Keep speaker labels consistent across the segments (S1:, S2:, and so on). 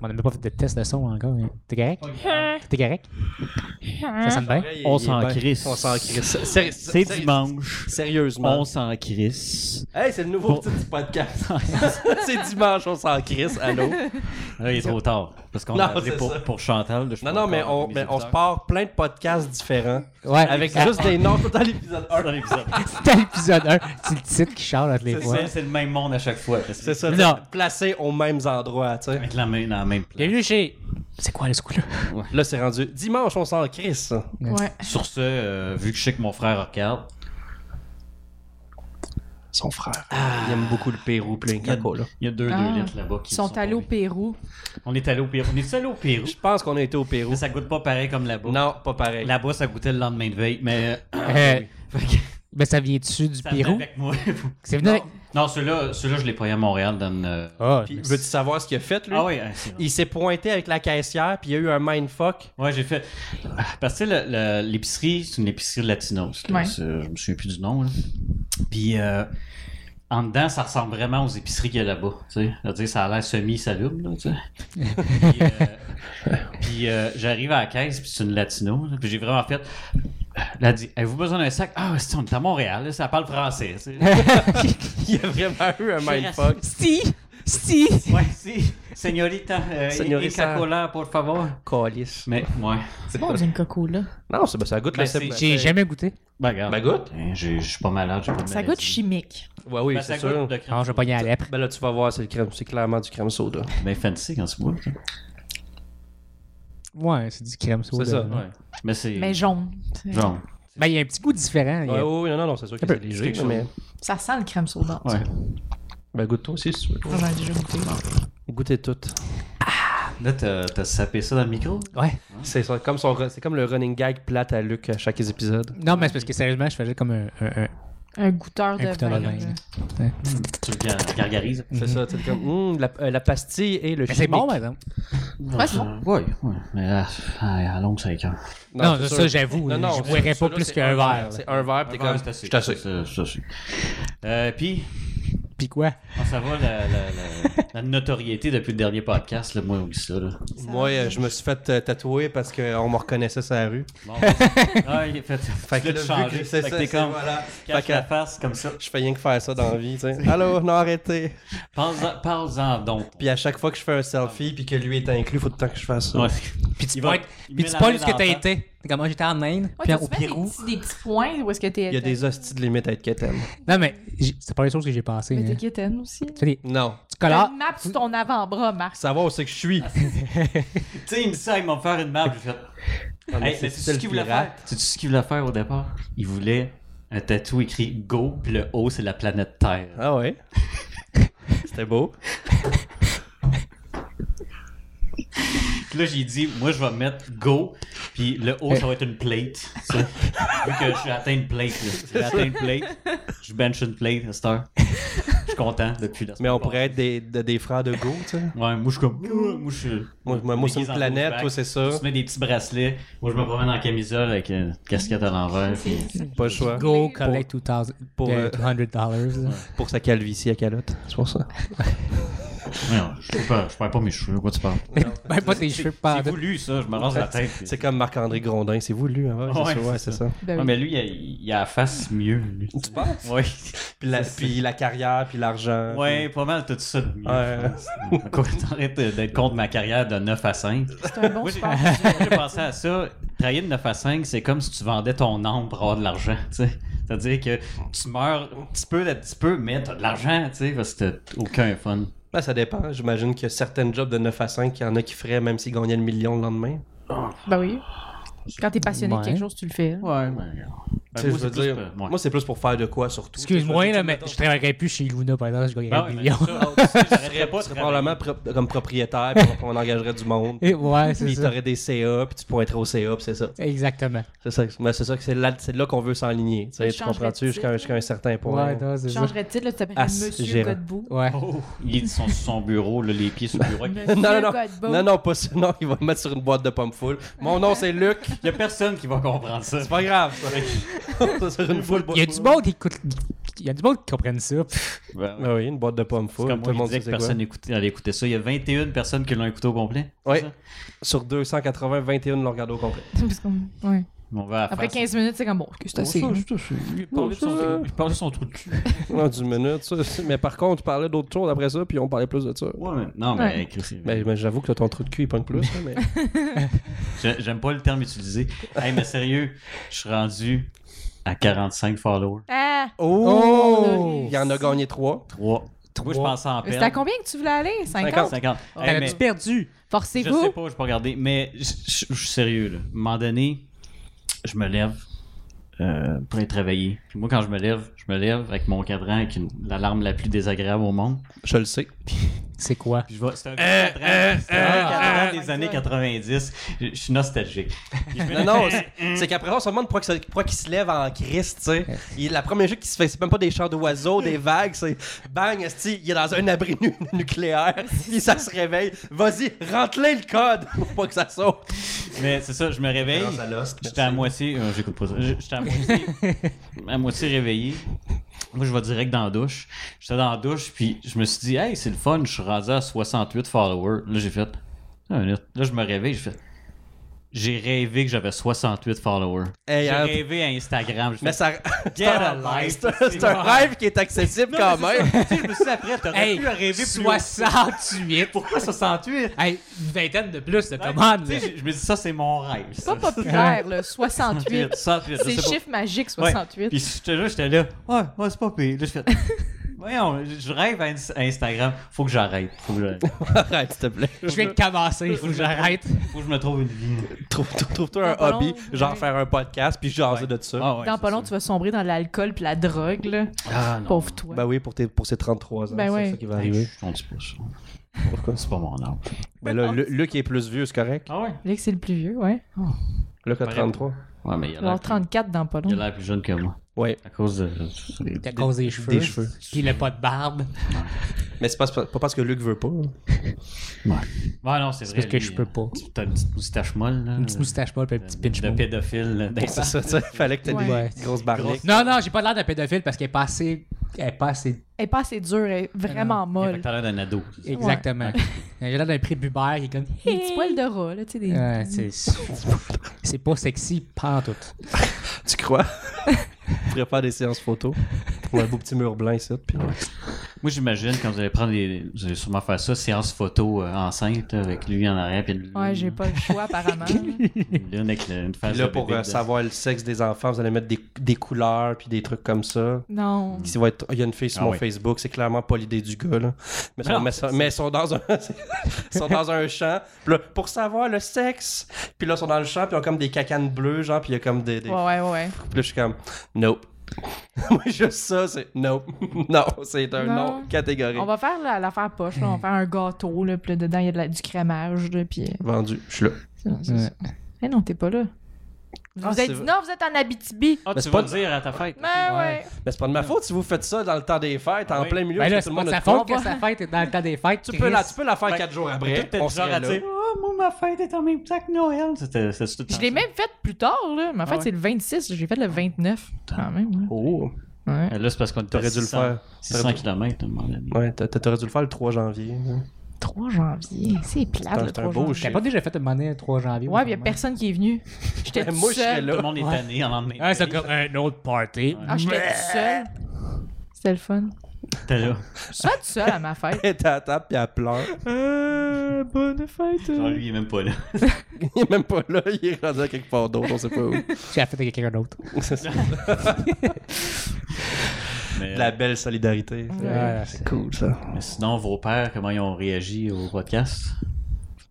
S1: On n'a même pas fait de test de son encore. hein. T'es correct? T'es correct?
S2: Hein?
S1: Ça sonne bien?
S3: Il-
S2: Ben, On
S3: il est
S2: s'en
S3: bien.
S2: crisse.
S3: On s'en crisse. Séri-
S2: C'est
S3: séri-
S2: dimanche.
S3: Sérieusement.
S2: On s'en crisse.
S3: Hey, c'est le nouveau
S2: Bon.
S3: titre du podcast. c'est dimanche, on s'en crisse. Allô?
S2: Là, il est trop tard. Parce qu'on
S3: Non,
S2: a appelé
S3: c'est
S2: pour,
S3: ça.
S2: pour Chantal. là, je
S3: Non,
S2: suis
S3: non, mais
S2: encore
S3: on,
S2: avec mes
S3: mais on se
S2: écouteurs.
S3: part plein de podcasts différents.
S1: Ouais.
S3: Avec
S1: Ah,
S3: juste des noms dans l'épisode 1.
S2: Dans l'épisode.
S1: C'était l'épisode 1. C'est le titre qui charge entre les
S2: C'est-
S1: fois.
S2: c'est- C'est le même monde à chaque fois.
S3: C'est ça,
S1: Non.
S3: t'sais, placés aux mêmes endroits, tu sais.
S2: Avec la main dans la même place.
S1: Bienvenue chez. C'est quoi le ce coup-là?
S3: Là, c'est rendu dimanche, on s'en crisse.
S4: Ouais.
S2: Sur ce, euh, vu que je sais que mon frère regarde,
S3: Son frère. Il aime beaucoup le Pérou, plein
S2: il y a,
S3: caco, là.
S2: il y a deux,
S4: Ah.
S2: deux litres là-bas qui
S4: Ils sont allés au
S2: tombés.
S4: Pérou.
S2: On est allé au Pérou. On est allé au Pérou.
S3: Je pense qu'on a été au Pérou.
S2: Mais ça goûte pas pareil comme là-bas.
S3: Non, pas pareil.
S2: Là-bas, ça goûtait le lendemain de veille, mais euh,
S1: Euh, ben, ça vient-tu du
S2: ça venait
S1: Pérou?
S2: avec moi.
S1: C'est venu avec.
S2: non, celui-là, celui-là, je l'ai pris à Montréal dans une, euh,
S1: Ah,
S3: Puis,
S1: mais-
S3: veux-tu savoir ce qu'il a fait, lui?
S2: Ah oui, hein, c'est vrai.
S3: Il s'est pointé avec la caissière, puis il y a eu un mindfuck.
S2: Ouais, j'ai fait. Parce que tu sais, le- le- l'épicerie, c'est une épicerie latinos. là.
S4: Ouais.
S2: C'est- Je me souviens plus du nom. là. Puis euh, en dedans, ça ressemble vraiment aux épiceries qu'il y a là-bas. tu sais. C'est-à-dire, ça a l'air semi-salubre. là, tu sais. Puis, euh, puis, euh, j'arrive à la caisse, puis c'est une latino. là, Puis j'ai vraiment fait. Elle a dit Avez-vous besoin d'un sac Ah, c'est on est à Montréal, là, ça parle français. tu sais.
S3: Il y a vraiment eu un mindfuck.
S4: Si! Si!
S2: ouais, si. Señorita, euh,
S3: Señorita.
S2: Señorita Cola, pour favor.
S3: Calice.
S2: Mais, ouais.
S4: C'est bon, une coco là.
S3: Non, c'est, ben, ça goûte
S2: Ben,
S3: le
S2: c'est-
S3: cèpe-
S1: J'ai jamais goûté.
S2: Ben, regarde.
S3: Ben, goûte.
S2: Hein, j'ai- Je suis pas malade, j'ai pas de
S4: Ça goûte
S2: maladie.
S4: chimique.
S3: Ouais, oui,
S2: Ben, ça
S3: c'est
S2: goûte
S3: sûr.
S2: de crème
S1: Non, je vais pogner à la lèpre.
S3: Ben là, tu vas voir, c'est, le crème, c'est clairement du crème soda.
S2: Ben fancy quand tu bois. ça.
S1: Ouais, c'est du crème soda.
S3: C'est ça,
S1: là.
S3: ouais.
S2: Mais c'est.
S4: Mais jaune.
S2: Genre.
S1: Ben, il y a un petit goût différent. il y
S3: Ouais,
S1: a-
S3: oui, oui, non, non, non, c'est sûr que
S1: peu,
S3: c'est léger.
S2: quelque
S3: Mais...
S4: Ça sent le crème soda.
S2: Ouais.
S3: Ben, goûte-toi aussi, si tu veux.
S4: Ça, J'en ai déjà goûté.
S3: Goûtez tout.
S2: Là, t'as t'as sapé ça dans le micro?
S1: Ouais.
S3: C'est, ça, comme son- c'est comme le running gag plate à Luc à chaque épisode.
S1: Non, mais c'est parce que sérieusement, je faisais comme un. un- un-
S4: Un goûteur de
S1: Un goûteur
S4: vin.
S1: de vin,
S4: là.
S2: Tu le gar- gargarises?
S3: C'est ça, tu sais, comme hum, la, euh, la pastille et le
S1: Mhm. Mais
S3: chimique.
S1: c'est bon, par exemple.
S4: Ouais, c'est bon.
S2: Oui, oui. Mais là, ah, à à longue, ça écart.
S1: Non,
S3: c'est
S1: ça,
S3: sûr.
S1: j'avoue,
S3: Non, non,
S1: je
S3: c'est-
S1: boirais pas
S3: celui-là,
S1: plus
S3: c'est
S1: qu'un
S3: un
S1: verre,
S3: C'est un
S2: Ah,
S3: verre, puis t'es comme. Je t'assure.
S2: Ça, ça, c'est- Euh, puis,
S1: Puis quoi
S2: on s'en va la, la, la, la notoriété depuis le dernier podcast, là, moi, oublie ça. Là.
S3: Moi, euh, je me suis fait euh, tatouer parce qu'on me reconnaissait sur la rue.
S2: Bon, vas-y. ah, il est fait. Fait
S3: là, vu que c'est
S2: fait
S3: ça,
S2: que t'es
S3: c'est-
S2: comme.
S3: voilà.
S2: Cache
S3: Fait que-
S2: la face comme ça.
S3: Je fais rien que faire ça dans la vie, tu sais. Allô, non, arrêtez.
S2: Parle-en parle-en donc.
S3: Puis à chaque fois que je fais un selfie, puis que lui est inclus, faut tout le temps que je fasse ça.
S2: Ouais.
S1: Puis tu
S2: Il va-
S1: pointes.
S2: il
S1: Puis
S2: met
S1: tu
S2: la
S1: pointes
S2: main
S1: ce que
S2: dans
S1: t'as
S2: le
S1: été. T'es comme, moi, j'étais en Inde,
S4: Ouais,
S1: puis
S4: tu
S1: au
S4: mets Des
S1: Pérou.
S4: petits, des petits points où est-ce que t'es.
S3: Il y a des hosties de limite à être quétaine.
S1: Non, mais j'ai- c'est pas les choses que j'ai passées.
S4: Mais
S1: hein.
S4: t'es
S1: Tu
S4: quétaine aussi.
S1: fais des-
S3: Non.
S1: tu
S4: T'as
S1: colores.
S4: une map sur ton avant-bras, Marc.
S3: Savoir où c'est que je suis.
S2: Ah, Tu sais, il me dit ça, ils m'ont fait une map. J'ai fait.
S3: Ah, mais
S2: Hey, mais
S3: c'est
S2: sais-tu
S3: ça,
S2: ce
S3: le
S2: qu'il voulait
S3: pirate.
S2: faire? Sais-tu ce qu'il voulait faire au départ? Il voulait un tatou écrit Go, puis le O, c'est la planète Terre.
S3: Ah ouais. C'était beau.
S2: Puis là, j'ai dit, moi, je vais mettre Go, puis le O, ça va être une plate. tu sais. Vu que je suis atteint une plate. là. J'ai atteint une plate. Je bench une plate à cette heure. Je suis content depuis la
S3: Mais on pourrait être des, de- des frères de Go, tu sais.
S2: Ouais, moi, je suis comme. Moi, je suis.
S3: Moi, moi, moi, c'est une
S2: déguisé en
S3: planète,
S2: Wolfpack.
S3: toi, c'est ça.
S2: Tu mets des petits bracelets. Moi, je me promène en camisole avec une casquette à l'envers. Puis...
S4: Ben
S3: Pas le choix.
S1: Go collect 2000
S3: pour, euh,
S1: euh, 200 dollars. là.
S3: Pour sa calvitie à calotte, c'est pour ça.
S2: Ouais, je sais pas, je perds pas mes cheveux. de quoi tu parles?
S1: Même pas tes cheveux pas
S2: C'est voulu, ça. Je me lance la tête. puis-
S3: C'est comme Marc-André Grondin, c'est voulu, hein, ouais, c'est
S2: Ouais,
S3: ça, ouais,
S2: c'est
S3: c'est ça.
S4: Ben
S2: Ouais,
S4: oui.
S2: mais lui, il a, il a la face mieux. Lui.
S3: Tu penses?
S2: Ouais.
S3: Puis la, puis la carrière, puis l'argent.
S2: ouais, pas mal tout ça de mieux.
S3: Ouais.
S2: je pense. Encore que t'arrêtes d'être contre ma carrière de 9 à 5.
S4: C'est un bon
S2: Moi, j'ai
S4: sport.
S2: j'ai pensé à ça. Travailler de 9 à 5, c'est comme si tu vendais ton âme pour avoir de l'argent. tu sais. C'est-à-dire que tu meurs un petit peu, un petit peu, mais t'as de l'argent, tu sais, parce que t'as aucun fun.
S3: Ben, ça dépend. J'imagine qu'il y a certains jobs de 9 à 5 qu'il y en a qui feraient même s'ils gagnaient le million le lendemain.
S4: Ben oui. Quand t'es passionné de quelque
S1: Ouais.
S4: chose, tu le fais. hein. là.
S2: Ouais,
S3: Tu sais, Ben, je veux dire, moi, c'est plus pour faire de quoi, surtout.
S1: Excuse-moi,
S3: Tu sais,
S1: là, mais je Ah travaillerais plus chez Luna pendant que je gagnerais un million.
S3: je veux dire, Ah, tu serais- tu serais probablement pro- comme propriétaire, puis on, on engagerait du monde.
S1: Et ouais, c'est
S3: Puis
S1: ça.
S3: t'aurais des CA, puis tu pointerais au CA, puis c'est ça.
S1: Exactement.
S3: C'est ça, mais c'est ça que c'est là, c'est là qu'on veut s'enligner. Tu sais,
S4: Je
S3: tu
S4: changerais de
S3: comprends-tu
S4: titre.
S3: jusqu'à jusqu'à un certain point.
S1: Ouais, non, c'est
S4: Tu
S1: ça.
S4: changerais de titre, là, tu
S1: Ah,
S4: t'appellerais
S3: As-
S4: Monsieur
S3: gérant.
S4: Godbout.
S1: Ouais.
S2: Il est sur son bureau, là, les pieds sur le bureau. avec-
S4: Monsieur
S3: non, non,
S4: Godbout.
S3: non, non, pas ça. Non, il va me mettre sur une boîte de pommes full. Mon nom, c'est Luc.
S2: Il y a personne qui va comprendre ça.
S3: C'est pas grave, ça. sur une full boîte.
S1: Il y a du monde qui écoute, Il y a du monde qui comprennent ça. Pff,
S2: Ben,
S3: Ah oui, une boîte de pommes
S2: C'est
S3: full.
S2: comme
S3: Tout
S2: moi,
S3: le
S2: je
S3: monde
S2: disais
S3: sait
S2: que
S3: c'est quoi.
S2: personne n'écoutait- n'allait écouter ça. Il y a 21 personnes qui l'ont écouté au complet. c'est
S3: Oui.
S2: ça?
S3: Sur 280, 21 l'ont regardé au complet.
S4: Parce qu'on- ouais.
S2: Mais On va à
S3: Ah,
S4: Après
S2: faire
S4: 15 minutes, c'est comme bon, ok, c'est assez. là.
S2: Il parlait de son- il parlait de son trou de cul.
S3: euh, Non, d'une minute. ça, c'est- Mais par contre, tu parlais d'autres choses après ça, puis on parlait plus de ça.
S2: Ouais, mais- non, mais
S4: Ouais.
S2: Chris, il-
S3: Ben, ben, j'avoue que ton trou de cul, il pogne plus. hein, mais...
S2: j'ai- j'aime pas le terme utilisé. Hey, mais sérieux, je suis rendu à 45 followers.
S4: Ah!
S3: Oh! Il y en a gagné 3.
S2: 3. Moi, je
S3: Trois.
S2: pensais en
S4: C'est à
S2: peine.
S4: combien que tu voulais aller? 50?
S2: 50. Hey,
S1: T'aurais-tu
S2: mais-
S1: perdu?
S2: Je sais
S4: Forcez-vous.
S2: pas, je peux regarder, mais je je- je suis sérieux. Là. À un moment donné, je me lève euh, pour aller travailler. Puis moi, quand je me lève, je me lève avec mon cadran, avec une- l'alarme la plus désagréable au monde.
S3: Je le sais.
S1: C'est quoi?
S2: Puis je vois, c'est un vieux
S3: Euh,
S2: cadran, c'est un vieux cadran des années 90. Je, je suis nostalgique. Puis je
S3: Non,
S2: me
S3: non, c'est- c'est qu'après ça, on se demande pourquoi, que ça- pourquoi qu'il se lève en crise, tu sais. Il- La première chose qui se fait, c'est même pas des chants d'oiseaux, des vagues, c'est bang, esti, il est dans un abri nu- nucléaire, puis ça se réveille. Vas-y, rentre-le le code pour pas que ça saute.
S2: Mais c'est ça, je me réveille.
S3: Référence à Lost,
S2: J'étais à moitié. euh, J'écoute pas ça. J- J'étais à moitié. à moitié réveillé. Moi, je vais direct dans la douche. J'étais dans la douche, puis je me suis dit, hey, c'est le fun, je suis rendu à 68 followers. Là, j'ai fait. Attends une minute. Là, je me réveille, j'ai fait. J'ai rêvé que j'avais 68 followers.
S3: Hey,
S2: j'ai
S3: hein,
S2: rêvé à Instagram. J'ai
S3: Mais
S2: fait,
S3: ça.
S2: Get
S3: c'est
S2: a
S3: un-
S2: life.
S3: c'est un- C'est un rêve qui est accessible
S2: Non,
S3: quand
S2: mais c'est
S3: même.
S2: ça. Tu sais, je me suis dit après, t'aurais
S1: Hey,
S2: pu rêver plus. haut.
S1: 68!
S2: Pourquoi 68?
S1: Hey, une vingtaine de plus de
S2: Hey,
S1: commandes.
S2: tu sais, je, je me dis, ça, c'est mon rêve.
S4: C'est pas populaire, là. 68.
S2: 68, je
S4: C'est
S2: sais pas.
S4: chiffre magique,
S2: Ouais.
S4: 68.
S2: Puis j'étais là, j'étais là, ouais, ouais, c'est pas payé. Là, je fais, voyons, je je rêve à, Ins- à Instagram, faut que j'arrête. Faut que j'arrête.
S3: Arrête, s'il te plaît.
S1: Je viens de commencer, il faut que j'arrête.
S2: Faut que je me trouve une vie.
S3: Trouve- trouve- Trouve-toi
S4: Dans
S3: un hobby,
S4: pas long,
S3: genre
S4: ouais.
S3: faire un podcast, puis jaser
S2: Ouais.
S3: de ça.
S2: Ah ouais,
S4: Dans
S2: c'est
S4: pas long, tu
S2: ça.
S4: vas sombrer dans l'alcool puis la drogue, là.
S2: Ah, non.
S4: Pauvre toi.
S3: Ben oui, pour, tes, pour ses 33 ans,
S4: Ben
S3: c'est
S4: ouais.
S3: ça qui va
S2: Hey,
S3: arriver.
S2: je suis pas ça.
S3: Pourquoi?
S2: C'est pas mon âme.
S3: Ben là, Lu- Luc est plus vieux, c'est correct?
S2: Ah ouais?
S4: Luc, c'est le plus vieux, ouais.
S3: Luc a 33.
S2: Ouais, mais il
S4: Il
S2: a
S4: va avoir
S2: l'air plus,
S4: 34 dans pas
S2: Ah, il a
S4: long.
S2: l'air plus jeune que moi.
S3: Ouais.
S2: À cause de.
S1: À cause des cheveux.
S3: Des cheveux.
S1: Puis il a pas de barbe.
S3: Mais c'est pas, c'est pas parce que Luc veut pas. hein.
S2: Ouais. Ouais, non, c'est vrai.
S1: parce que
S2: lui,
S1: je peux pas.
S2: tu- T'as une petite moustache molle, là.
S1: Une petite moustache molle puis un petit pinch
S2: De
S1: mou.
S2: pédophile, là. d'un
S3: C'est ça, tu sais, Fallait que t'aies
S1: Ouais.
S3: des grosses barrières.
S1: Non, non, j'ai pas l'air d'un pédophile parce qu'elle est pas assez... Elle est pas assez...
S4: Elle est pas assez dure, elle
S2: Ah,
S4: est vraiment
S2: Fait que
S4: molle.
S2: t'as l'air d'un ado. c'est ça?
S1: Exactement. J'ai l'air d'un prépubère qui est comme...
S4: Des petits poils de rat, là, tu sais. Des...
S1: Ouais, c'est... C'est pas sexy, pas en tout.
S3: Tu crois? On pourrait faire des séances photos. Pour un beau petit mur blanc ici. Puis...
S2: Moi, j'imagine quand vous allez prendre les. Vous allez sûrement faire ça, séance photo euh, enceinte avec lui en arrière. Puis une lune,
S4: Ouais, j'ai pas le choix, apparemment. là.
S2: Une lune avec le- une face
S3: Là,
S2: de
S3: pour
S2: bébé
S3: euh,
S2: dedans.
S3: savoir le sexe des enfants, vous allez mettre des, des couleurs puis des trucs comme ça.
S4: Non.
S3: Ici, il va être- Il y a une fille sur
S2: Ah
S3: mon
S2: oui.
S3: Facebook, c'est clairement pas l'idée du gars. Là. Mais,
S2: Non,
S3: sont, mais, sont- mais ils sont dans un, ils sont dans un champ. Puis là, pour savoir le sexe. Puis là, ils sont dans le champ, puis ils ont comme des cacanes bleues, genre, puis il y a comme des. des-
S4: Ouais, ouais, ouais.
S3: Puis là, je suis comme, nope. Moi, juste ça, c'est nope. non, c'est un
S4: Non.
S3: non, catégorique.
S4: On va faire la- l'affaire poche, là. On va faire un gâteau, là, puis là, dedans, il y a de la- du crémage, là, puis... euh,
S3: Vendu, je suis là.
S4: c'est- c'est- c'est- Eh non, t'es pas là. Vous
S3: Ah,
S4: vous
S3: c'est
S4: êtes dit,
S3: vrai.
S4: non, vous êtes en Abitibi.
S2: Ah,
S3: Mais
S2: tu
S3: c'est
S2: vas
S3: pas-
S2: le dire à ta fête.
S4: Ben
S1: Ouais.
S4: ouais.
S3: Mais c'est pas de ma faute si vous faites ça dans le temps des fêtes, en
S2: Ah Oui.
S3: plein milieu,
S1: Ben là,
S3: parce
S1: c'est
S3: que tout le
S1: pas
S3: monde
S1: de
S3: a
S1: sa
S3: tout.
S1: faute que ça fête est dans le temps des fêtes.
S3: Tu peux, la, tu peux la faire
S2: Ben,
S3: quatre jours
S2: Toi,
S3: après.
S2: t'es
S3: on
S2: du genre
S3: serait
S2: à
S3: là.
S2: dire Ah, moi, ma fête est en même temps que Noël. C'était c'était tout le temps
S4: Je l'ai
S2: ça.
S4: même faite plus tard, là. Mais en
S2: Ah
S4: fait,
S2: ouais.
S4: c'est le 26. J'ai fait le 29. Quand même, ouais.
S3: Oh,
S4: Ouais.
S2: Là, Ben, c'est parce qu'on était
S3: T'aurais
S2: à
S3: dû le
S2: 600
S3: faire.
S2: 600
S3: T'aurais dû-
S2: km à un moment donné.
S3: ouais, t'a- t'a- t'aurais dû le faire le 3 janvier. hein.
S4: 3 janvier. C'est
S3: C'est
S4: plate,
S3: un-
S4: le
S3: c'est un
S4: 3
S3: beau
S4: janvier.
S3: chiffre.
S1: T'as pas déjà fait une monnaie le 3 janvier?
S4: Ouais, puis il y a personne qui est venu. J'étais
S3: Ben,
S4: tout
S3: moi, je serais
S4: seul.
S3: là.
S2: Tout le monde est
S1: Ouais.
S2: tanné en lendemain.
S1: Ah, c'est comme un autre party.
S4: Ah, j'étais tout seul. C'était le fun.
S2: T'es là.
S4: Je suis tout seul à ma fête.
S3: Elle est à la table puis elle pleure.
S4: bonne fête.
S2: Genre, lui, il est même pas là.
S3: Il est même pas là, il est rendu à quelque part d'autre, on sait pas où.
S1: Tu l'as fait avec quelqu'un d'autre.
S3: C'est ça,
S2: Mais, euh,
S3: de la belle solidarité.
S1: Ouais,
S3: C'est cool ça.
S2: mais sinon, vos pères, comment ils ont réagi au podcast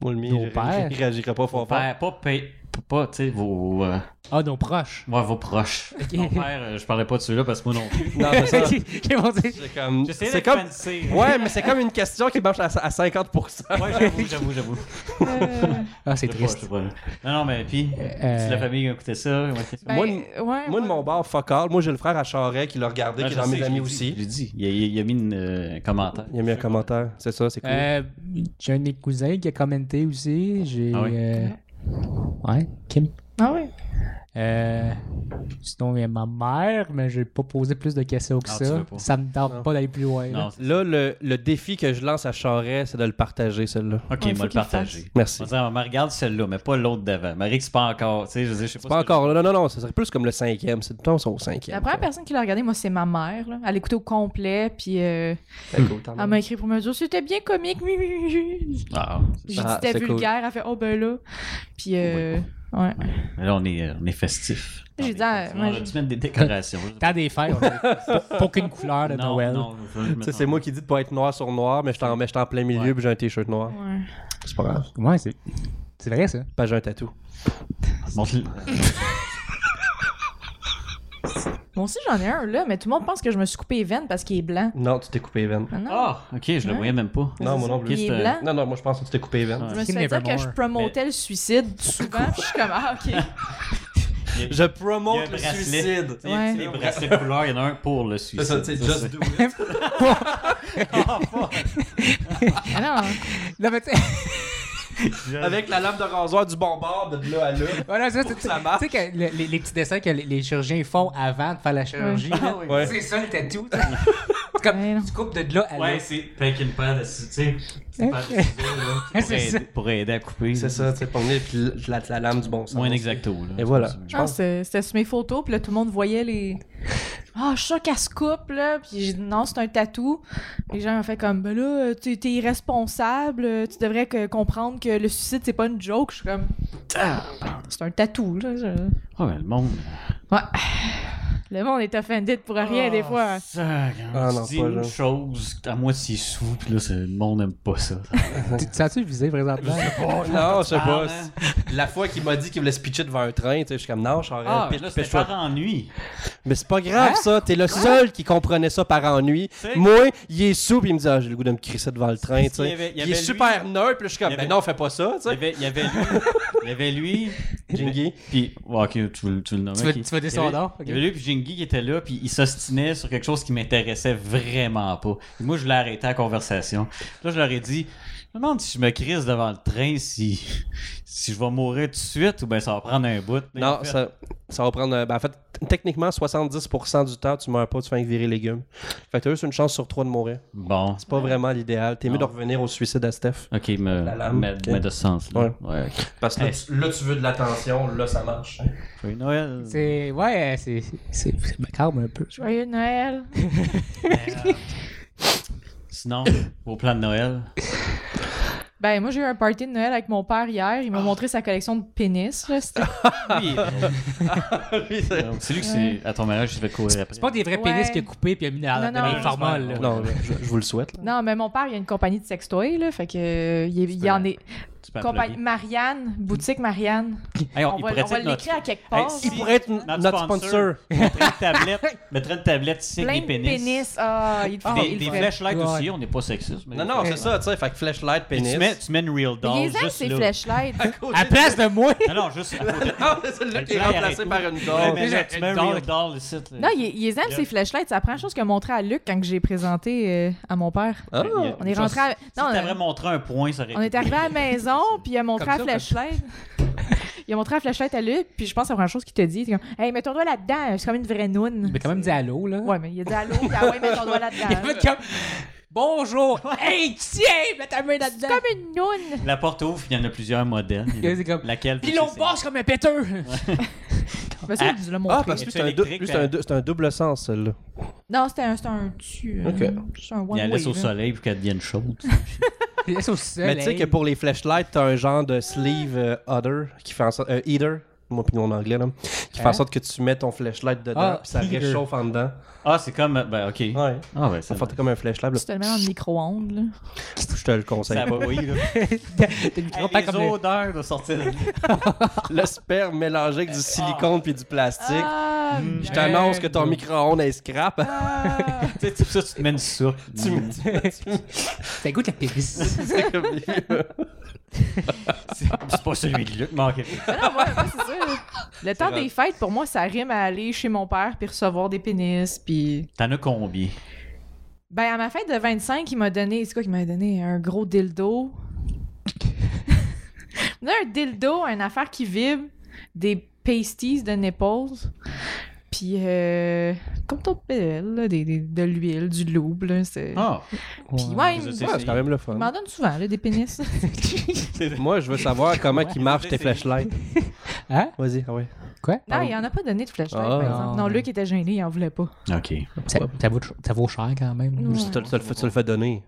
S3: Moi le mien,
S1: Nos
S3: il
S1: pères.
S3: ré- il réagirait pas fort fort.
S2: Père, pas paye. Pas, tu sais, vos. euh,
S1: Ah, nos proches.
S2: Ouais, vos proches. Mon père, euh, je parlais pas de ceux-là parce que moi non plus.
S3: Non, mais Ah, ça,
S1: J'ai monté.
S3: c'est comme.
S2: J'essayais
S3: C'est
S2: d'être
S3: comme.
S2: fancy.
S3: Ouais, mais c'est comme une question qui marche à à 50%.
S2: Ouais, j'avoue, j'avoue, j'avoue.
S1: Ah, c'est
S2: Je sais pas, je
S1: triste.
S2: sais pas. Non, non, mais puis,
S3: Euh,
S2: c'est la famille qui a écouté ça. ouais, c'est-
S3: Moi,
S4: Ben, ouais,
S3: Moi, de mon bar, fuck all. Moi, j'ai le frère à Charret qui l'a regardé,
S2: Ouais,
S3: qui est
S2: je
S3: dans
S2: sais,
S3: mes
S2: je
S3: amis
S2: l'ai dit,
S3: aussi.
S2: Je l'ai dit. Il a, il a mis une, euh, un commentaire.
S3: Il a mis un commentaire. C'est ça, c'est cool.
S1: Euh, J'ai un de mes cousins qui a commenté aussi. J'ai.
S2: Ah oui?
S1: euh, Ouais, Kim.
S4: Ah ouais.
S1: Euh, sinon, il y a ma mère, mais j'ai pas posé plus de questions que
S2: Non, tu
S1: ça.
S2: veux pas.
S1: Ça me tente
S3: Non.
S1: pas d'aller plus loin. là.
S2: Non, c'est-
S3: Là, le, le défi que je lance à Charret, c'est de le partager, celui-là.
S2: ok,
S4: Ouais,
S2: moi
S4: faut
S2: le
S4: qu'il
S2: partager.
S3: Merci.
S2: On va dire, maman, regarde celle-là, mais pas l'autre d'avant. Marie, c'est pas encore. Tu sais, je veux dire, je sais pas.
S3: C'est pas
S2: ce que
S3: encore là. Non, non, non, ça serait plus comme le cinquième. C'est tout le temps, on sont au cinquième.
S4: La première personne qui l'a regardé, moi, c'est ma mère. Là. Elle écoutait au complet, puis euh,
S3: personne.
S4: elle m'a écrit pour me dire c'était bien comique. mi, mi, mi.
S2: je- Ah, c'est-
S4: J'ai dit
S3: Ah,
S4: c'était
S3: c'est cool.
S4: vulgaire. Elle fait oh ben là. Puis euh, ouais.
S2: mais là, on est, euh, on est festif.
S4: J'ai
S2: On est
S4: dit, ah,
S2: festif.
S4: moi,
S2: on a
S4: j'ai-
S2: dû mettre des décorations.
S1: Tant des fêtes, on a pas aucune couleur de
S2: non,
S1: Noël.
S2: non, je veux le
S3: Tu
S2: mettre
S3: sais,
S2: en-
S3: c'est moi qui dis de pas être noir sur noir, mais je t'en mets je t'en plein milieu
S2: Ouais.
S3: puis j'ai un t-shirt noir.
S4: ouais.
S3: C'est pas grave.
S1: Ouais, c'est. C'est vrai, ça.
S3: Pas j'ai un tatou.
S2: Montre-le.
S4: Moi aussi, j'en ai un là, mais tout le monde pense que je me suis coupé les veines parce qu'il est blanc.
S3: Non, tu t'es coupé les veines.
S4: Ah non.
S2: Ah, ok, je le
S4: Ouais.
S2: voyais même pas. euh,
S3: Non, moi non
S4: Il
S3: plus.
S4: est
S2: Qu'est-ce que-
S4: blanc.
S3: Non, non, moi je pense que tu t'es coupé les veines.
S4: Je
S1: Kim
S4: me suis fait dire que
S1: Nevermore.
S4: je promotais le suicide souvent, puis je suis comme ah ok.
S3: Je
S2: Il y a un
S3: promote le
S2: bracelet.
S3: suicide.
S2: Tu sais,
S4: Ouais.
S2: Les bracelets de couleur, il y en a un pour le suicide.
S3: C'est ça, tu sais,
S2: Ça, c'est-
S3: just do it.
S2: Ah, fuck.
S4: Ah non.
S1: Non, mais tu sais,
S3: Avec la lame de rasoir du bon bord de là à là.
S1: voilà, ça, tu
S3: que
S1: tu-
S3: ça marche.
S1: tu sais que le- les, les petits dessins que les, les chirurgiens font avant de faire la chirurgie, là,
S3: Ouais. Ah
S1: c'est ça le tatou. tu sais. C'est comme,
S4: Ouais, non.
S1: tu coupes de là à là.
S2: Ouais, c'est avec une paire de ciseaux, tu sais. C'est pas de
S1: Ouais,
S2: ciseaux,
S1: c'est
S2: là.
S1: ça.
S2: Pour aider- Pour aider à couper.
S3: C'est ça, tu sais, pour venir puis la, la lame du bon sens.
S2: Moins exacto, là.
S3: Et voilà.
S2: C'est
S3: Je
S4: Ah,
S3: pense.
S4: c'est- c'était sur mes photos, puis là, tout le monde voyait les. Ah, je suis sûr qu'elle se coupe, là. Puis j'ai dit non, c'est un tatou. Les gens ont fait comme, ben là, euh, tu t'es irresponsable, euh, tu devrais que- comprendre que le suicide, c'est pas une joke. Je suis comme, c'est un tatou, là. je-
S2: ça. Ouais, mais le monde.
S4: Le monde est offended pour rien,
S2: Ah.
S4: des fois.
S2: Ça, quand
S3: Ah,
S2: tu
S3: non,
S2: dis
S3: pas
S2: une
S3: là.
S2: chose, à moitié sous, pis là, c'est- le monde n'aime pas ça.
S1: Tu te sens-tu visé présentement?
S3: Oh, Non, je sais pas.
S2: Ah, hein.
S3: La fois qu'il m'a dit qu'il voulait se pitcher devant un train, tu sais, je suis comme non, je suis en
S2: Ah,
S3: pitch,
S2: là,
S3: pitch,
S2: c'était Hein? par ennui.
S3: Mais c'est pas grave ça, t'es le seul qui comprenait ça par ennui. Moi, il est sous puis il me dit ah, j'ai le goût de me crisser devant le train, tu
S2: Il y
S3: sais.
S2: avait- il y
S3: Il,
S2: avait
S3: est
S2: lui-
S3: super nerd, puis je suis comme
S2: il y
S3: ben
S2: avait-
S3: non, fais pas ça, tu
S2: Il y
S3: sais.
S2: avait, il y avait lui, il y avait lui,
S3: Jingy.
S2: puis ouais, ok, tu veux, tu veux le nommer.
S1: Tu veux-
S2: ok.
S1: tu veux dire
S2: Il y avait-
S1: son nom, ok.
S2: Il y avait lui puis Jingy qui était là, puis il s'ostinait sur quelque chose qui m'intéressait vraiment pas. Et moi, je l'ai arrêté à la conversation. Là, je leur ai dit, je me demande si je me crise devant le train, si si je vais mourir tout de suite ou ben ça va prendre un bout.
S3: Non,
S2: En fait,
S3: ça, ça va prendre. euh, Ben, en fait, t- techniquement, 70% du temps, tu meurs pas, tu fais avec virer les légumes. Fait que t'as juste une chance sur trois de mourir.
S2: Bon,
S3: C'est pas vraiment l'idéal. T'es mieux de
S2: Non.
S3: revenir au suicide à Steph.
S2: ok, me,
S3: La lame,
S2: me-
S3: ok.
S2: me de ce sens. Là.
S3: Ouais.
S2: Ouais, ok.
S3: Parce que là, tu, là, tu veux de l'attention, là, ça marche.
S2: Joyeux Noël.
S1: C'est. Ouais, c'est. C'est c'est macabre un peu.
S4: Joyeux Noël.
S2: Sinon, au plan de Noël.
S4: Ben, moi, j'ai eu un party de Noël avec mon père hier. Il m'a montré sa collection de pénis, là. C'était
S2: Ah Oui. c'est lui que c'est à ton mariage, je vais courir après.
S1: C'est pas des vrais
S4: Ouais.
S1: pénis qu'il a coupé puis il a mis dans,
S4: Non,
S1: dans
S4: non.
S1: les formoles. là.
S3: Non, je, je vous le souhaite. là.
S4: Non, mais mon père, il a une compagnie de sextoy, là. Fait que, euh, il, il
S2: peux
S4: en
S2: la-
S4: est.
S2: Tu peux
S4: Compagnie
S2: applaudir.
S4: Marianne, boutique Marianne.
S2: Hey, on,
S4: On
S2: il
S4: va,
S2: pourrait
S4: on va
S2: être notre-
S4: l'écrire à quelque
S2: Hey,
S4: part.
S2: si-
S3: Il pourrait être n-
S2: Notre
S3: notre
S2: sponsor.
S3: sponsor.
S2: mettrait une tablette, mettrait une tablette ici
S4: plein
S2: avec
S4: de
S2: des pénis.
S4: pénis. Ah, il le fait,
S2: Des,
S4: il le
S2: des
S4: fait.
S2: flashlights
S1: Ouais.
S2: aussi, on n'est pas sexiste. mais-
S3: Non, non, c'est ça, tu sais. Fait que flashlight,
S2: Puis
S3: pénis.
S2: Tu mets, tu mets une real
S4: Mais
S2: doll
S4: les aimes,
S2: juste
S4: ces
S2: là.
S4: flashlights.
S1: À place de moi!
S2: Non, non, juste à côté.
S3: Ah, c'est celui-là qui est remplacé par une
S2: Ouais,
S3: gorge.
S2: mais là, tu mets une real
S1: Doll.
S2: doll ici. là.
S4: Non, ils, ils aiment ces flashlights. C'est la première chose que montré à Luc quand que j'ai présenté euh, à mon père.
S3: Ah.
S2: Il y a-
S4: On est
S2: genre,
S4: rentré à...
S2: Si
S4: Non,
S2: t'avais
S4: on,
S2: montré un point, ça aurait
S4: on est
S2: été-
S4: arrivé à la maison, puis il a montré
S1: Comme
S4: la
S1: ça,
S4: flashlight. il a montré la flashlight à Luc, puis je pense que la première chose qu'il t'a dit, c'est comme « Hey, mets ton doigt là-dedans, c'est comme une vraie noune.
S1: Mais quand même dit allô, là. »
S4: Ouais, mais il a dit « Allô, puis ah ouais, mets ton doigt
S1: Il a
S4: là-dedans.
S1: fait comme. Bonjour! Hey, tiens! Mets ta main »
S4: C'est
S1: là-dedans!
S4: comme une noune.
S2: La porte ouvre, puis il y en a plusieurs modèles. Il y en a
S1: C'est comme-
S2: Laquelle
S1: Puis l'on bosse comme un péteux!
S4: Ben, ça, il nous l'a
S3: Ah,
S4: montré.
S3: parce que lui, c'est un,
S2: Électrique,
S3: dou- lui, c'est un dou- c'est un double sens, celle-là.
S4: Non, c'était un, c'était un tu. euh,
S3: Ok.
S4: C'est un
S2: Il y en
S4: one-way.
S2: a laisse au
S4: là.
S2: soleil pour qu'elle devienne chaude.
S1: Laisse au soleil.
S3: Mais tu sais que pour les flashlights, t'as un genre de sleeve euh, other qui fait en sorte. euh, eater, mon opinion en anglais, là, qui fait
S1: Hein?
S3: en sorte que tu mets ton flashlight dedans,
S1: Ah,
S3: puis ça
S1: heater.
S3: réchauffe en dedans.
S2: Ah, c'est comme. Ben, ok.
S3: Ouais.
S2: Ah, ouais, ça
S3: Ça fait comme un flashlight, là.
S4: Tu te le mets dans le micro-ondes, là.
S3: je te le conseille
S2: Ça
S3: pas.
S2: bouille, là.
S1: T'as le micro, pas comme le-
S2: odeurs de sortir.
S3: Le sperme mélangé avec du silicone puis du plastique.
S4: Ah,
S3: Je t'annonce que ton micro-ondes est scrap.
S4: ah.
S2: tu sais, tout ça, tu te mets une soupe.
S3: Tu me dis-
S1: Ça goûte la périsse.
S3: c'est comme-
S2: C'est pas celui de Luc, mais ok.
S4: Non, moi, moi, ben, c'est ça. Le temps des fêtes, pour moi, ça rime à aller chez mon père puis recevoir des pénis. Puis...
S2: T'en as combien?
S4: Ben, à ma fête de 25, il m'a donné. C'est quoi qu'il m'a donné Un gros dildo. Il m'a donné un dildo, une affaire qui vibre, des pasties de Naples. Puis, euh, comme ton belle, là, des, des- de l'huile, du loup. Là, c'est...
S2: Ah!
S4: Puis, ouais,
S2: vous
S4: il-
S2: avez
S3: Ouais,
S2: essayé?
S3: c'est quand même le
S4: il
S3: fun.
S4: m'en donne souvent, là, des pénis.
S3: Moi, je veux savoir comment qui marchent tes
S2: Essayez.
S3: flashlights.
S1: Hein?
S3: Vas-y, ah ouais.
S1: Quoi?
S4: non, il en a pas donné de flashlight,
S3: Ah,
S4: par exemple.
S1: non.
S4: Non, Luc était gêné, il en voulait pas.
S2: OK.
S1: Ça, ça vaut, ça vaut cher quand même.
S4: Ouais.
S3: Tu te- tu te le fais- tu te le fais donner.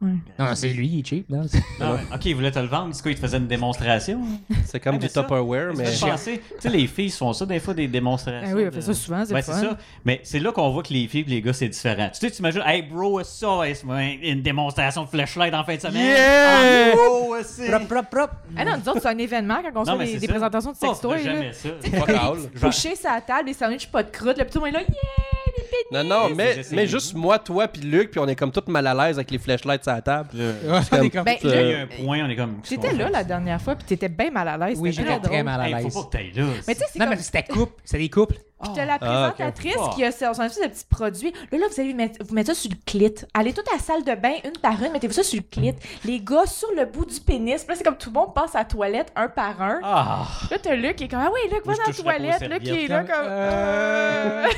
S1: Non, non, c'est lui, il est cheap. Non?
S2: Ah ouais. OK, il voulait te le vendre. Du coup, il te faisait une démonstration.
S3: C'est comme
S2: Ah,
S3: du
S2: mais ça,
S3: Tupperware, mais.
S2: Mais je pensais, tu sais, les filles font ça des fois, des démonstrations.
S4: Ah oui, on
S2: de-
S4: fait ça souvent, c'est
S2: Ben,
S4: le
S2: c'est
S4: fun.
S2: ça. Mais c'est là qu'on voit que les filles et les gars, c'est différent. Tu sais, tu imagines, hey bro, ça, ouais, c'est moi, une démonstration de flashlight en fin de semaine.
S3: Yeah!
S2: Ah, bro, ouais, c'est-
S3: Prop, prop, prop.
S4: Ah non, nous autres, c'est un événement quand on
S2: Non,
S4: fait
S2: mais
S4: des,
S2: c'est
S4: des
S2: ça.
S4: présentations de
S2: Oh, on
S4: sextoys.
S2: fait
S4: là.
S2: jamais ça.
S3: Fuck all.
S4: Couché sur la table, les sandwichs pas de croûte, le petit monde est là, yeah, les pénis!
S3: Non, non,
S2: Yes,
S3: mais,
S2: j'ai essayé.
S3: mais juste moi, toi, puis Luc, puis on est comme toutes mal à l'aise avec les flashlights à la table.
S2: Là,
S4: Ben,
S3: Euh,
S2: il
S4: Luc,
S2: y a un point, on est comme.
S4: J'étais là la dernière fois, puis t'étais bien mal à l'aise.
S1: Oui,
S4: c'était
S1: j'étais
S4: bien drôle.
S1: très mal à
S2: Hey,
S1: l'aise.
S2: faut pas que t'ailles là.
S4: Mais tu sais, c'est
S1: Non,
S4: comme...
S1: mais c'était couple. C'est des couples.
S4: Puis t'as la
S3: Ah, ok.
S4: présentatrice
S2: Oh.
S4: qui a sorti un espèce de petit produit. Là, là, vous allez mettre- vous mettre ça sur le clit. Allez toute à la salle de bain, une par une, mettez-vous ça sur le clit. Les gars, sur le bout du pénis. Puis là, c'est comme tout le monde passe à la toilette, un par un.
S2: Ah!
S4: Là, t'as Luc qui est comme Ah oui, Luc, va
S2: Moi, je
S4: dans la
S2: toucherais pas aux
S4: toilette. Luc qui est là
S1: serviettes.
S4: comme.
S1: Euh.
S4: Euh.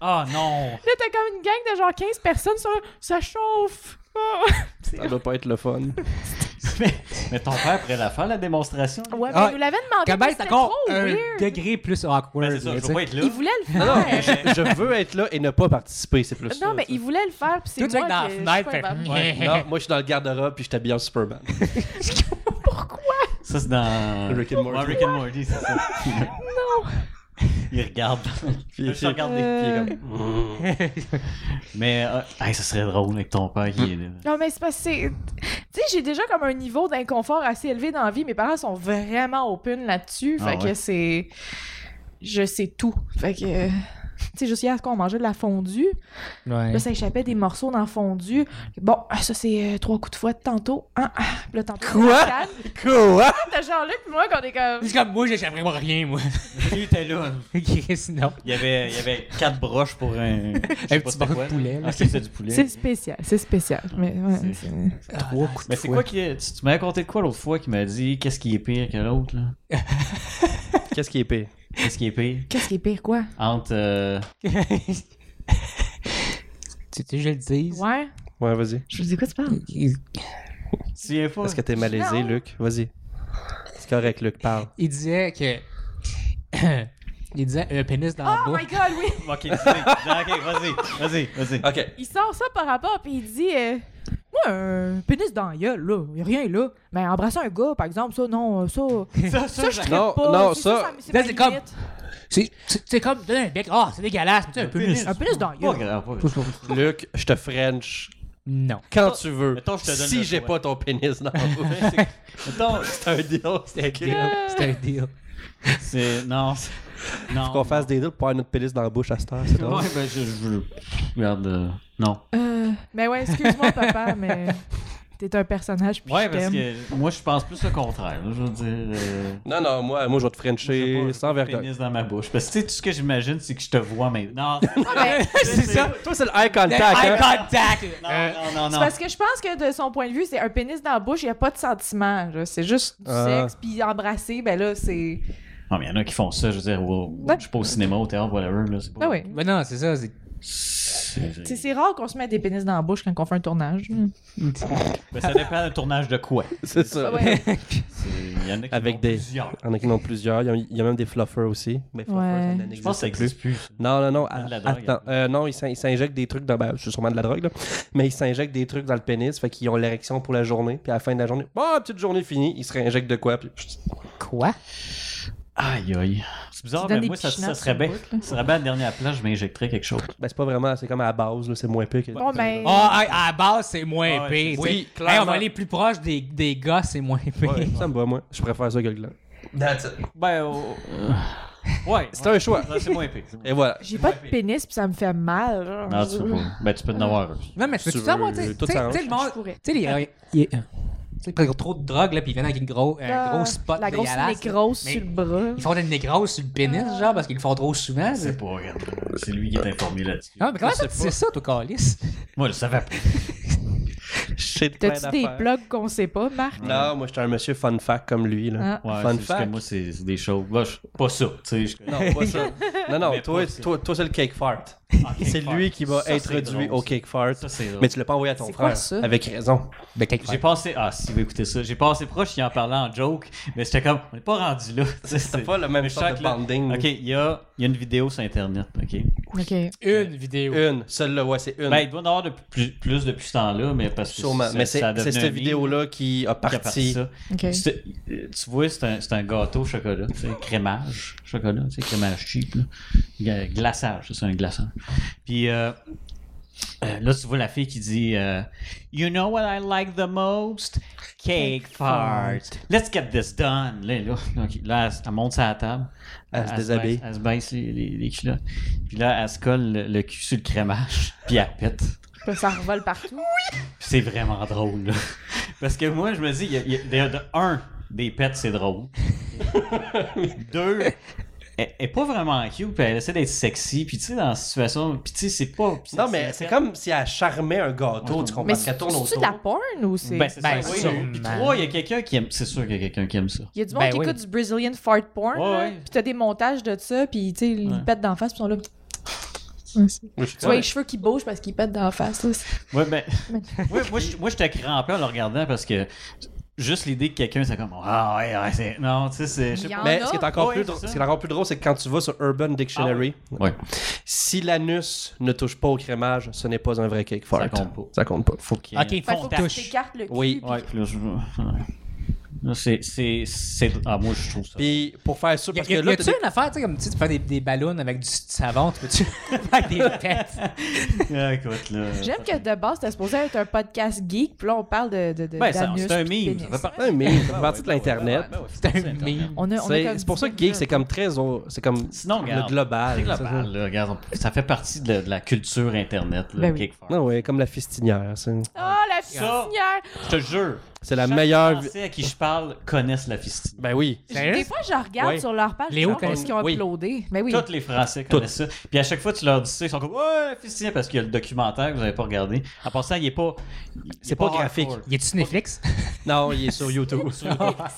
S2: Ah non!
S4: Là, t'as comme une gang de genre 15 personnes sur le. Ça chauffe! Ah.
S3: Ça doit pas être le fun.
S2: mais, mais ton père pourrait la faire, la démonstration. là.
S4: Ouais, mais
S1: Ah,
S4: il nous l'avait demandé.
S1: Quand
S4: mais
S1: même, c'est
S4: c'était
S1: encore
S4: trop
S1: un
S4: weird.
S1: degré plus
S2: Ben,
S1: awkward.
S2: c'est
S1: là,
S2: ça,
S1: tu
S2: je veux
S1: sais.
S2: pas être là.
S4: Il voulait le
S3: Non, non,
S4: faire.
S3: je, je veux être là et ne pas participer, c'est plus ça.
S4: Non, mais
S3: tu
S4: il voulait le faire, puis c'est
S1: Toi, tu
S4: moi
S1: vas être dans la fenêtre,
S4: que je suis pas
S1: fait,
S4: épargnée.
S3: sais. Non, moi, je suis dans le garde-robe, puis je t'habille en Superman.
S4: Pourquoi?
S2: Ça, c'est dans.
S3: Rick and Morty.
S2: Ouais, Rick and Morty, c'est ça.
S4: Non!
S2: Il regarde.
S3: Puis-
S2: Je te regarde les
S4: Euh.
S2: pieds comme. Mais, euh, hey, ça serait drôle avec ton père qui est là.
S4: Non, mais c'est parce que. c'est- Tu sais, j'ai déjà comme un niveau d'inconfort assez élevé dans la vie. Mes parents sont vraiment open là-dessus.
S2: Ah
S4: fait
S2: ouais.
S4: que c'est. Je sais tout. Fait que. euh, Tu sais, juste hier, quand on mangeait de la fondue,
S1: Ouais.
S4: là, ça échappait des morceaux dans la fondue. Bon, ah, ça, c'est euh, trois coups de fouet de tantôt. Hein? Ah, puis là, tantôt.
S3: Quoi?
S4: c'est la canne.
S3: Quoi?
S4: T'as Jean-Luc puis moi qu'on est comme...
S1: C'est comme moi, j'échapperais moi rien, moi.
S2: Lui, il était là.
S1: Chris, non.
S2: Il y avait, il y avait quatre broches pour un. Un
S1: petit bras de poulet, là.
S2: Ah, c'est ça, du poulet.
S4: C'est spécial, c'est spécial. Mais ouais,
S2: C'est-
S4: c'est-
S1: Trois coups de
S2: Mais c'est
S1: fouet.
S2: quoi qui est. Tu, tu m'as raconté de quoi l'autre fois qui m'a dit qu'est-ce qui est pire que l'autre, là?
S3: Qu'est-ce qui est pire?
S2: Qu'est-ce qui est pire?
S4: Qu'est-ce qui est pire, quoi?
S2: Entre. euh,
S1: Tu sais, je le dis.
S4: Ouais?
S3: Ouais, vas-y.
S4: Je vous dis quoi tu parles?
S1: Il,
S2: Tu te souviens pas?
S3: Est-ce que t'es malaisé,
S4: Non.
S3: Luc? Vas-y. C'est correct, Luc, parle.
S1: il disait que. il disait un pénis dans la
S4: Oh my
S1: bouche.
S4: God, oui!
S2: Ok, tu sais. ok, vas-y, vas-y, vas-y.
S3: OK.
S4: Il sort ça par rapport, puis il dit... euh, Moi, un pénis dans la gueule, là, y a rien là. Mais embrasser un gars, par exemple, ça, non, euh, ça...
S2: Ça, ça,
S4: je
S2: j'ai-
S4: traite
S3: Non,
S4: pas.
S3: non,
S4: C'est-
S3: ça-
S4: c'est
S1: Là,
S4: ma
S1: c'est comme-
S4: limite.
S1: C'est- C'est c'est comme donner un bec. Ah, c'est dégueulasse, mais tu sais, un pénis. Ah,
S4: Un pénis dans la
S2: Pas
S4: gueule.
S2: grave, pas grave.
S1: Pousse-
S3: Luc, je te French
S1: Non.
S3: quand tu veux.
S2: Mettons, je te donne
S3: si
S2: le
S3: j'ai
S2: choix.
S3: pas ton pénis dans la bouche.
S2: Mettons,
S3: C'est un deal. C'est un deal.
S1: C'était un deal.
S2: c'est. Non. c'est- Non.
S3: Qu'on fasse des deals pour avoir notre pénis dans la bouche à cette heure, c'est drôle.
S2: Ouais, ben, je, je veux. Regarde. euh, Non.
S4: Euh, mais ouais, excuse-moi, papa, mais... T'es un personnage, puis
S2: Ouais,
S4: je
S2: parce
S4: t'aime.
S2: que moi, je pense plus le contraire. là, Je veux dire. euh,
S3: Non, non, moi, moi je vais te
S2: j'ai pas
S3: Frencher
S2: un
S3: sans vergogne.
S2: pénis dans ma bouche. Parce que tu sais, tout ce que j'imagine, c'est que je te vois maintenant. Non,
S4: Ah, ben,
S1: c'est ça.
S3: Toi, c'est le eye
S1: Le Eye
S3: contact. hein?
S1: contact.
S2: non,
S1: Euh,
S2: non, non,
S4: C'est
S2: non.
S4: parce que je pense que de son point de vue, c'est un pénis dans la bouche, il n'y a pas de sentiment. là. C'est juste du
S3: Ah.
S4: sexe, puis embrasser, ben là, c'est.
S2: Non, mais il y en a qui font ça. Je veux dire, wow,
S4: Ouais.
S2: je suis pas au cinéma, au théâtre, whatever. Là, c'est pas...
S4: Ah oui.
S1: Mais non, c'est ça. c'est-
S2: C'est-
S4: C'est- C'est rare qu'on se mette des pénis dans la bouche quand on fait un tournage.
S3: Hmm.
S2: Ben, ça dépend d'un tournage de quoi.
S3: C'est ça.
S4: Ouais.
S2: C'est- Il y en a qui
S3: Avec
S2: font
S3: des-
S2: plusieurs.
S3: Il y en a qui en ont plusieurs. Il y a- il y, a même des fluffers aussi. Mais fluffers,
S4: Ouais.
S3: ça n'existe
S2: Je pense que ça
S3: plus.
S2: existe plus.
S3: Non, non, non.
S2: de la
S3: a-
S2: drogue.
S3: attends. Euh, non, ils s'in- ils s'injectent des trucs dans. Ben, c'est sûrement de la drogue, là. Mais ils s'injectent des trucs dans le pénis. Fait qu'ils ont l'érection pour la journée. Puis à la fin de la journée, bon, petite journée finie, ils se réinjectent de quoi. Puis
S1: Quoi?
S2: Aïe, aïe. C'est bizarre,
S4: Tu donnes
S2: mais
S4: des
S2: moi, ça,
S4: petits
S2: ça
S4: schnapps
S2: serait
S4: sur le
S2: bien.
S4: bout, là.
S2: Ça serait bien à la dernière place, je m'injecterais quelque chose.
S3: ben, c'est pas vraiment. C'est comme à la base, là. C'est moins pire que.
S4: Bon, ben.
S3: Ah.
S1: Oh, à, à la base, c'est
S2: Ah
S1: moins
S2: ouais,
S1: pire. tu
S2: c'est-
S1: sais.
S3: oui,
S1: Hey, on
S3: clairement.
S1: va aller plus proche des, des gars, c'est moins pire.
S3: Ouais, ça me va, moi. Je préfère ça que le gland.
S2: Ben, ouais.
S3: C'est un choix.
S2: C'est moins épais.
S3: Et voilà.
S4: J'ai pas de pénis, puis ça me fait mal. genre.
S2: Non, tu peux pas. Ben, tu peux en avoir un.
S1: Non, mais tu
S3: Tu
S1: peux savoir,
S3: veux-
S1: tu sais,
S3: tout
S1: tu sais,
S3: ça
S1: tu sais, le monde-
S4: Je pourrais.
S1: Tu sais, les. euh, il- euh, Tu sais, parce qu'ils ont trop de drogue, là, puis ils viennent avec une gros, un
S4: Ah,
S1: gros spot
S4: La grosse
S1: dégueulasse, là.
S4: nécrose
S1: Mais
S4: sur le Ah. bras.
S1: Ils font des négroses sur le pénis, genre, parce qu'ils le font trop souvent. là. Ah,
S2: C'est pas, regarde. C'est lui qui est informé là-dessus.
S1: Non, mais comment ça, tu sais ça, toi, Calis?
S2: Moi, je savais pas.
S3: Je sais de plein
S4: T'as-tu des
S3: d'affaires.
S4: blogs qu'on sait pas, Marc?
S3: Non, moi, j'étais un monsieur fun fact comme lui. Là.
S4: Ah.
S2: Ouais,
S3: Fun
S2: c'est juste que
S3: fact.
S2: moi, c'est c'est des choses. bah, je- pas ça, tu sais. je-
S3: Non, pas ça. Non, non,
S2: Mais
S3: toi,
S2: pas ça.
S3: toi, toi, c'est le cake fart.
S2: Ah, cake
S3: C'est
S2: fart.
S3: lui qui va
S2: Ça, c'est
S3: introduit
S2: drôle,
S3: au
S2: ça.
S3: cake fart.
S2: Ça, c'est drôle.
S3: Mais tu l'as pas envoyé à ton
S4: C'est
S3: frère.
S4: quoi ça?
S3: Avec raison.
S1: Ben, quelque
S2: J'ai
S1: part.
S2: passé. Ah, si vous écoutez ça, j'ai passé proche, il en parlait en joke, mais j'étais comme, on n'est pas rendu là.
S3: C'était pas le même
S2: Mais
S3: genre
S2: chaque
S3: de
S2: là-
S3: bonding.
S2: Ok, il y a, il y a une vidéo sur Internet. Ok.
S4: OK.
S1: Une vidéo.
S3: Une. Celle-là, ouais, c'est une.
S2: Ben, il doit y en avoir de plus, plus depuis ce temps-là, mais parce que.
S3: Sûrement.
S2: ça-
S3: Mais
S2: ça a
S3: c'est
S2: devenu
S3: c'est
S2: un
S3: cette
S2: meme
S3: vidéo-là qui a
S2: qui a parti
S3: parti.
S2: ça.
S4: OK.
S2: C'est- euh, Tu vois, c'est un, c'est un gâteau au chocolat, tu sais, crémage, chocolat, tu sais, crémage cheap, là. Gla- glaçage, ça, c'est un glaçage. Puis euh, euh, là, tu vois la fille qui dit euh, You know what I like the most? Cake fart. Let's get this done. Là, là, ok, là, elle, elle monte sur la table.
S3: Elle se déshabille.
S2: baisse- Elle se baisse les, les, les culottes. Puis là, elle se colle le, le cul sur le crémage, puis elle pète.
S4: Puis Ça revole partout.
S2: Puis c'est vraiment drôle, là. Parce que moi, je me dis, il y a- il y a- de, de- un, des pets, c'est drôle. Deux, elle elle est pas vraiment cute, puis elle essaie d'être sexy, puis tu sais, dans la situation, puis tu sais, c'est pas... puis
S3: Non, mais c'est comme si elle charmait un gâteau, tu comprends?
S4: Mais
S3: Parce qu'elle
S4: c'est
S3: tourne
S4: c'est-tu
S3: autour.
S4: de la porn ou c'est...
S2: Ben, c'est
S1: Ben,
S2: ça,
S1: sûrement.
S2: oui. Puis trois, il y a quelqu'un qui aime... C'est sûr qu'il y a quelqu'un qui aime ça.
S4: Il y a du monde
S1: Ben
S4: qui
S1: oui.
S4: écoute du Brazilian fart porn,
S2: Ouais,
S4: là,
S2: ouais.
S4: puis t'as des montages de ça, puis tu sais,
S2: Ouais.
S4: ils pètent d'en face, puis ils sont là...
S3: Oui, je suis
S4: Tu vois
S3: d'accord.
S4: les cheveux qui bougent parce qu'ils pètent d'en face. là, c'est-
S2: Ouais, ben... ouais, moi, je- moi, j'étais crampé en le regardant, parce que juste l'idée que quelqu'un, c'est comme... Ah, ouais, ouais, c'est... Non, tu sais, c'est... je sais
S4: Il y
S2: pas.
S4: en
S3: Mais
S4: a.
S3: ce qui est encore
S2: Oui,
S3: plus
S2: c'est
S3: drôle,
S2: ça. Ah
S3: ce qui est encore plus drôle, c'est que quand tu vas sur Urban Dictionary,
S2: Ouais.
S3: si l'anus ne touche pas au crémage, ce n'est pas un vrai cake fart.
S2: Ça compte pas.
S3: Ça compte pas.
S2: Faut qu'il y ait-
S1: Ok, ils
S4: Fait que
S1: font
S4: faut que tu
S1: touche.
S4: t'écartes le cul.
S3: Oui.
S4: puis-
S2: Ouais, puis là, je... ouais. Là, c'est- c'est... c'est- Ah, moi, je trouve ça...
S3: Puis pour faire ça,
S1: Y a-
S3: parce
S1: y
S3: que
S1: a-
S3: là,
S1: y a-tu
S3: t'as-
S1: une affaire, tu sais, comme tu sais, tu fais des, des ballons avec du savon, tu peux-tu faire des têtes?
S2: Ah, écoute, là...
S4: J'aime que de base, t'es supposé être un podcast geek, puis là, on parle de. de, de
S2: Ben, ça-
S4: d'anus
S2: c'est un
S4: puis de
S2: meme, ça
S4: pénis.
S2: fait partie-
S3: Ouais, mais ça fait partie de l'Internet.
S1: C'est un meme.
S4: On a- on a
S3: C'est
S4: comme
S3: c'est pour ça que geek, c'est comme très. au- C'est comme
S2: Sinon,
S3: le
S2: regarde,
S3: global.
S2: C'est global, là, regarde, on- ça fait partie de, la- de la culture Internet. Là,
S4: Ben oui.
S2: Geek Fart.
S3: Non, ouais, comme la fistinière. c'est-
S4: Oh, la
S2: Ça-
S4: fistinière!
S2: Je te jure.
S3: C'est la
S2: chaque
S3: meilleure. vi-
S2: Français à qui je parle connaissent la fistine.
S3: Ben oui.
S4: J'ai- Des
S1: Sérieux?
S4: fois, je regarde
S3: Ouais.
S4: sur leur page,
S1: Léo
S4: Léo, qu'est-ce qu'ils ont
S3: connaît- oui.
S4: uploadé. Mais oui.
S2: Tous les Français connaissent ça. Puis à chaque fois, tu leur dis ça, ils sont comme Ouais, la fistine, parce qu'il y a le documentaire que vous n'avez pas regardé. En passant, il est pas. il est
S3: C'est pas graphique.
S2: hardcore.
S1: Y a-tu Netflix?
S3: Non, il est sur YouTube.
S2: Tu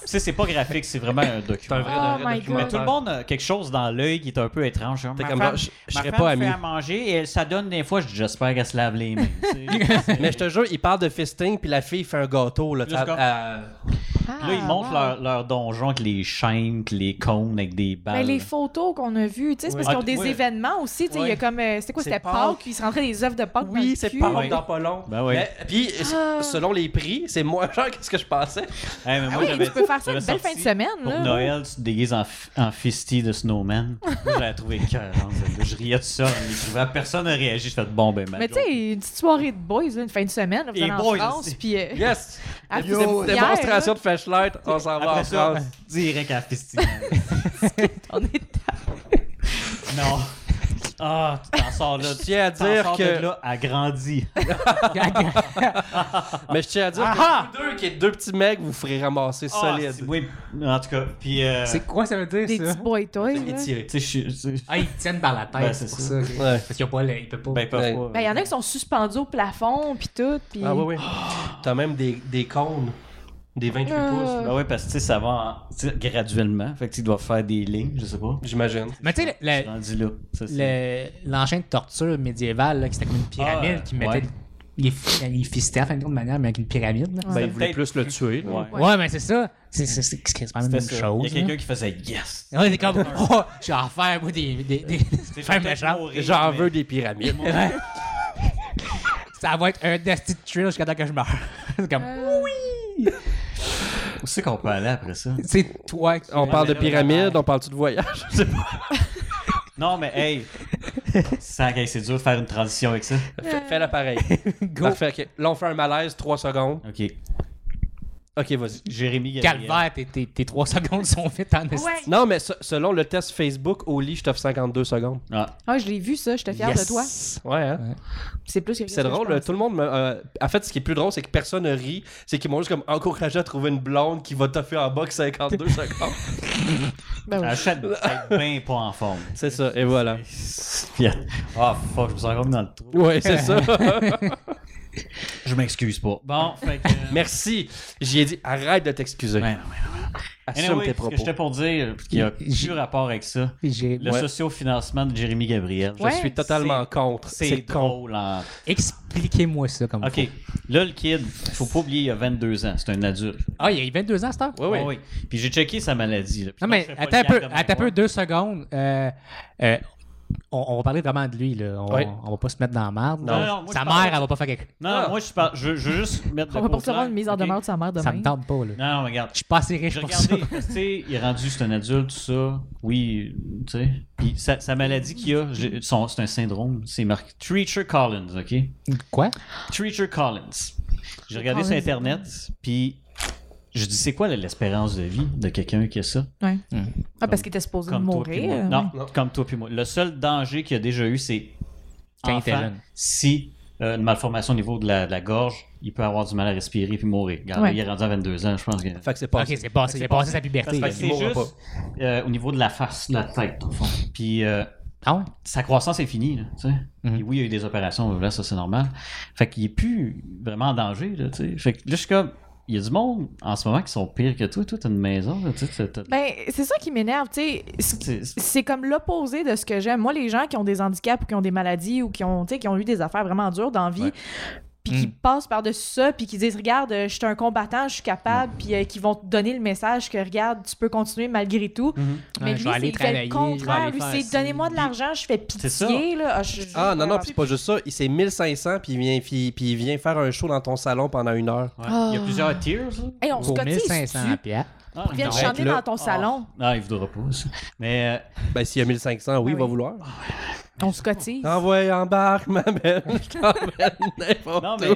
S2: sais, c'est pas graphique, c'est vraiment un
S3: C'est un
S2: documentaire.
S3: vrai- un
S4: Oh
S3: vrai
S4: my
S3: documentaire.
S2: Mais tout le monde a quelque chose dans l'œil qui est un peu étrange. Genre,
S3: T'es
S2: ma
S3: comme genre,
S2: femme-
S3: je- je
S2: ma
S3: serais
S2: femme
S3: pas
S2: fait
S3: ami.
S2: à manger et elle- ça donne des fois, je dis, j'espère qu'elle se lave les mains. Tu sais,
S3: Mais je te jure, il parle de fisting, puis la fille fait un gâteau. Là,
S2: Là,
S3: t'as-
S2: c'est comme-
S3: euh,
S4: Ah,
S2: Là, ils montrent
S4: wow.
S2: leur, leur donjon avec les chaînes, avec les cônes, avec
S4: ah. Mais
S2: des
S4: Ben,
S2: balles.
S4: les photos qu'on a vues, tu sais, c'est parce
S2: Oui.
S4: qu'ils ont
S2: Ah,
S4: des
S2: oui.
S4: événements aussi. tu sais, Il y a
S3: Oui.
S4: comme. euh, C'était quoi
S3: C'est
S4: C'était
S3: Pâques.
S4: Pâques, puis ils se rentraient des œufs de Pâques. dans
S3: Oui,
S4: le
S3: c'est
S4: cul.
S3: pas
S2: Ouais.
S3: dans pas long.
S2: Ben oui.
S3: Mais- puis, s-
S4: Oh Ah.
S3: selon les prix, c'est moins cher que ce que je pensais.
S2: Hey, mais moi,
S4: oui,
S2: j'avais-
S4: tu peux faire ça
S2: j'avais
S4: une belle
S2: sorti
S4: fin de semaine,
S2: Pour
S4: là.
S2: Noël, tu te déguises en, f- en fisty de snowman. J'avais trouvé cœur. Je riais de ça. en l'écrivant. Personne n'a réagi. Je fais bon, ben, ma
S4: Mais tu
S2: joke.
S4: sais, une petite soirée de boys, là, une fin de semaine, là, vous
S2: Et
S4: allez en
S2: boys
S4: France,
S2: aussi.
S4: puis. euh,
S3: Yes!
S4: à
S3: Dé-
S4: Fistinière,
S3: dé- démonstration de flashlight, on s'en va
S2: Après
S3: en
S2: ça, ben,
S3: France.
S2: direct à fisty.
S4: là, On est
S2: non. Ah, tu t'en sors là.
S3: Je tiens à
S2: t'en
S3: dire
S2: sors
S3: que-
S2: De là, a grandi.
S3: Ah. Mais je tiens à dire
S2: Aha!
S3: que vous deux, qui êtes deux petits mecs, vous ferez ramasser
S2: Ah,
S3: solide.
S2: oui, en tout cas. Puis, euh,
S1: C'est quoi ça veut dire,
S4: des
S1: ça?
S4: petits boy toys. là.
S3: Étiré.
S2: tu sais, je suis- tu sais,
S1: Ah, ils tiennent par la tête,
S2: Ben,
S1: c'est
S2: c'est
S1: pour
S2: ça.
S1: ça. que-
S3: Ouais.
S1: Parce qu'ils ont pas le... Ils peuvent pas...
S2: ben, pas
S3: Ouais.
S2: pas.
S4: Ben, il y en a qui sont suspendus au plafond, puis tout. puis-
S3: Ah oui, oui. T'as même des, des cônes, des 28
S4: Euh.
S3: pouces,
S2: Ben oui, parce que tu sais, ça va en- tu sais, graduellement. Fait que tu dois faire des lignes, je sais pas.
S3: j'imagine.
S1: Mais tu sais, le-
S2: Rendu là. Ça, c'est-
S1: le- l'enchaîne de torture médiévale, là, qui c'était comme une pyramide,
S2: Ah,
S1: qui mettait
S2: ouais.
S1: les, fi- les fistés, en fin de compte, de manière, mais avec une pyramide. là.
S3: Ben, ils voulaient
S2: peut-être-
S3: plus le tuer. là.
S2: Ouais.
S1: Ouais. mais c'est ça. C'est c'est- c'est- c'est quasiment la même
S2: C'était ça.
S1: chose.
S2: Il y a
S1: là.
S2: quelqu'un qui faisait yes.
S1: Ouais, c'est comme, oh, je suis en faire, moi, des, des, des des femmes
S2: peut-être
S1: méchantes.
S2: mourir.
S3: J'en
S2: Mais-
S3: veux des pyramides.
S1: Ouais. Ça va être un Destiny Thrill jusqu'à temps que je meure. C'est comme,
S4: Euh.
S2: Où c'est qu'on peut aller après ça?
S1: c'est toi qui.
S3: On parle de
S2: mais là,
S3: pyramides,
S2: vraiment.
S3: on parle-tu de voyage?
S2: Non, mais hey! Sans que c'est dur de faire une transition avec ça.
S3: Fais fais l'appareil.
S1: Go.
S3: Parfait, ok. Là, on fait un malaise, 3 secondes.
S2: OK.
S3: Ok, vas-y.
S2: Jérémy Gabriel.
S1: Calvaire, tes- tes tes trois secondes sont vite en esti.
S4: Ouais.
S3: Non, mais se- selon le test Facebook, au lit, je t'offre 52 secondes.
S2: Ah,
S4: Ah, je l'ai vu, ça. J'étais fière de toi.
S3: Ouais, hein?
S4: C'est plus que
S3: C'est drôle, tout le monde. me- euh, en fait, ce qui est plus drôle, c'est que personne ne rit. C'est qu'ils m'ont juste comme encouragé à trouver une blonde qui va toffer en box 52 secondes.
S4: Ben oui.
S2: achète peut-être bien pas en forme.
S3: C'est ça, et voilà.
S2: Puis, Ah, fuck, je me sens comme dans le trou.
S3: Ouais, c'est ça.
S2: Je m'excuse pas. Bon, fait que. euh,
S3: Merci. J'y ai dit, arrête de t'excuser.
S2: ouais, non, ouais.
S3: Assume
S2: Anyway,
S3: tes
S2: ce que
S3: propos.
S2: j'étais pour dire, qui a
S1: J'ai-
S2: plus rapport avec ça,
S1: J'ai
S2: le
S1: Ouais.
S2: socio-financement de Jérémy Gabriel.
S3: Je
S4: Ouais,
S3: suis totalement contre.
S2: Ben, C'est
S3: C'est con.
S2: drôle. en-
S1: Expliquez-moi ça comme
S2: OK. Là, le kid, faut pas oublier, il a 22 ans. C'est un adulte.
S1: Ah, il y a 22 ans, cette heure?
S3: Oui, oui.
S2: Ah Puis j'ai checké sa maladie. là. Puis
S1: Non,
S2: moi,
S1: mais
S2: je fais pas
S1: attends un
S2: le gag
S1: peu,
S2: de
S1: attends un peu
S2: mémoire.
S1: deux secondes. Euh, euh, on, on va parler vraiment de lui, là. On,
S3: Ouais.
S1: on va pas se mettre dans la merde.
S2: Non, non, moi,
S1: Sa
S2: je
S1: mère,
S2: parle-
S1: elle va pas faire quelque chose.
S2: Non, non, moi, je, par- je, je veux juste mettre de
S4: On va
S2: côté.
S4: recevoir une mise en
S2: OK?
S4: demeure de sa mère demain.
S1: Ça me tente pas, là.
S2: Non, non, mais regarde.
S1: Je suis pas assez riche
S2: J'ai
S1: pour
S2: regardé,
S1: ça.
S2: tu sais, il est rendu, c'est un adulte, tout ça. Oui, tu sais. Puis sa, sa maladie qu'il a, j'ai- son- c'est un syndrome, c'est marqué Treacher Collins, OK?
S1: Quoi?
S2: Treacher Collins. J'ai regardé sur
S4: Collins.
S2: Internet, puis je dis, c'est quoi l'espérance de vie de quelqu'un qui a ça?
S4: Ouais. Ah, parce qu'il était supposé
S2: Comme toi puis
S4: mourir.
S2: moi.
S4: euh,
S2: Non,
S3: Non.
S2: comme toi puis moi. Le seul danger qu'il a déjà eu, c'est
S1: Quand il était
S2: enfant,
S1: jeune.
S2: si euh, une malformation au niveau de la, de la gorge, il peut avoir du mal à respirer puis mourir. Regarde,
S4: Ouais.
S2: il est rendu à 22 ans, je pense que...
S3: Fait que c'est pas.
S1: Ok, c'est passé, c'est passé sa puberté.
S2: Fait
S1: là.
S2: que
S3: il
S2: c'est
S3: mourra
S2: juste euh, au niveau de la face, de la tête, au fond. Puis euh,
S1: Ah ouais?
S2: sa croissance est finie, là, tu sais.
S1: Mhm.
S2: Et oui, il y a eu des opérations, là, ça c'est normal. Fait qu'il est plus vraiment en danger, là, tu sais. Fait que là, je suis comme, il y a du monde en ce moment qui sont pires que toi. Toi, t'as une maison, là, tu sais. t'as- t'as-
S4: Ben, c'est ça qui m'énerve, tu sais. C'est-
S2: c'est- c'est-
S4: C'est comme l'opposé de ce que j'aime. Moi, les gens qui ont des handicaps ou qui ont des maladies ou qui ont, tu sais, qui ont eu des affaires vraiment dures dans la vie,
S2: Ouais.
S4: puis qui
S1: Mm.
S4: passent par-dessus ça, puis qui disent Regarde, euh, je suis un combattant, je suis capable,
S1: Mm.
S4: puis euh, qui vont te donner le message que regarde, tu peux continuer malgré tout.
S2: Mhm.
S1: Mm-hmm. Ouais,
S4: Mais
S1: je
S4: lui,
S1: vais aller
S4: c'est- il fait
S1: travailler,
S4: le
S1: je vais
S4: contraire.
S1: aller
S4: Lui,
S1: faire ci.
S4: c'est Donnez-moi de l'argent, je fais
S2: ça.
S4: pitié. Là. Ah, je- je-
S3: Ah non, non, puis c'est pas juste ça. Il s'est 1500 puis il vient, puis, puis il vient faire un show dans ton salon pendant une heure.
S2: Ouais.
S4: Oh.
S2: Il y a plusieurs tiers, là.
S4: Hey, on se
S1: Pour
S4: cotise.
S1: 1500 piastres.
S2: Ah,
S4: Tu viens de
S2: non.
S4: chanter
S3: là.
S4: dans ton salon.
S2: Non, Ah, il voudra pas, ça. Mais... euh,
S3: Ben, s'il y a 1500, oui,
S4: Ah
S3: il va
S4: oui.
S3: vouloir.
S1: Ah.
S4: On se cotise.
S2: Ah.
S3: Envoie, embarque, ma belle. Je t'emmène n'importe
S2: Non,
S3: où.
S2: mais. euh,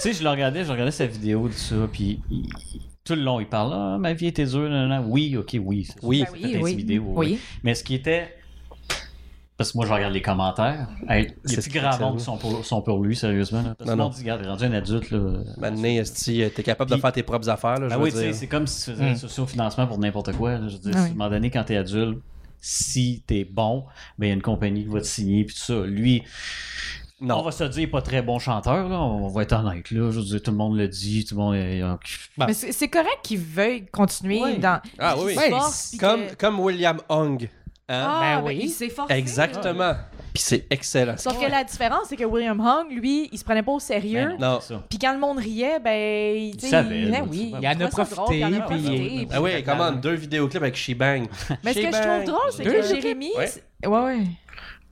S2: Tu sais, je le regardais, je regardais sa vidéo de ça, puis il- il- tout le long, il parle Ah, ma vie était dure, nan, nan. Oui, ok, oui. c'est sûr,
S3: Oui.
S2: ça
S4: Ben
S2: fait
S4: oui,
S2: intimider,
S4: oui.
S2: oui.
S4: Oui.
S2: Mais ce qui était. Parce que moi, je regarde les commentaires. Hey, il y a
S3: C'est
S2: plus grand
S3: excellent.
S2: monde qui sont pour, sont pour lui, sérieusement. là. Parce
S3: Non,
S2: que tout le
S3: non.
S2: monde dit Regarde, rendu un adulte, là.
S3: Maintenant, esti, euh, t'es capable de
S2: Puis-
S3: faire tes propres affaires, là, je
S2: Ben
S3: veux
S2: oui, tu sais,
S3: dire. Hmm.
S2: c'est comme si tu faisais
S1: Mm.
S2: un socio-financement pour n'importe quoi. là. Je veux dire,
S4: Ah oui.
S2: à un moment donné, quand t'es adulte, si t'es bon, ben il y a une compagnie qui va te signer, puis tout ça. Lui,
S3: Non.
S2: On va se dire, il est pas très bon chanteur, là. On va être honnête, là. Je veux dire, tout le monde le dit, tout le monde est.
S3: Ah.
S4: Mais c'est c'est correct qu'il veuille continuer
S2: Oui.
S4: dans.
S3: Ah oui,
S4: qu'il
S3: oui.
S4: se
S1: Ouais,
S4: force, puis
S3: Comme,
S4: que-
S3: comme William Hung. hein?
S4: Ah,
S1: Ben
S4: ben
S1: oui.
S4: oui. Il s'est forcé.
S3: Exactement. Puis c'est excellent.
S2: Ah.
S4: Sauf que la différence, c'est que William Hung, lui, il se prenait pas au
S2: Ben
S4: sérieux.
S3: Non.
S4: Puis quand le monde riait, ben. Il, tu sais,
S2: savait,
S4: il-
S2: là,
S4: ben
S2: tu
S4: oui,
S2: sais.
S1: Il en a
S4: trouvait ça drôle,
S1: profité,
S4: il en a
S1: puis-
S4: profité,
S3: Ah oui, comment deux vidéoclips avec Shebang.
S4: Mais ce que je trouve drôle, c'est
S1: Deux
S4: que
S1: vidéos.
S4: Jérémy.
S3: Ouais.
S4: c'est- Ouais, ouais.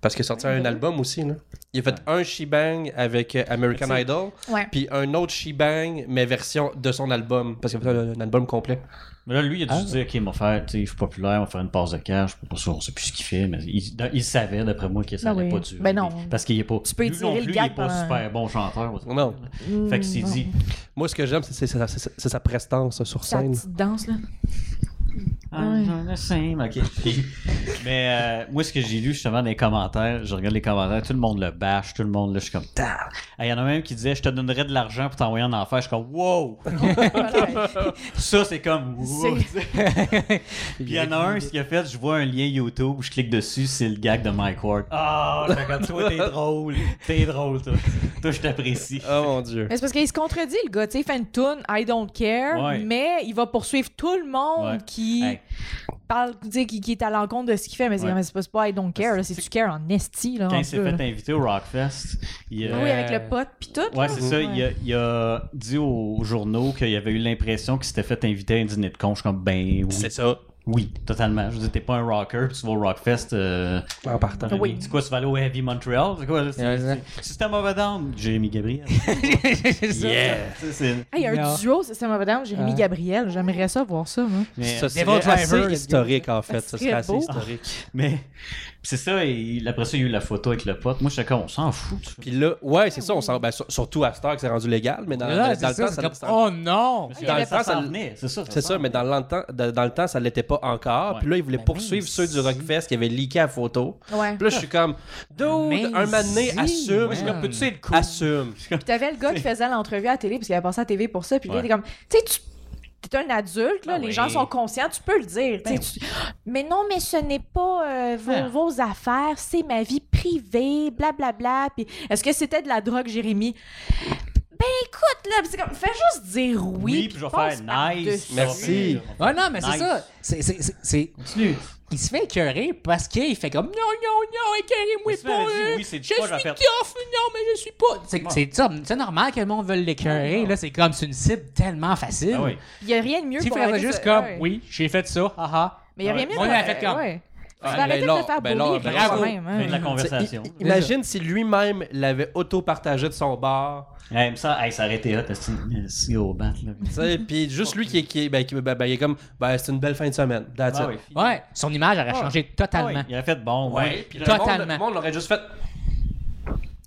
S3: Parce qu'il a sorti un album aussi, là. Il a fait un Shebang avec euh, American
S2: C'est-
S3: Idol,
S4: Ouais.
S3: puis un autre Shebang, mais version de son album. Parce qu'il a fait un, un album complet.
S2: Mais là, lui, il a dû
S1: Ah.
S2: se dire, OK, il m'a fait, tu sais, je suis populaire, on va faire une passe de cash, je sais pas sûr, on sait plus ce qu'il fait, mais il, dans- il savait, d'après moi, que ça
S4: Ben
S2: allait
S4: oui.
S2: pas durer.
S4: Ben non.
S2: Parce qu'il est pas.
S4: Tu peux
S2: lui
S4: étirer
S2: non
S4: le
S2: plus, il
S4: gag
S2: est pas
S4: pendant- Hmm,
S2: super bon chanteur.
S3: Non.
S2: Fait qu'il s'est dit,
S3: Moi, ce que j'aime, c'est- c'est sa- c'est c'est sa prestance sur
S4: Sa
S3: scène.
S4: petite danse, là.
S2: I'm the same, OK. Mais euh, moi, ce que j'ai lu justement dans les commentaires, je regarde les commentaires, tout le monde le bâche, tout le monde, là, je suis comme, Tar! Ah, Il y en a même qui disait, je te donnerais de l'argent pour t'envoyer en enfer. Je suis comme, wow! Ça, c'est comme, wow! Puis il y en a un, ce qu'il a fait, je vois un lien YouTube, je clique dessus, c'est le gag de Mike Ward. Ah, je fais comme toi, t'es drôle. T'es drôle, toi. Toi, je t'apprécie.
S3: Oh mon dieu.
S4: Mais c'est parce qu'il se contredit, le gars. Tu sais, il fait une tune, I don't care,
S2: Ouais.
S4: mais il va poursuivre tout le monde
S2: Ouais.
S4: qui
S2: Hey.
S4: parle, tu sais, qui, qui est à l'encontre de ce qu'il fait. Mais c'est
S2: Ouais.
S4: mais c'est pas, c'est pas I don't care, là, c'est tu care en esti, là.
S2: Quand
S4: en
S2: il s'est
S4: tout cas,
S2: fait
S4: là.
S2: inviter au Rockfest, il a-
S4: Oui, avec le pote, puis tout.
S2: Ouais,
S4: là.
S2: c'est ça. Il a, il a dit aux journaux qu'il avait eu l'impression qu'il s'était fait inviter à un dîner de con. Je suis comme, ben oui.
S3: C'est ça.
S2: Oui, totalement. Je veux dire, t'es pas un rocker, puis tu vas au Rockfest. euh,
S3: En partant.
S2: t'en as
S4: Oui.
S2: mis- C'est quoi, tu vas aller au Heavy Montreal? C'est quoi, là? C'est-
S1: Ouais, c'est ça.
S2: c'est- System of a Down, Jérémy Gabriel.
S1: C'est ça.
S2: Yeah! Tu sais, c'est-
S4: Ah, il y a
S1: Non.
S4: un duo, c'est Sam Overdam, Jérémy
S1: Ouais.
S4: Gabriel. J'aimerais ça voir ça, moi.
S2: Mais-
S3: Ça
S1: Devil
S3: serait
S1: Driver,
S3: assez
S1: le
S3: historique, en fait.
S4: Ça
S3: Ça
S4: serait
S3: serait assez
S4: beau.
S3: historique.
S2: Mais c'est ça, et il- après ça, il y a eu la photo avec le pote. Moi, j'étais comme, on s'en fout. tu vois.
S3: Puis là, ouais, c'est ça, on s'en... Ben, sur- surtout à cette heure que c'est rendu légal, mais dans,
S1: Là,
S3: dans- dans
S1: c'est
S3: le
S1: ça,
S3: temps,
S1: c'est
S3: ça...
S1: comme,
S3: ça-
S1: oh non!
S4: il y avait
S2: Ça
S3: pas-
S2: s'en venait, c'est ça.
S3: C'est
S2: s'en
S3: ça, mais
S2: venait.
S3: dans le, temps, dans, dans le temps, ça l'était pas encore. Puis là, ils voulaient
S1: Ben,
S3: poursuivre
S1: mais
S3: ceux du
S1: si.
S3: Rockfest qui avaient leaké la photo.
S4: Ouais.
S3: Puis là, je suis comme, dude,
S1: Mais
S3: un moment donné,
S1: si,
S3: assume.
S1: man.
S3: comme, peux-tu être cool? Assume.
S4: Puis t'avais le gars qui faisait l'entrevue à la télé, parce qu'il avait passé à la TV pour ça, puis lui, il
S2: Ouais.
S4: était comme, tu sais, tu. T'es un adulte, là,
S2: Ah
S4: les
S2: oui.
S4: gens sont conscients, tu peux le dire. tu sais, tu- Mais non, mais ce n'est pas euh, vos,
S2: Ah.
S4: vos affaires, c'est ma vie privé, blablabla. Puis est-ce que c'était de la drogue, Jérémy? Ben écoute, là, c'est comme, fais juste dire oui.
S2: Oui, puis je vais faire
S4: passe par-dessus.
S2: nice.
S3: Merci.
S1: Ouais, Ah non, mais c'est
S2: Nice.
S1: ça. C'est- c'est- c'est- c'est-
S2: Continue.
S1: Il se fait écœurer parce qu'il fait comme non, non, non, écœurez-moi
S2: Mais si
S1: pas.
S2: t'avais dit
S1: hein.
S2: oui, c'est
S1: je
S2: du pas,
S1: suis
S2: j'aurais fait-
S1: tough, non, mais je suis pas. C'est-
S2: Ouais.
S1: C'est ça, c'est normal que le monde veuille l'écœurer. Là, c'est comme, c'est une cible tellement facile.
S2: Ah oui.
S4: Il n'y a rien de mieux
S1: Tu
S4: pour
S1: ferais
S4: arrêter
S1: juste
S4: de-
S1: comme,
S4: ouais.
S1: oui, j'ai fait ça, haha.
S4: Mais il n'y a rien
S2: Ouais.
S4: de mieux
S1: Moi,
S4: pour-
S1: il a fait comme-
S4: ouais. Tu
S3: Ah,
S4: vas arrêter
S3: ben
S4: de
S3: là,
S4: te faire
S3: ben là,
S4: bully
S3: ben
S1: bravo.
S4: quand même. hein.
S2: Fin de la conversation.
S3: Tu sais, i- Imagine si lui-même l'avait auto-partagé de son bar.
S2: Ouais, mais ça, hey, ça aurait été hot, parce que si au bat, là.
S3: tu sais, Puis juste lui qui, est- qui, est- ben, qui ben, ben, il est comme, ben, c'est une belle fin de semaine. That's
S2: Ah
S3: it.
S2: oui, fini.
S1: Ouais, son image aurait
S2: Ouais.
S1: changé
S2: Ah oui,
S1: totalement.
S2: Il aurait fait bon, ouais.
S3: puis le monde-
S1: Totalement.
S3: Le monde l'aurait juste fait.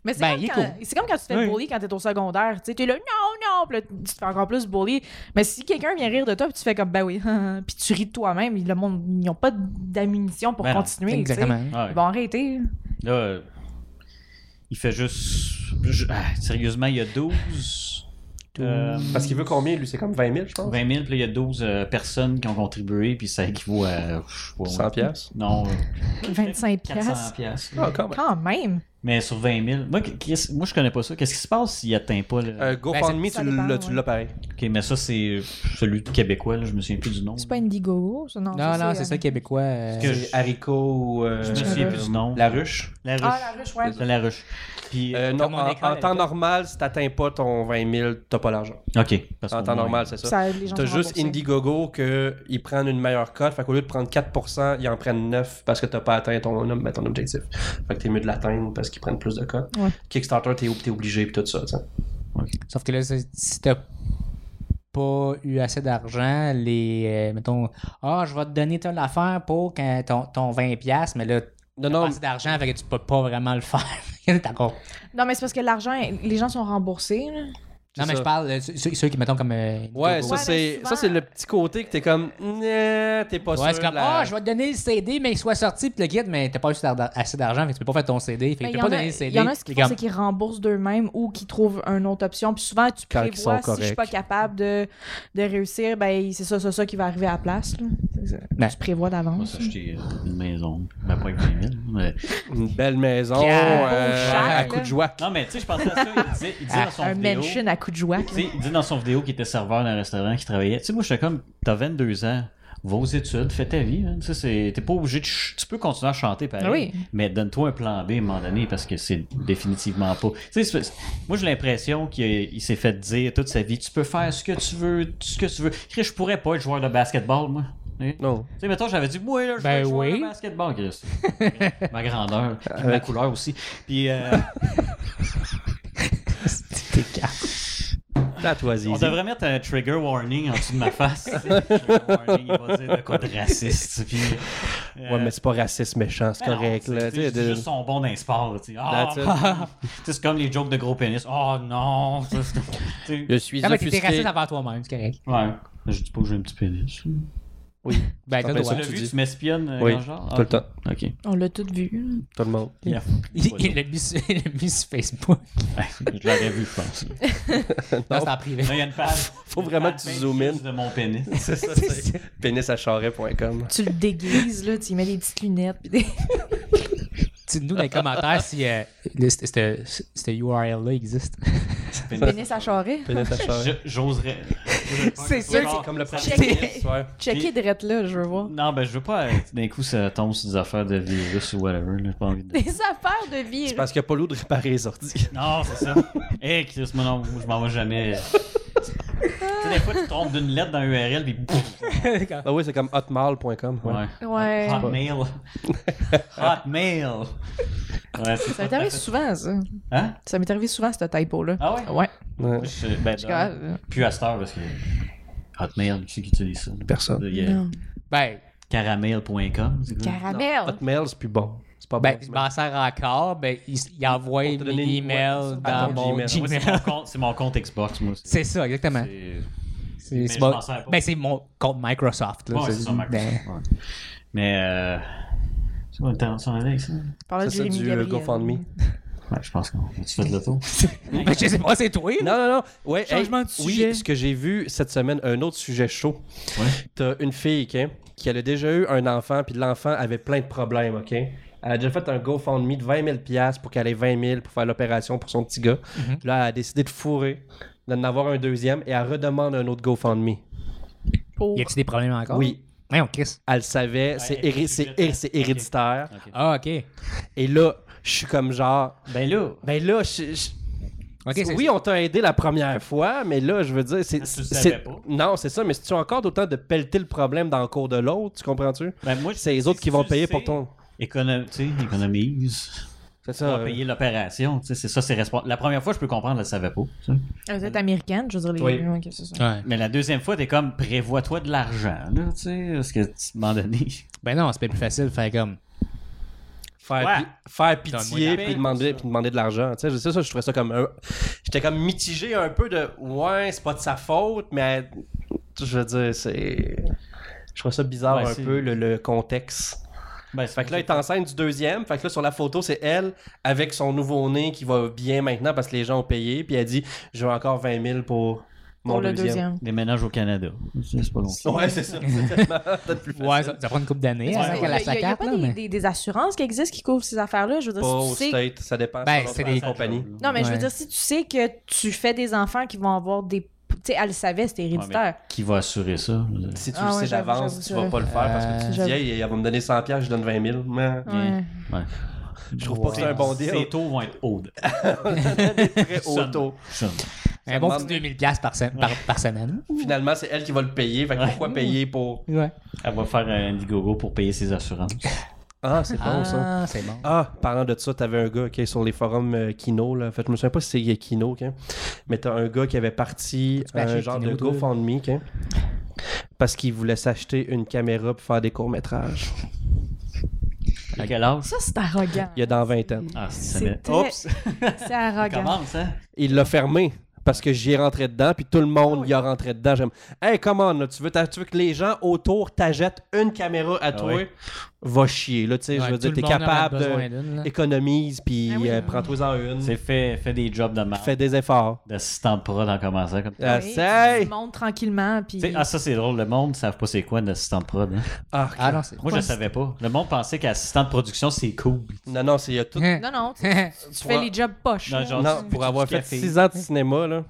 S4: Mais c'est
S1: Ben, il
S4: comme,
S1: est
S4: quand-
S1: cool.
S4: c'est comme quand tu te fais
S2: Oui.
S4: bully quand t'es au secondaire. Tu sais, t'es là, non, non, puis là, tu te fais encore plus bully. Mais si quelqu'un vient rire de toi, puis tu fais comme, ben oui, puis tu ris de toi-même, le monde, ils n'ont pas d'ammunition pour
S2: Ben non.
S4: continuer. tu sais.
S1: Exactement.
S2: Ah oui.
S4: Ils vont arrêter.
S2: Là, euh, il fait juste. je- ah, sérieusement, il y a 12. euh,
S3: Parce qu'il veut combien, lui C'est comme 20 000, je pense.
S2: 20 000, puis là, il y a 12 euh, personnes qui ont contribué, puis ça équivaut à. je sais pas,
S3: 100 piastres.
S2: Non, euh,
S4: 25
S2: 400
S4: piastres.
S2: piastres.
S3: Ah, quand même.
S4: Quand même.
S2: Mais sur 20 000. Moi, qu'est-ce- moi je connais pas ça. Qu'est-ce qui se passe s'il atteint pas le.
S3: Euh, GoFundMe,
S4: ça
S3: tu
S4: dépend,
S3: l'as- tu
S4: ouais.
S3: l'as pareil.
S2: Ok, mais ça, c'est celui québécois, là, je me souviens plus du nom.
S4: C'est pas Indigo, ça, non?
S1: Non, non, c'est ça, Québécois. euh,
S2: que je-
S3: C'est haricot ou. euh,
S2: Je me souviens plus du nom.
S3: La ruche.
S2: La ruche.
S4: Ah, la ruche, ouais.
S2: C'est la ruche. Puis.
S3: Euh, non,
S1: Comme on
S3: en,
S1: école,
S3: en temps
S1: avec-
S3: normal, si t'atteins pas ton 20 000, t'as pas l'argent.
S2: euh, Ok. Parce
S3: En
S2: qu'au
S3: temps
S2: moins-
S3: normal, c'est ça.
S4: Ça, les gens
S3: T'as
S4: sont
S3: juste
S4: remboursés.
S3: Indiegogo qu'ils prennent une meilleure cote. Fait qu'au lieu de prendre 4%, ils en prennent 9 parce que t'as pas atteint ton, nom- ton objectif. Fait que t'es mieux de l'atteindre parce qu'ils prennent plus de cotes.
S4: Ouais.
S3: Kickstarter, t'es t'es obligé pis tout ça. t'sais.
S1: Sauf que là, c'est- si t'as pas eu assez d'argent, les. euh, mettons, ah, je vais te donner telle affaire pour quand ton, ton 20$, mais là,
S3: Non,
S1: pas
S4: Ah,
S3: non,
S1: assez d'argent, fait que tu peux pas vraiment le faire. T'es encore.
S4: Non, mais c'est parce que l'argent, les gens sont remboursés. là.
S1: Non, mais
S3: ça.
S1: je parle, euh, ceux, ceux qui, mettons, comme. euh, Google.
S3: Ouais, ça,
S4: Ouais, ben, mais
S3: c'est,
S4: souvent-
S3: ça c'est le petit côté que t'es comme, Nah, t'es pas sûr.
S1: Ouais, c'est comme,
S3: de la-
S1: ah, je vais te donner le CD, mais il soit sorti, puis le guide, mais t'as pas eu d'ar- assez d'argent, fait que tu peux pas faire ton CD, fait que tu
S4: Mais Ben, Il
S1: peux
S4: y, en
S1: pas
S4: a-
S1: donner le
S4: il
S1: CD.
S4: y en a ce
S1: Puis
S4: qu'ils font,
S1: comme-
S4: c'est qu'ils remboursent d'eux-mêmes ou qu'ils trouvent une autre option. Puis souvent, tu
S3: Quand ils sont
S4: prévois, si je suis
S3: corrects.
S4: pas capable de, de réussir, ben c'est ça, ça, ça qui va arriver à la place. là.
S1: Ben.
S4: Tu prévois
S2: On va
S4: d'avance.
S2: s'acheter euh, une maison. Ben, pas avec 20 000. Mais...
S3: Une belle maison,
S1: Pierre,
S3: euh,
S4: bon
S3: à
S4: Jacques,
S3: coup de
S4: là.
S3: joie.
S2: Non, mais tu sais, je pensais à ça. Il disait, il disait dans son
S4: Un
S2: vidéo.
S4: mansion à coup de joie.
S2: Tu sais, il dit dans son vidéo qu'il était serveur d'un restaurant, qu'il travaillait. Tu sais, moi, j'étais comme, t'as 22 ans, va aux études, fais ta vie. hein. Tu sais, c'est- t'es pas obligé de. ch- Tu peux continuer à chanter pareil.
S4: Oui.
S2: Mais donne-toi un plan B à un moment donné parce que c'est définitivement pas. Tu sais, c'est- moi, j'ai l'impression qu'il a- il s'est fait dire toute sa vie, tu peux faire ce que tu veux, tout ce que tu veux. Chris, je pourrais pas être joueur de basketball, moi. Tu
S3: Non.
S2: sais, mettons, j'avais dit, moi, là, je
S1: Ben
S2: veux jouer
S1: oui.
S2: au basketball, Chris. ma grandeur, puis ma couleur aussi. Puis, euh,
S1: T'es calme.
S3: That was
S2: On
S3: easy.
S2: devrait mettre un trigger warning en dessous de ma face. trigger warning, il va dire de quoi de raciste. Puis, euh,
S3: Ouais, mais c'est pas raciste méchant, c'est
S2: ben non,
S3: correct.
S2: c'est-
S3: là,
S2: C'est
S3: t'sais, de-
S2: c'est juste son bon d'un sport. tu sais. Ah,
S3: That's it.
S2: tu sais, c'est comme les jokes de gros pénis. Oh non! ça, c'est- tu sais.
S3: Je suis
S1: Non, mais t'es
S3: offusqué.
S1: raciste envers toi-même, c'est correct.
S2: Ouais. Je dis pas que j'ai un petit pénis.
S3: Oui,
S1: Ben,
S3: Ah,
S1: t'as le
S3: ben,
S1: droit.
S2: Tu l'as
S3: tu
S2: vu,
S3: dis.
S2: tu m'espionnes euh,
S3: Oui,
S2: dans le genre?
S3: tout le temps,
S2: Ah, Ok.
S4: On l'a tout vu.
S3: tout le monde.
S2: Yeah.
S1: Il il l'a mis sur- il l'a mis sur Facebook.
S2: Je l'aurais vu, je pense. Là,
S1: Non, c'est en privé.
S2: il y a une page.
S3: Faut vraiment que tu
S2: Ben,
S3: zoomes in.
S2: de mon pénis.
S3: C'est ça, c'est pénisacharet.com.
S4: Tu le déguises, là, tu y mets des petites lunettes. puis des-
S1: Dites-nous dans les commentaires si euh, le- c- ce- ce- ce URL-là existe.
S4: Pénis à charret.
S3: Pénisacharet.
S2: Je- J'oserais.
S1: C'est
S2: sûr que
S3: Comme le
S4: Check.
S3: premier ouais.
S4: Checker direct là, je veux voir.
S2: Non, ben je veux pas euh, d'un coup ça tombe sur des affaires de virus ou whatever. J'ai pas envie de.
S4: Des affaires de vie.
S3: Parce qu'il n'y a pas l'eau de réparer les ordi.
S2: Non, c'est ça. Hé, Chris, moi non, je m'en vais jamais. tu sais, des fois, tu tombes d'une lettre dans URL puis pouf.
S3: Ah oui, c'est comme hotmail.com. ouais.
S2: Ouais.
S4: Ouais.
S2: Hotmail. Hotmail. Ouais, c'est
S4: Ça m'est arrivé souvent, ça.
S2: Hein?
S4: Ça m'est arrivé souvent, ce typo-là.
S2: Ah ouais?
S4: Ouais.
S3: Ouais.
S2: Moi, je- ben,
S4: Je suis
S2: non.
S4: capable.
S2: plus à cette heure parce que. Hotmail, qui sais qui utilise ça?
S3: Personne.
S2: Il y a
S4: Non.
S1: Ben,
S2: Caramel.com. c'est quoi?
S4: Caramel.
S3: Hotmail, c'est plus bon. C'est pas
S1: ben,
S3: bon.
S1: il m'en sert encore, ben, il, il envoie
S3: Pour te donner
S1: mes
S3: une- ouais,
S1: emails
S3: c'est
S1: dans
S3: ton
S1: mon
S3: Gmail.
S2: Moi, c'est mon
S1: Gmail.
S2: compte- C'est mon compte Xbox, moi. aussi.
S1: C'est ça, exactement.
S2: C'est-
S1: C'est c'est
S2: je
S1: pas-
S2: m'en sers pas.
S1: ben, c'est mon compte Microsoft. Là,
S2: Ouais, c'est ça, Microsoft.
S1: ben,
S2: Ouais. Mais. Euh... C'est quoi, une tension avec ça?
S4: Parle de
S3: C'est ça
S4: Ah, Jérémy
S3: du euh,
S4: Gabriel.
S3: GoFundMe.
S2: Ouais, je pense qu'on. Tu fais de l'auto.
S1: ben, je sais pas, c'est toi. là.
S3: Non, non, non. Ouais,
S1: Changement de sujet.
S3: Oui, ce que j'ai vu cette semaine, un autre sujet chaud.
S2: Ouais.
S3: T'as une fille, OK, qui elle a déjà eu un enfant, puis l'enfant avait plein de problèmes, OK? Elle a déjà fait un GoFundMe de 20 000 piastres pour qu'elle ait 20 000 pour faire l'opération pour son petit gars.
S1: Mhm.
S3: Là, elle a décidé de fourrer, d'en avoir un deuxième et elle redemande un autre GoFundMe.
S4: Pour...
S1: Y a-t-il des problèmes encore?
S3: Oui,
S1: Voyons, Chris.
S3: elle le savait, c'est
S2: elle est
S3: héri- c'est
S2: sujet-
S3: hé- c'est héréditaire.
S1: Ah, ok.
S3: Et là, je suis comme genre,
S2: Ben là,
S3: ben là, je- je-
S1: Ok, c'est-
S3: oui, on t'a aidé la première fois, mais là, je veux dire, c'est.
S2: Ah, Tu le
S3: c'est-
S2: savais pas.
S3: Non, c'est ça, mais si tu as encore d'autant de pelleter le problème dans le cours de l'autre, tu comprends-tu?
S2: ben moi,
S3: C'est les autres
S2: si
S3: qui vont
S2: tu
S3: payer
S2: le
S3: pour
S2: sais,
S3: ton.
S2: écono- tu sais, économise.
S3: C'est
S2: Tu vas
S3: ça. euh,
S2: payer l'opération. tu sais, C'est ça, c'est responsable. La première fois, je peux comprendre, elle ne savait pas. tu sais.
S4: Vous êtes américaine, je veux dire. Les...
S3: Oui.
S4: Ouais, ok, c'est ça.
S1: Ouais.
S2: Mais la deuxième fois, t'es comme, prévois-toi de l'argent, là, tu sais, parce que tu te demandes donné.
S1: Ben non, c'est pas plus facile de faire comme.
S3: Faire,
S2: Ouais.
S3: pi- faire
S1: Donne-moi
S3: pitié
S1: de la
S3: puis
S1: peine,
S3: demander, puis demander de l'argent. Tu sais, c'est ça, je trouvais ça comme un- J'étais comme mitigé un peu de ouais, c'est pas de sa faute, mais je veux dire, c'est. Je trouvais ça bizarre
S2: Ouais,
S3: un
S2: c'est-
S3: peu le, le contexte.
S2: Ben,
S3: Fait que là, elle est enceinte du deuxième. Fait que là, sur la photo, c'est elle avec son nouveau-né qui va bien maintenant parce que les gens ont payé. Puis elle dit Je veux encore 20 000 pour mon
S4: Pour le
S3: deuxième.
S4: deuxième.
S2: des ménages au Canada. C'est pas long.
S3: Ouais, c'est ça. C'est tellement- peut-être plus facile.
S1: Ouais, ça, ça prend une couple d'années hein, avant
S4: Il
S1: qu'elle
S4: y a,
S1: a sa
S4: il y a
S1: carte,
S4: pas
S1: là.
S4: des,
S1: mais-
S4: des- des assurances qui existent qui couvrent ces affaires-là. Je veux dire,
S3: Pas au
S4: si tu sais...
S3: state, ça dépend.
S1: Ben,
S3: selon
S1: c'est
S3: la
S1: des-
S3: compagnies.
S4: Non, mais je veux
S1: Ouais.
S4: dire, si tu sais que tu fais des enfants qui vont avoir des... Tu sais, elle le savait, c'était héréditaire.
S2: Qui va assurer ça? je veux dire.
S3: Si tu
S4: Ah
S3: le
S4: ouais,
S3: sais
S4: j'avoue,
S3: d'avance,
S4: j'avoue,
S3: tu vas pas le faire parce que tu te dis,
S4: j'avoue.
S3: hey, elle va me donner 100 pièces, je donne 20 000. Mais
S4: Ouais.
S3: je trouve pas que c'est un bon
S2: Ces
S3: deal.
S2: taux vont être hauts.
S3: Très haut taux.
S2: Ça,
S1: Un bon
S3: demande-
S1: petit 2000$ piastres par, sem- par, par semaine.
S3: Finalement, c'est elle qui va le payer. Fait que
S2: Ouais.
S3: pourquoi payer pour.
S1: Ouais.
S2: Elle va faire un Indiegogo pour payer ses assurances.
S3: Ah, c'est bon ça.
S1: Ah, c'est bon.
S3: Ah, parlant de ça, t'avais un gars qui est sur les forums euh, Kino. Là. En fait, je me souviens pas si c'est euh, Kino, ok? mais t'as un gars qui avait parti
S1: T'as-tu
S3: un
S1: bâché
S3: genre
S1: Kino,
S3: de
S1: toi?
S3: GoFundMe ok? parce qu'il voulait s'acheter une caméra pour faire des courts-métrages.
S2: À quel âge?
S4: Ça, c'est arrogant.
S3: Il y a dans 20 ans.
S2: Ah, ça
S4: C'est
S2: met-
S4: très-
S2: Oups!
S4: C'est arrogant.
S2: Commence, hein?
S3: Il l'a fermé. Parce que j'y ai rentré dedans, puis tout le monde y a rentré dedans. J'aime. Hey, come on, là, tu, veux t'a- tu veux que les gens autour t'achètent une caméra à toi?
S2: Ah ouais.
S3: Va chier, là, tu sais.
S1: Ouais,
S3: je veux
S1: tout
S3: dire,
S1: le
S3: t'es
S1: monde aurait
S3: capable
S1: besoin
S3: de.
S1: d'une, là.
S3: Économise, puis
S4: Ah oui.
S3: euh, prends-toi-en une.
S2: C'est fait, fait des jobs de marque.
S3: Fais des efforts.
S2: D'assistant de prod en commençant comme ça.
S3: Ah,
S4: Oui,
S3: c'est-
S4: tu le montres tranquillement, puis...
S2: Tu sais, Ah, ça, c'est drôle. Le monde ne savent pas c'est quoi un assistant de prod. hein.
S3: Ah,
S1: Ah non, c'est.
S2: Moi, je ne savais pas. Le monde pensait qu'assistant de production, c'est cool.
S3: Non, non, c'est il y a tout.
S1: Hein.
S4: Non, non, tu, tu fais les jobs poches.
S2: Non,
S4: là.
S2: genre-
S3: Non,
S2: tu-
S3: pour
S2: tu
S3: avoir fait
S2: café.
S3: 6 ans de cinéma, là,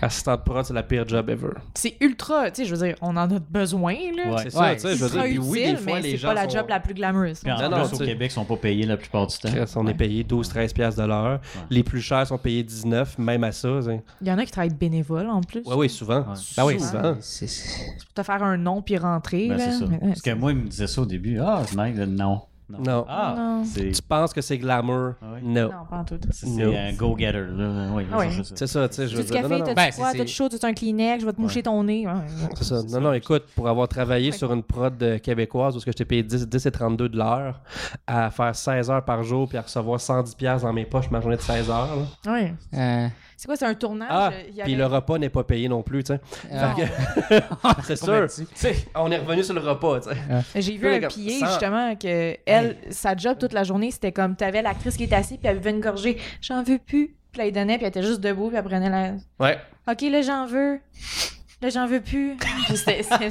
S3: assistant de prod, c'est la pire job ever.
S4: C'est ultra, tu sais, je veux dire, on en a besoin, là.
S2: Ouais.
S3: C'est
S1: Ouais,
S3: ça, tu sais, je veux dire.
S4: Ultra
S3: Puis
S4: utile,
S3: oui, des fois,
S4: mais
S3: les
S4: c'est
S3: gens.
S4: pas la
S3: sont-
S4: job la plus glamoureuse.
S2: Puis en
S3: Non, non,
S2: plus,
S3: tu
S2: au
S3: sais.
S2: Québec, ils sont pas payés la plupart du temps.
S3: Chris, On est payé 12-13$ piastres de l'heure. Les plus chers sont payés 19$, même à ça. Oui,
S4: Il y en a qui travaillent bénévole, en plus.
S3: oui, souvent.
S1: Ah oui,
S3: souvent.
S1: c'est- c'est-
S4: Pour te faire un nom, puis rentrer,
S2: Ben,
S4: là.
S2: c'est ça.
S4: Mais,
S2: Parce que moi, il me disait ça au début. Ah, c'est Mike, non.
S3: Non.
S2: Ah,
S4: Non.
S2: c'est
S3: Tu penses que c'est glamour?
S2: Ah oui.
S3: Non.
S4: Non, pas en tout.
S2: c'est-
S3: No.
S2: c'est un go-getter. là. Oui,
S4: Ah ouais.
S2: je sais ça.
S3: C'est ça, tu sais, je
S4: Tu
S3: veux
S4: du
S3: dire.
S4: café,
S3: Non, non, non.
S1: Ben,
S4: t'as du froid,
S1: c'est-
S4: t'as du chaud, t'as un Kleenex, je vais te moucher ton nez. Ouais, ouais.
S3: C'est ça. Non, non, écoute, pour avoir travaillé sur une prod euh, québécoise où est-ce que je t'ai payé 10, 10 et 32 de l'heure, à faire 16 heures par jour puis à recevoir 110$ piastres dans mes poches ma journée de 16 heures. là.
S4: Ouais.
S1: euh,
S4: C'est quoi, c'est un tournage?
S3: Ah,
S4: il
S3: puis
S4: y avait-
S3: le repas n'est pas payé non plus, tu sais.
S1: euh,
S3: Fait que- c'est sûr.
S1: convaincu.
S3: Tu sais, on est revenu sur le repas, tu sais.
S4: J'ai vu un
S3: Regarde,
S4: pied,
S3: sans-
S4: justement, que elle, sa job toute la journée, c'était comme t'avais l'actrice qui était assise, puis elle buvait une gorgée. J'en veux plus. Puis là, elle donnait, puis elle était juste debout, puis elle prenait la.
S3: Ouais.
S4: OK, là, j'en veux. Là, j'en veux plus. Puis c'était- C'est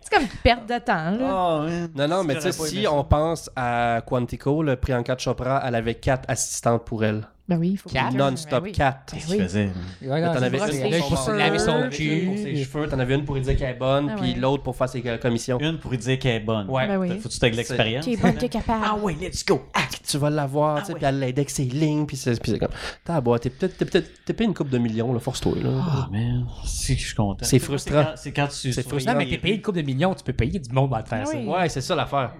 S4: c'est comme une perte de temps, là.
S3: Ah, Non, non, mais tu sais, si on pense à Quantico, le Priyanka Chopra, elle avait quatre assistantes pour elle.
S4: Ben oui, il faut que
S1: Quatre?
S4: quelqu'un-
S3: Non-stop,
S4: ben oui.
S3: quatre.
S4: Ben
S2: Tu
S4: oui.
S2: faisais.
S1: Ouais,
S3: Là,
S1: non,
S3: T'en
S1: Ah, c'est
S3: avais
S1: vrai,
S3: une
S1: c'est-
S3: pour
S1: Là,
S3: son
S1: il faut se
S3: menton,
S1: laver son
S3: pour ses
S1: cul.
S3: cheveux, t'en avais une pour lui dire qu'elle est bonne,
S4: Ah
S3: puis
S4: ouais.
S3: l'autre pour faire ses euh, commissions.
S2: Une pour lui dire qu'elle est bonne.
S3: Ouais.
S4: Ben oui.
S2: Faut-tu t'aies de l'expérience?
S4: Tu es bonne, tu es capable.
S3: Ah ouais, let's go, act, tu vas
S4: Ah
S3: l'avoir, tu sais, puis elle l'aide avec ses lignes, puis c'est puis c'est comme, t'as boire, t'es peut-être, t'es peut-être, t'es payé une coupe de millions, là, force-toi, là.
S2: Ah, man. Si, je suis content.
S3: C'est
S2: Moi,
S3: frustrant.
S2: quand- C'est quand tu.
S3: C'est
S2: tu
S3: frustrant.
S1: Non,
S2: regardes
S1: mais t'es
S2: les
S1: payé une couple de millions, tu peux payer du monde pour te faire
S4: Ah
S1: ça.
S4: oui.
S3: Ouais, Ben, c'est ça l'affaire.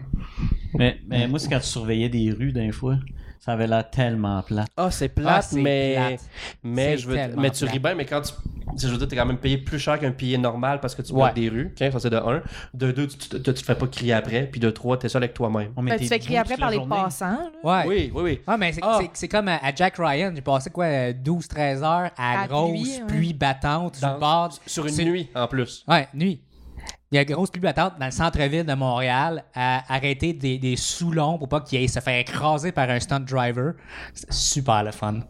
S2: Mais, mais moi, c'est quand tu surveillais des rues d'un fois, ça avait l'air tellement plat.
S3: Ah, c'est plate,
S1: Ah, c'est
S3: mais,
S1: plate.
S3: mais
S1: C'est
S3: je veux,
S1: tellement
S3: mais tu ris
S1: plate.
S3: bien, mais quand tu, tu sais, je veux dire, t'es quand même payé plus cher qu'un pilier normal parce que tu bloques
S1: Ouais.
S3: des rues, ok, ça c'est de un. De deux, tu, tu, tu te fais pas crier après, puis de trois, t'es seul avec toi-même.
S4: Ben, tu te fais crier après par les passants. là.
S1: Ouais.
S3: Oui, oui, oui.
S1: Ah, mais c'est
S3: Ah.
S1: c'est- c'est comme à, à Jack Ryan, j'ai passé quoi, euh, 12-13 heures à,
S4: À
S1: grosse
S4: pluie,
S1: pluie,
S4: ouais.
S1: battante sur
S3: Dans-
S1: le bord.
S3: Sur une
S1: C'est-
S3: nuit, en plus.
S1: Ouais, nuit. Il y a grosse pluie battante dans le centre-ville de Montréal à arrêter des, des sous-longs pour pas qu'ils aillent se faire écraser par un stunt driver. C'est super le fun.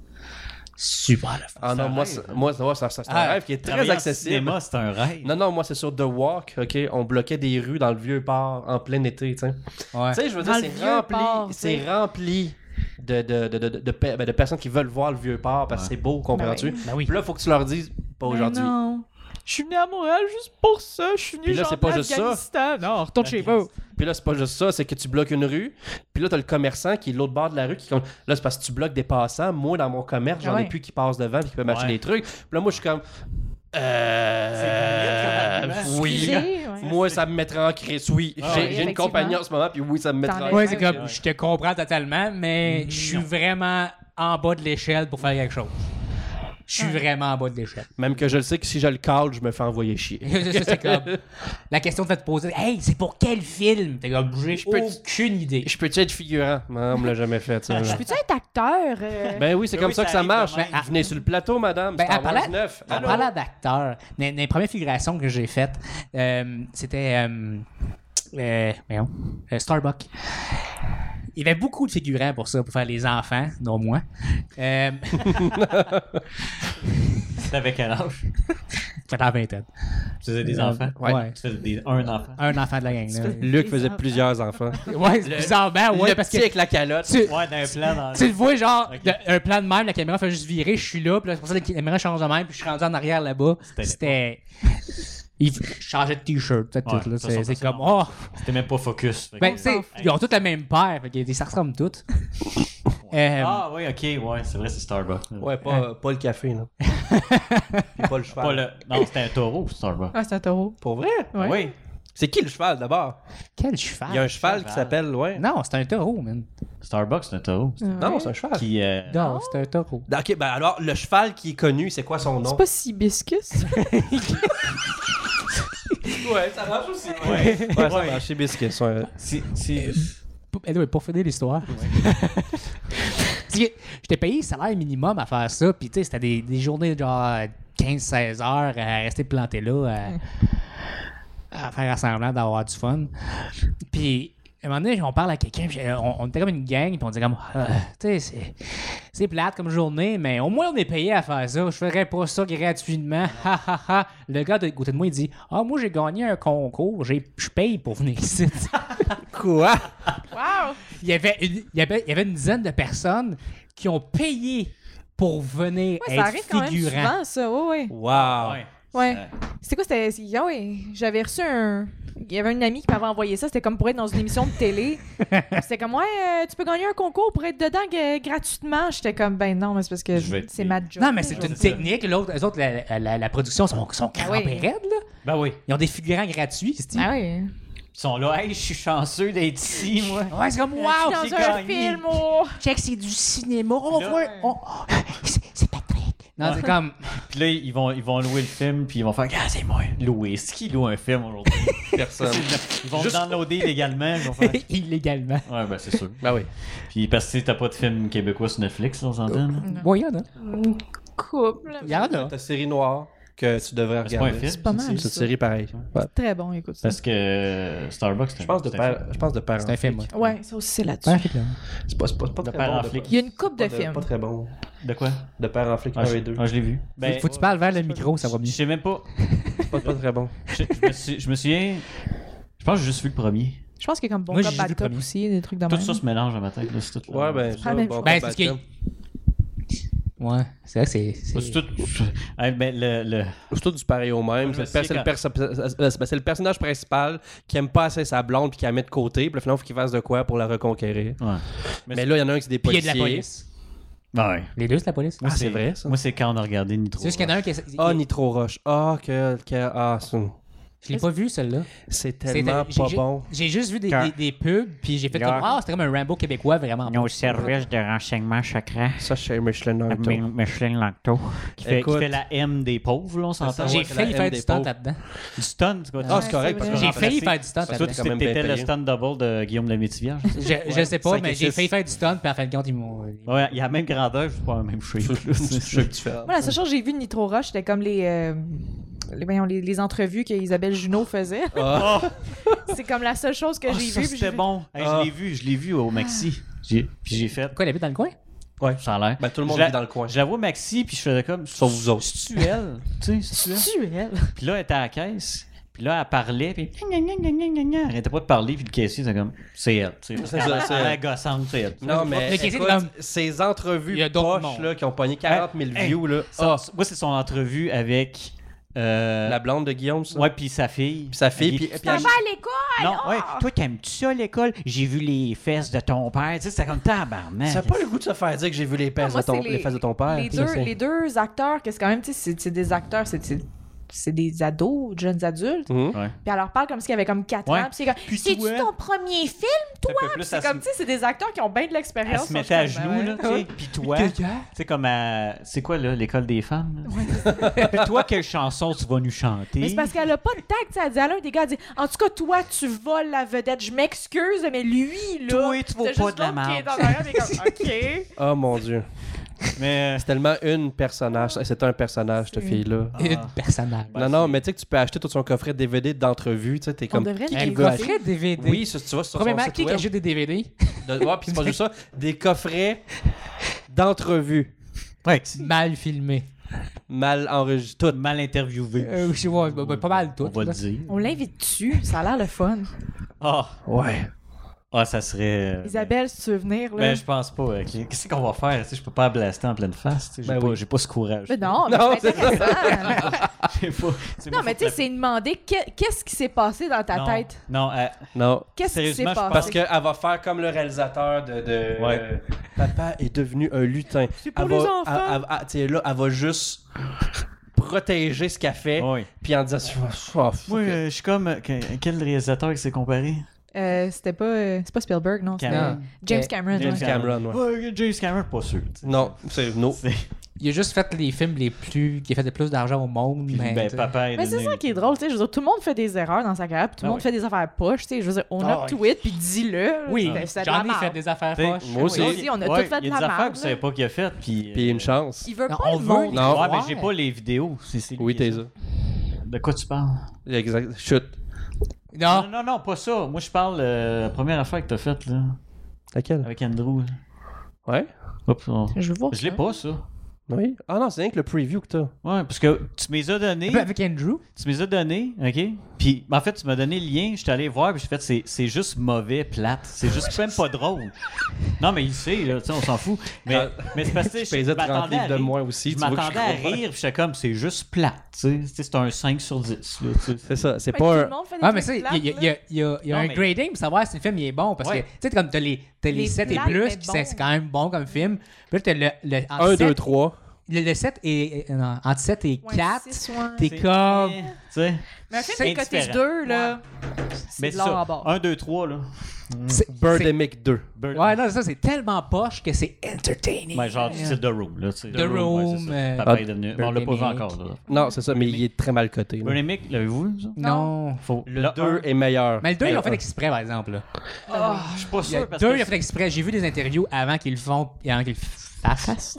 S1: super le fun.
S3: Ah
S2: C'est un
S3: non, moi,
S2: rêve,
S3: c'est- moi, moi, ça- ça- c'est un
S1: Ah,
S3: rêve qui est très
S2: Travailler en
S3: accessible.
S2: cinéma, c'est un rêve.
S3: Non, non, moi, c'est sur The Walk, OK? On bloquait des rues dans le vieux port en plein été, tu sais.
S1: Ouais.
S3: Tu sais, je veux
S4: Dans
S3: dire,
S4: le
S3: c'est
S4: vieux
S3: rempli,
S4: port, tu
S3: c'est
S4: sais.
S3: rempli de, de, de, de, de- de pe- ben, de personnes qui veulent voir le vieux port parce que c'est beau, comprends-tu?
S4: Ben
S1: Ben oui.
S3: Puis là, faut que tu leur dises, pas
S4: Mais
S3: aujourd'hui.
S4: Ben Non. Je suis venu à Montréal juste pour ça. Je suis
S3: Puis
S4: venu
S3: là,
S4: genre
S3: c'est pas juste ça.
S4: d'Afghanistan. Non, Oh, retourne chez vous.
S3: Puis là, c'est pas juste ça, c'est que tu bloques une rue, puis là, t'as le commerçant qui est de l'autre bord de la rue. Qui... compte- Là, c'est parce que tu bloques des passants. Moi, dans mon commerce, j'en
S4: Ah ouais.
S3: ai plus qui passent devant puis qui peuvent m'acheter
S2: Ouais.
S3: des trucs. Puis là, moi, je suis comme. Euh.
S2: C'est
S4: Ah, Excusez,
S3: Oui.
S4: ouais.
S3: Moi, ça me mettrait en crise. Oui,
S2: Ah
S3: j'ai
S2: ouais,
S3: j'ai une
S4: effectivement.
S3: compagnie en ce moment, puis oui, ça me mettrait
S4: T'en
S3: en
S4: as.
S3: crise.
S1: Ouais, c'est
S4: Ouais,
S1: comme,
S2: ouais.
S1: je te comprends totalement,
S3: Mm.
S1: mais je suis
S2: Non.
S1: vraiment en bas de l'échelle pour faire quelque chose. Je suis vraiment en bas de l'échelle.
S3: Même que je le sais que si je le cale, je me fais envoyer chier.
S1: c'est comme, la question que tu te poser, hey, c'est pour quel film? T'es comme, j'ai
S3: peux-
S1: aucune idée.
S3: Je peux-tu être figurant? Non, on me l'a jamais fait, ça.
S4: Je peux-tu être acteur? euh,
S3: Ben oui, c'est
S2: Oui,
S3: comme
S2: oui,
S3: ça
S2: ça
S3: que ça
S2: arrive
S3: marche.
S2: de même.
S3: Ben, Venez sur le plateau, madame.
S1: Ben,
S3: Star
S1: en
S3: Wars
S1: parlant,
S3: 9.
S1: en
S3: Allô?
S1: parlant d'acteur, dans, dans les premières figurations que j'ai faites, euh, c'était euh, euh, voyons, euh, Starbucks. Il y avait beaucoup de figurants pour ça, pour faire les enfants, dont moi. Euh,
S2: T'avais quel âge?
S1: fait la vingtaine.
S2: Tu faisais des enfants?
S1: Ouais.
S2: Tu faisais des... un enfant.
S1: Un enfant de la gang. là.
S3: Luc faisait plusieurs enfants.
S1: Ouais, c'est bizarrement, ouais,
S3: le
S1: parce
S3: petit
S1: que
S3: avec la calotte.
S1: tu,
S2: Ouais, d'un plan dans
S1: tu le vois, genre,
S2: Ok.
S1: de- un plan de même, la caméra fait juste virer, je suis là, puis là, c'est pour ça que la caméra change de même, puis je suis rendu en arrière là-bas.
S2: C'était
S1: C'était. Il changeait de t-shirt, peut-être
S2: Ouais,
S1: tout, là.
S2: ça,
S1: C'est
S2: ça,
S1: c'est
S2: ça,
S1: comme, oh!
S2: ça. C'était même pas focus. Fait
S1: Ben,
S2: que-
S1: tu sais, ils ont toutes la même paire, fait que ça ressemble toutes. Euh,
S2: Ah oui, ok, ouais, c'est vrai, c'est Starbucks.
S3: Ouais, pas, pas le café, là. Puis pas le cheval.
S2: Pas le... Non, c'était un taureau, Starbucks.
S4: Ah, c'est un taureau.
S3: Pour vrai?
S4: Ouais.
S2: Oui.
S3: C'est qui le cheval, d'abord?
S1: Quel
S3: Il y a
S1: Ah, cheval?
S3: un cheval qui s'appelle, ouais.
S1: Non, c'est un taureau, man.
S2: Starbucks, c'est un taureau.
S3: Non,
S4: Ouais.
S3: c'est un cheval.
S2: Qui, euh,
S1: Non, c'est un taureau.
S3: Ok, ben alors, le cheval qui est connu, c'est quoi son nom?
S4: C'est pas si biscuit.
S3: Ouais, ça marche aussi.
S2: Ouais.
S3: Ouais, ça marche, c'est Biscuit. ouais.
S2: Si, si...
S1: Pou- anyway, pour finir l'histoire. Parce que J'étais payé salaire minimum à faire ça, puis tu sais, c'était des, des journées de genre 15-16 heures à rester planté là, euh, à, à faire semblant d'avoir du fun. Puis, à un moment donné, on parle à quelqu'un, puis, euh, on, on était comme une gang, puis on disait comme, Ah, tu sais, c'est- c'est plate comme journée, mais au moins on est payé à faire ça. Je ferais pas ça gratuitement. Ha, ha, ha. Le gars de côté de moi, il dit, ah, moi j'ai gagné un concours, j'ai- je paye pour venir ici.
S3: Quoi?
S4: Wow!
S1: Il y avait une, il y avait, il y avait une dizaine de personnes qui ont payé pour venir
S4: Ouais, ça
S1: être
S4: arrive quand même
S1: figurant.
S4: souvent, ça. Ouais, ouais.
S3: Wow.
S2: Ouais.
S4: Ouais.
S2: Euh,
S4: C'était quoi? C'était. c'est- ah ouais, J'avais reçu un. Il y avait une amie qui m'avait envoyé ça. C'était comme pour être dans une émission de télé. C'était comme, ouais, euh, tu peux gagner un concours pour être dedans gra- gratuitement. J'étais comme, ben non, mais c'est parce que
S2: Je vais être
S4: c'est
S2: payé.
S4: ma job. Ah
S1: Non, mais c'est une
S2: C'est ça.
S1: technique. L'autre, eux autres, la, la- la production, sont, sont crampés
S4: oui.
S1: raides, là.
S2: Ben oui.
S1: Ils ont des figurants gratuits, c'est
S4: Ah oui.
S2: Ils sont là, hey, je suis chanceux d'être ici, moi.
S1: Ouais, c'est comme,
S4: Je suis
S1: wow,
S4: dans
S2: j'ai
S4: un
S2: gagné.
S4: film, oh!
S1: check, c'est du cinéma. On
S2: Là-
S1: voit, on- oh, c'est- c'est Patrick. Non, c'est comme,
S2: Puis là, ils vont, ils vont louer le film, puis ils vont faire, ah, c'est moi. Louer. C'est qui loue un film aujourd'hui?
S3: Personne.
S2: Ils vont le downloader légalement. Ils vont faire...
S1: illégalement.
S2: Ouais, ben c'est sûr.
S3: Ben oui.
S2: Puis parce que tu sais, t'as pas de film québécois sur Netflix, là, on s'entend. là.
S1: Bon, il y en a.
S4: Une couple.
S1: Il y en a.
S3: Ta série noire que tu devrais
S2: Mais C'est pas un
S3: regarder.
S2: film.
S4: C'est pas mal.
S3: C'est une série pareille. Ouais.
S4: Très bon, écoute ça.
S2: Parce que euh, Starbucks, c'est un
S3: Je pense de
S2: c'est un film.
S3: père. Je pense de père.
S1: C'est un film, ouais.
S4: Ouais, ça aussi, c'est là-dessus.
S1: C'est un film.
S3: C'est pas, c'est pas, c'est pas
S2: De
S3: très
S2: père
S3: bon.
S2: en
S3: de-
S2: flic.
S4: Il y a une coupe de
S3: pas
S4: films.
S3: Pas très bon.
S2: De quoi
S3: De père en flic
S2: Ah,
S3: 1
S2: je,
S3: et 2.
S2: ah, je l'ai vu. Ben,
S1: Faut que tu parles vers le micro, ça va
S2: je
S1: mieux.
S2: sais même pas.
S3: Pas, pas très bon.
S2: Je, je me suis- je me souviens. Je pense que j'ai juste vu le premier.
S4: Je pense qu'il y a comme bon
S1: Moi,
S4: cop,
S1: j'ai
S4: bad
S1: dit
S4: cop
S1: premier.
S4: aussi, des trucs dans
S2: Tout ça se mélange dans ma tête. là, c'est tout là.
S3: Ouais, ben.
S4: Ah,
S3: ça,
S4: ben,
S3: bon,
S1: Ben,
S3: pas
S1: c'est ce qui.
S3: bad,
S1: Ouais, c'est vrai que c'est. c'est-
S2: C'est tout. Ah, ben, le, le-
S3: C'est tout du pareil au même.
S2: Je me
S3: C'est le,
S2: souviens
S3: perso- le perso- ben, c'est le personnage principal qui aime pas assez sa blonde puis qui la met de côté. Puis là, finalement, faut qu'il fasse de quoi pour la reconquérir.
S2: Ouais.
S3: Mais, là, il y en a un qui c'est des
S1: Puis il y a
S3: policiers.
S1: de la police.
S2: Ben, ouais.
S1: Les deux, c'est la police.
S3: Ah, c'est vrai, ça.
S2: Moi, c'est quand on a regardé Nitro.
S1: C'est juste qu'il y en a un qui. est-
S3: Ah, Nitro Roche. Ah, que. que- ah, c'est-
S1: Je l'ai pas vu, celle-là.
S3: c'est
S1: C'était-
S3: tellement
S1: j'ai-
S3: pas
S1: j'ai-
S3: bon.
S1: J'ai juste vu des,
S2: Quand-
S1: des, des pubs, puis j'ai fait
S2: Quand-
S1: comme Ah, c'était comme un Rambo québécois vraiment.
S5: nos services de renseignement secret,
S3: Ça, chez Michelin Nocto.
S5: Mi- Micheline Lacto.
S2: qui, fait, qui
S3: Écoute.
S2: fait la M des pauvres, là, on s'entend.
S3: C'est ça,
S1: J'ai
S3: ouais,
S1: failli
S3: la
S1: faire
S3: haine
S1: du
S3: des
S1: stunt
S3: pauvres.
S1: là-dedans.
S2: Du stun, c'est quoi
S3: Ah,
S2: tu
S3: c'est correct.
S4: Ouais, c'est
S3: parce
S4: vrai.
S3: que
S1: J'ai failli
S3: remplacer-
S1: faire du stunt
S3: Parce que
S1: là-dedans.
S3: toi,
S2: Toi,
S3: quand même
S2: t'étais
S3: bien
S2: le
S3: payé.
S2: stun double de Guillaume de Métivier.
S1: Je, je sais pas,
S3: cinq et
S1: mais j'ai
S3: six.
S1: failli faire du stunt, puis en fin de compte, ils m'ont.
S2: Ouais, il y a la même grandeur, je sais pas, la même shape. là, c'est ça.
S3: Je fais-
S4: Moi, la seule chose que j'ai vue de Nitro Rush, c'était comme les, euh, les, voyons, les, les entrevues qu'Isabelle Junot faisait.
S3: Ah.
S4: c'est comme la seule chose que
S2: Ah,
S4: j'ai
S2: ça,
S4: vue. puis j'ai
S2: C'était
S4: fait-
S2: bon. Hey,
S3: Ah.
S2: Je l'ai vu, je l'ai vu au Maxi. J'ai- Puis j'ai fait.
S1: Quoi, elle habite dans le coin
S3: Ouais.
S2: ça a l'air.
S3: Ben, tout le monde
S2: Je la-
S3: vit dans le coin.
S2: Je la vois Maxi, puis je faisais comme.
S3: Sauf vous autres.
S2: C'est-tu elle? tu sais, c'est-tu elle?
S4: Tu elle.
S2: Puis là, elle était à la caisse. Puis là, elle parlait, puis gna, gna, gna, gna, gna, gna. elle arrêtait pas de parler, puis le caissier, c'est comme, c'est elle. tu sais, parce
S3: C'est
S2: qu'elle-
S3: ça, c'est
S2: elle
S3: elle.
S2: est gossante, c'est elle.
S3: Non, mais
S1: Mais qu'est-ce que
S3: écoute,
S1: l'homme-
S3: ces entrevues
S1: Il y a d'autres
S3: poches
S1: mondes.
S3: là, qui ont pogné 40 000
S2: Hey,
S3: views, là.
S2: Ça, c'est- Moi, c'est son entrevue avec. euh,
S3: Ah. La blonde de Guillaume, ça.
S2: Ouais, puis sa fille.
S3: Puis sa fille,
S2: Elle-
S3: puis- puis
S4: T'en
S3: elle-
S4: vas à l'école? Ah!
S2: Non, ouais. Toi, t'aimes-tu ça à l'école? J'ai vu les fesses de ton père. Tu sais, c'était comme tabarnak.
S3: Ça n'a pas le goût de se faire dire que j'ai vu les fesses,
S4: Moi,
S3: de, ton,
S4: c'est
S3: les... fesses de ton père.
S4: Les
S3: Puis
S4: deux,
S3: là, c'est-
S4: les deux acteurs, que c'est quand même, tu sais, c'est- c'est des acteurs, c'est- c'est c'est des ados, de jeunes adultes.
S3: Mhm.
S2: Ouais.
S4: Puis elle leur parle comme s'il y avait comme 4
S2: Ouais.
S4: ans. Puis c'est comme,
S2: Puis
S4: c'est-tu
S2: toi?
S4: ton premier film?
S2: Un peu plus,
S4: C'est
S2: elle se-
S4: comme, tu sais, c'est des acteurs qui ont bien de
S2: Elle
S4: l'expérience.
S2: se
S4: sont
S2: mettait à
S4: juste comme,
S2: genoux,
S4: ben
S2: là,
S4: ouais.
S2: tu sais. Puis toi, tu sais, comme à. C'est quoi, là, l'école des femmes? là? Puis toi, quelle chanson tu vas nous chanter?
S4: Mais c'est parce qu'elle a pas de tact, tu sais, elle dit à l'un des gars, elle dit En tout cas, toi, tu voles la vedette, je m'excuse, mais lui, là.
S2: Toi, tu vaux
S4: c'est
S2: pas
S4: juste
S2: de la
S4: l'autre qui est
S2: marde.
S4: dans l'arrière, mais comme, OK.
S3: Oh mon Dieu.
S2: Mais.
S3: C'est tellement une personnage. C'est un personnage, cette
S4: C'est-
S3: fille-là.
S1: Une personnage.
S3: non, non, mais tu sais que tu peux acheter tout son coffret DVD d'entrevues. Tu sais, t'es
S4: On
S3: comme.
S4: devrait
S3: qui
S1: Un
S3: qui
S4: le
S3: veut
S1: coffret
S3: acheter?
S1: DVD.
S3: Oui, ça, tu vois, sur son
S1: Premièrement,
S3: site
S1: qui
S3: web.
S1: achète des DVD?
S3: De... ouais, puis c'est pas juste ça. Des coffrets d'entrevues
S2: Ouais, que c'est
S1: Mal filmé.
S3: mal enregistrées. Toutes.
S2: mal interviewé.
S1: Euh, je sais pas, ben, ben, pas mal tout.
S2: On va
S1: là.
S2: le dire.
S4: On l'invite dessus, ça a l'air le fun.
S2: Ah,
S3: Ouais.
S2: ah, ça serait. euh,
S4: Isabelle, si tu veux venir, là.
S2: Ben, je pense pas. euh, qu'est- Qu'est-ce qu'on va faire? Tu sais, je peux pas la blaster en pleine face. tu sais, J'ai
S3: Ben
S2: pas,
S3: oui.
S2: j'ai pas ce courage.
S4: Mais non,
S3: Non,
S4: mais c'est
S3: c'est ça.
S4: intéressant.
S2: J'ai pas- c'est
S4: non,
S2: moi,
S4: mais tu
S2: faut
S4: sais,
S2: que
S4: c'est demander que- qu'est-ce qui s'est passé dans ta
S2: la- Non,
S4: tête.
S2: Non, euh,
S3: Non.
S4: Qu'est-ce qui s'est
S2: Sérieusement, je
S4: passé?
S3: Parce qu'elle va faire comme le réalisateur de. de-
S2: Ouais.
S3: euh, Papa est devenu un lutin.
S4: C'est pour
S3: Elle
S4: les
S3: va-
S4: enfants.
S3: elle- elle- elle- tu sais, là, elle va juste protéger ce qu'elle fait.
S2: oui.
S3: Puis en disant. Oh, fuck
S2: Moi,
S3: it.
S2: euh, je suis comme. euh, que- quel réalisateur qui s'est comparé?
S4: Euh, C'était pas, euh, c'est pas Spielberg, non. c'est-
S1: Non.
S4: James
S1: Euh,
S4: Cameron.
S2: James
S4: ouais.
S3: Cameron, ouais.
S2: Ouais, James Cameron, pas sûr. tu sais.
S3: Non, c'est. No.
S2: C'est-
S1: Il a juste fait les films les plus. qui a fait le plus d'argent au monde. mais,
S2: ben,
S1: t'sais.
S2: papa est
S4: Mais c'est
S2: devenu-
S4: ça qui est drôle, tu sais. Je veux dire, tout le monde fait des erreurs dans sa carrière, puis tout le
S2: Ah
S4: monde
S2: oui.
S4: fait des affaires poches, tu sais. Je veux dire, on
S1: Ah
S4: a
S1: oui.
S4: tweet, puis dis-le.
S1: Oui,
S3: Ben,
S4: c'est- c'est de la
S1: j'en ai Euh, fait
S4: merde.
S1: des affaires
S2: T'sais,
S1: poches.
S3: moi aussi.
S1: Oui.
S4: Nous aussi, on a
S2: Ouais,
S4: tout fait de
S2: Il y
S4: la
S2: a des affaires
S4: merde,
S2: que je
S4: là.
S2: savais pas qu'il a faites. Puis, euh,
S3: Puis une chance.
S4: Il veut
S1: Non,
S4: pas
S1: on
S4: le
S1: veut-
S4: monde.
S3: Non.
S2: Ouais, mais
S1: Ah, Ouais.
S2: j'ai pas les vidéos. c'est- c'est lui
S3: Oui,
S2: qui a
S3: t'es
S2: ça.
S3: ça.
S2: De quoi tu parles?
S3: Exact. Chut.
S1: Non,
S2: Non, non, non, pas ça. Moi, je parle euh, la première affaire que t'as faite, là,
S3: Laquelle
S2: avec Andrew. là.
S3: Ouais.
S2: Oups, on-
S4: Je veux voir.
S2: Je l'ai
S4: ça.
S2: pas, ça.
S3: Oui. Ah non, c'est rien que le preview que t'as.
S2: Ouais, parce que tu me les as donné.
S1: avec Andrew.
S2: Tu me les as donné, OK? Puis, en fait, tu m'as donné le lien, je suis allé voir, puis j'ai fait, c'est- c'est juste mauvais, plate. C'est juste même pas drôle. Non, mais il sait, là, tu sais, on s'en fout. Mais,
S3: Ah.
S2: mais c'est parce que tu
S3: Je
S2: sais,
S3: pesais 30
S2: m'attendais à
S3: livres de
S2: rire.
S3: moins aussi,
S2: Je
S3: tu vois que je
S2: m'attendais à
S3: comprends.
S2: rire, puis j'étais comme, c'est juste plate, tu sais. Tu sais. C'est un 5 sur 10, là, tu sais.
S3: C'est ça. C'est
S4: Mais
S3: pas
S4: tout
S3: un.
S4: le monde fait des
S1: Ah, mais
S4: trucs
S1: ça, il y a,
S4: plates,
S1: il y a- il y
S4: là.
S1: a- il y a- il y a
S2: Non,
S1: un
S2: mais-
S1: grading pour savoir si le film il est bon. Parce
S2: Ouais.
S1: que, tu sais, comme t'as les, t'as les
S4: Les
S1: 7 et
S4: plates,
S1: plus,
S4: mais
S1: qui c'est
S4: bons.
S1: c'est quand même bon comme film. Puis là, t'as le, le, entre
S3: 1, 2,
S1: sept-
S3: 3.
S1: le, le 7 et. euh, non, entre 7 et
S4: Ouais,
S1: 4,
S4: six, ouais.
S1: t'es
S2: C'est-
S1: comme.
S2: Tu sais.
S4: Mais un
S2: c'est
S4: film que t'es
S2: indifférent.
S4: deux, là.
S2: Mais
S4: C'est de
S2: c'est
S4: l'or à
S2: ça.
S4: bord.
S2: 1, 2, 3, là. Mm.
S1: c'est- c'est-
S3: Birdemic 2.
S2: Bird-
S1: Ouais, non, c'est ça, c'est tellement poche que c'est entertaining.
S2: Ouais, genre, c'est The Room, là, tu sais.
S1: The Room,
S2: c'est ça.
S1: euh,
S2: Papa est devenu.
S1: Bird
S2: On l'a pas vu
S1: Demic.
S2: encore, là.
S3: Non, c'est ça, mais il est très mal coté. là.
S2: Burning Mick, l'avez-vous, ça?
S1: non.
S2: Faut-
S3: Le 2
S2: un-
S3: est meilleur.
S1: Mais le 2, ils l'ont fait
S3: un.
S1: exprès, par exemple. là.
S2: Ah, je suis
S1: Il
S2: pas
S1: y a
S2: sûr, parce
S1: deux, ils l'ont
S2: que.
S1: fait exprès. J'ai vu des interviews avant qu'ils le font et avant qu'ils le fassent.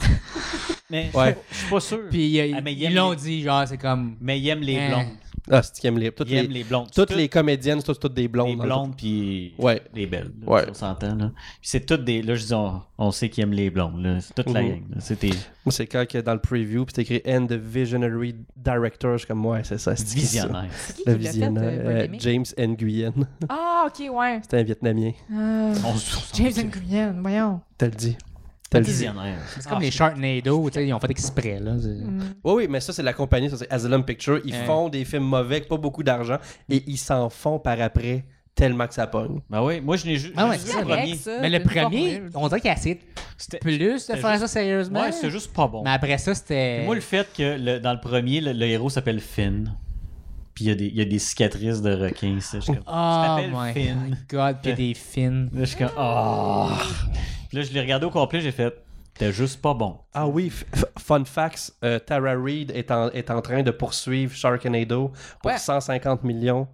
S2: Mais
S3: Ouais.
S2: je suis pas sûr.
S1: Puis euh,
S2: Ah, mais il aime
S1: ils l'ont
S2: les-
S1: dit, genre, c'est comme.
S2: Mais il aime les
S1: Hein.
S2: blondes.
S3: Ah, c'est qu'il aime les. Toutes
S2: Il aime
S3: les,
S2: les blondes.
S3: toutes
S2: C'est
S3: les comédiennes, c'est toutes, toutes des blondes.
S2: Les
S3: dans le-
S2: blondes puis
S3: Ouais.
S2: les belles. là,
S3: Ouais.
S2: On s'entend. là. Puis C'est toutes des. Là, je dis, on, on sait qu'ils aiment les blondes. là. C'est toute la
S3: Mhm.
S2: gang. là. C'est tes
S3: Moi, c'est quand que dans le preview, puis c'est écrit And the Visionary Director. Je suis comme, ouais, c'est ça. C'est qui, ça?
S2: visionnaires.
S1: Ah,
S4: C'est qui
S3: Le
S4: qui l'a fait, euh,
S3: visionnaire. euh,
S4: Birdemic?
S3: James Nguyen.
S4: Ah, ok, ouais.
S3: C'était un Vietnamien.
S4: Euh,
S2: On se
S4: James Nguyen, voyons.
S3: T'as le dit. T'as le dit.
S2: visionnaires. Ah.
S1: C'est comme les Sharknado, tu sais, ils ont fait exprès, là. c'est-
S3: Oui, oui, mais ça, c'est la compagnie, ça, c'est Asylum Picture. Ils
S1: Hein.
S3: font des films mauvais, avec pas beaucoup d'argent, et ils s'en font par après tellement que ça pogne.
S2: Ben oui, moi, je n'ai juste.
S1: Ah ouais,
S2: juste
S1: c'est
S2: le
S1: correct,
S2: premier.
S1: Mais le premier, on dirait qu'il a essayé
S2: C'était-
S1: plus de
S2: c'était
S1: faire
S2: juste-
S1: ça sérieusement.
S2: Ouais, c'est juste pas bon.
S1: Mais après ça, c'était.
S2: Puis Moi, le fait que le- dans le premier, le, le héros s'appelle Finn. Puis il y, a des- il y a des cicatrices de requin. Ça, je suis comme,
S1: Oh
S2: tu
S1: my
S2: t'appelles Finn.
S1: god, pis
S2: Euh.
S1: des fins.
S2: ah. Là, je suis comme. Oh. Puis là, je l'ai regardé au complet, j'ai fait. T'es juste pas bon.
S3: Ah oui, f- f- fun facts, euh, Tara Reid est en, est en train de poursuivre Sharknado pour
S4: Ouais.
S3: 150 millions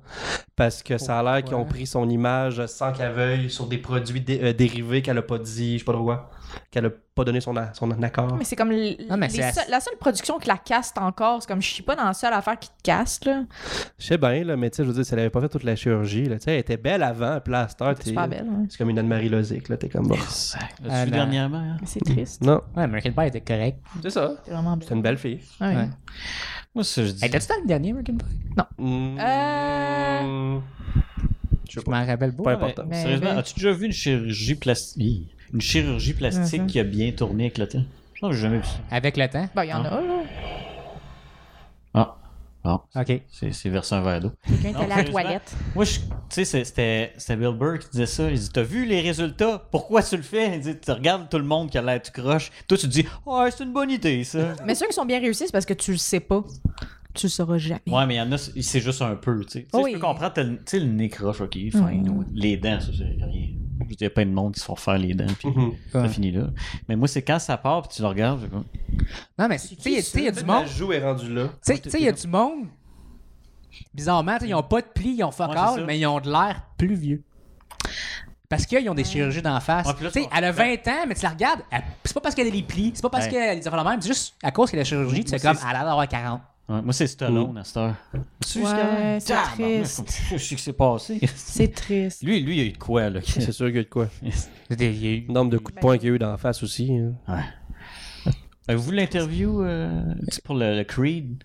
S3: parce que ça a l'air qu'ils ont
S1: Pourquoi?
S3: pris son image sans qu'elle veuille sur des produits dé- euh, dérivés qu'elle a pas dit, je sais pas trop quoi, qu'elle a pas donné son, a- son accord.
S4: Mais c'est comme l-
S1: Non, mais
S4: les
S1: c'est
S4: seuls- la seule production qui la caste encore. C'est comme je suis pas dans la seule affaire qui te caste. Là.
S3: Je sais bien, là, mais tu sais, je veux dire, si elle avait pas fait toute la chirurgie, là, tu sais, elle était belle avant, puis là, à cette heure,
S4: C'est
S3: t'es-
S4: super belle. hein. ouais.
S3: c'est comme une Anne-Marie Lozic, là, t'es comme bon.
S2: L'as-tu
S1: Ah,
S2: vu
S1: non.
S2: dernièrement? hein?
S4: Mais C'est triste.
S3: Non,
S1: Ouais, American Pie était correct.
S3: c'est ça.
S4: C'est vraiment belle.
S3: C'est une belle fille.
S4: Ouais.
S1: Ouais.
S2: Moi, ça, je dis.
S1: Hey, T'as-tu dans le dernier American Pie?
S3: Mm.
S4: Euh.
S3: Je
S1: Je
S3: sais pas.
S1: m'en rappelle pas.
S3: Pas
S2: Ouais,
S3: important.
S2: mais sérieusement,
S4: Mais-
S2: as-tu déjà vu une chirurgie plastique? Une chirurgie plastique
S1: Uh-huh.
S4: Mhm.
S2: qui a bien tourné avec le temps? Je pense que j'ai jamais vu ça.
S1: Avec le temps?
S4: Ben, il y en a, là.
S2: Ah, bon,
S1: OK.
S2: c'est c'est versé un verre d'eau.
S4: Quelqu'un est
S2: Non,
S4: allé à la
S2: sérieusement.
S4: toilette.
S2: Moi, je- tu sais, c'est- c'était c'était Bill Burr qui disait ça. Il dit T'as vu les résultats Pourquoi tu le fais Il dit Tu regardes tout le monde qui a l'air, tu croches. Toi, tu te dis Ouais, c'est une bonne idée, ça.
S4: Mais ceux qui sont bien réussis, c'est parce que tu le sais pas. Tu le sauras jamais.
S2: Ouais, mais il y en a, c'est juste un peu, tu sais. Tu sais,
S4: Oui.
S2: Je peux comprendre, t'as le- tu sais, le nez croche, ok,
S4: Mm.
S2: fine, ou les dents, ça, c'est rien. Je veux dire, il y a plein de monde qui se font faire les dents, puis
S3: Mhm.
S2: ça
S1: Ouais.
S2: finit là. Mais moi, c'est quand ça part, puis tu le regardes, je comme,
S1: Non, mais tu sais, il y a- tu sais, il y a du
S3: La
S1: monde.
S3: joue est rendue là.
S1: Tu sais, tu sais, il y a du monde. Bizarrement, tu sais, ils ont pas de plis, ils ont fuck
S2: Ouais, c'est
S1: all,
S2: ça.
S1: mais ils ont de l'air plus vieux. Parce qu'ils ont des chirurgies d'en face.
S2: Ouais, puis là,
S1: tu sais,
S2: c'est pas-
S1: elle a 20 ans, mais tu la regardes, elle- c'est pas parce qu'elle a des plis, c'est pas parce
S2: Ouais.
S1: qu'elle est la même, c'est juste à cause qu'elle a la chirurgie, tu sais, comme,
S2: Moi, c'est-
S1: elle a l'air d'avoir 40.
S2: Ouais, moi, c'est Stallone à cette heure. Tu
S4: Ouais,
S2: jusqu'à-
S4: c'est
S2: Tabarnak,
S4: triste.
S2: Je sais que c'est passé.
S4: C'est triste.
S2: Lui, lui, il y a eu de quoi, là.
S3: C'est sûr qu'il y a de quoi.
S1: C'est des vieux.
S3: Le nombre de coups de poing qu'il y a eu dans la face aussi. hein.
S2: Avez-vous l'interview euh, tu sais, pour le, le Creed,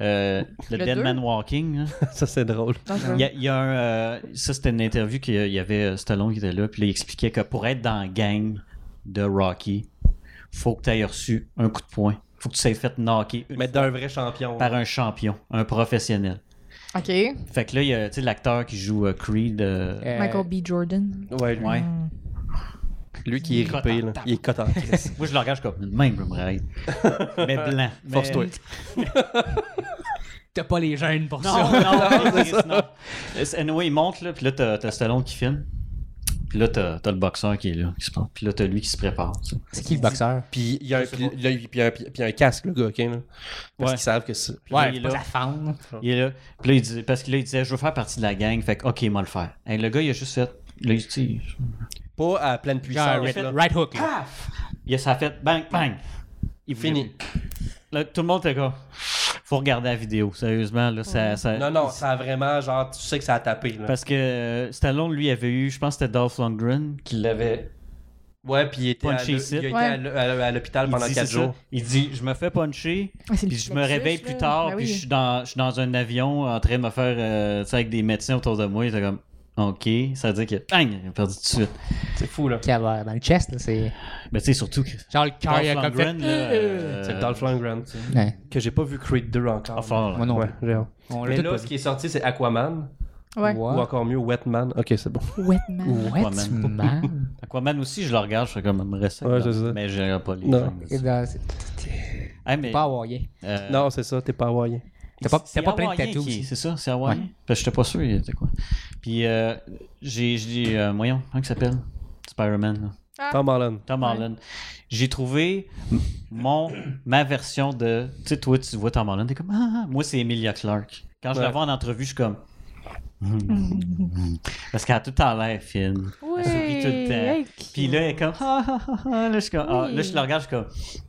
S2: euh, le,
S4: Le
S2: Dead
S4: deux?
S2: Man Walking? là?
S3: Ça, c'est drôle.
S4: Non, je-
S2: Il y a, il y a un, euh, ça, c'était une interview qu'il y a- il y avait euh, Stallone qui était là, puis là, il expliquait que pour être dans la gang de Rocky, faut que tu aies reçu un coup de poing. faut que tu t'aies fait knocker une
S3: Mais d'un vrai champion.
S2: fois par un champion, un professionnel.
S4: OK.
S2: Fait que là, il y a tu sais, l'acteur qui joue euh, Creed. euh,
S1: Euh,
S4: Michael B. Jordan.
S3: Ouais, lui,
S2: ouais.
S3: lui qui est ripé, là. Il est coton.
S2: Moi, je l'engage comme une même, je me raille. Mais blanc. mais-
S3: Force-toi.
S1: T'as pas les jeunes pour
S2: Non,
S1: ça.
S2: non, non, Chris, non. Euh, Anyway, il monte, là, puis là, t'as t'as Stallone qui filme. Puis là, t'as t'as le boxeur qui est là, qui se prend. Puis là, t'as lui qui se prépare. tu sais.
S1: C'est qui le boxeur?
S3: Puis il y a un, puis, là, il- puis il y a un, puis il y a un casque, le gars, OK? Là, parce
S2: Ouais.
S3: qu'ils savent que c'est...
S2: Puis là, il est
S1: Pas
S2: là.
S1: la faune.
S2: Il est là. Puis là, il disait, parce que là, il disait, je veux faire partie de la gang. Fait que, OK, moi le faire. Et le gars, il a juste fait. Là, il, tu sais,
S3: Pas à pleine
S1: Genre,
S3: puissance,
S1: right,
S3: là.
S1: right hook. là.
S2: paf! Il a ça a fait bang, bang. Il voulait
S3: Fini.
S2: plus. Là, tout le monde était comme. Faut regarder la vidéo, sérieusement. Là, ça, ça-
S3: Non, non, ça a vraiment, genre, tu sais que ça a tapé, là.
S2: Parce que euh, Stallone, lui, avait eu, je pense que c'était Dolph Lundgren qui l'avait.
S3: Ouais, puis il était à,
S2: Punchy
S3: l'hô-
S2: ici.
S3: il a été
S4: Ouais.
S3: à l'hô- à l'hô- à l'hôpital
S2: Il
S3: pendant
S2: dit,
S3: 4
S2: c'est ça.
S3: jours.
S2: Il dit, je me fais puncher,
S4: Ah, c'est le
S2: puis je me
S4: plexus,
S2: réveille plus
S4: là.
S2: tard,
S4: Ben
S2: puis
S4: oui.
S2: je suis, dans, je suis dans un avion en train de me faire, euh, tu sais, avec des médecins autour de moi. Il était comme, OK, ça veut dire qu'il bang, il a perdu tout de suite.
S3: C'est fou, là.
S1: Qui a l'air dans le chest, là, c'est.
S2: Mais tu sais, surtout que.
S1: Genre le cœur, il a
S2: Dolph
S1: comme fait.
S2: Lundgren, là, euh,
S3: C'est Dolph Lundgren, tu sais.
S1: Ouais,
S3: que j'ai pas vu Creed 2 encore.
S2: Ah, fort, là.
S1: moi non.
S3: Ouais, j'ai hâte.
S1: On l'a
S3: Mais
S1: tout
S3: là,
S1: pas
S3: ce
S1: vu.
S3: qui est sorti, c'est Aquaman.
S4: Ouais.
S1: What?
S3: Ou encore mieux, Wetman. OK, c'est bon.
S4: Wetman.
S1: Wetman.
S2: Aquaman aussi, je le regarde, je fais comme, me reste.
S3: Ouais, c'est ça.
S2: Mais je regarde pas les
S3: Non.
S2: films.
S1: Et ben, c'est-
S2: Ah, mais,
S1: Pas hawaïen.
S2: euh,
S3: Non, c'est ça, t'es pas hawaïen.
S1: T'as pas,
S2: c'est
S1: t'as pas plein de
S2: hawaïen
S1: tattoos.
S2: qui-
S1: aussi.
S2: C'est ça, c'est hawaïen. Parce que j'étais pas sûr, il était quoi. Puis, euh, j'ai, j'ai, euh, voyons, comment il s'appelle Spider-Man, là.
S4: Ah.
S3: Tom Holland.
S2: Tom Holland. J'ai trouvé m- mon, ma version de. Tu sais, toi, tu vois Tom Holland, t'es comme. Ah, ah. Moi, c'est Emilia Clarke. Quand je
S3: Ouais.
S2: la vois en entrevue, je suis comme. Parce qu'elle a tout en l'air fine.
S4: Ouais.
S2: Elle sourit tout le temps.
S4: Hey, cute.
S2: Puis là, elle est comme. Ah, ah, ah, ah. Là, je, suis comme, ah.
S4: Oui.
S2: Là, je la regarde, je suis comme.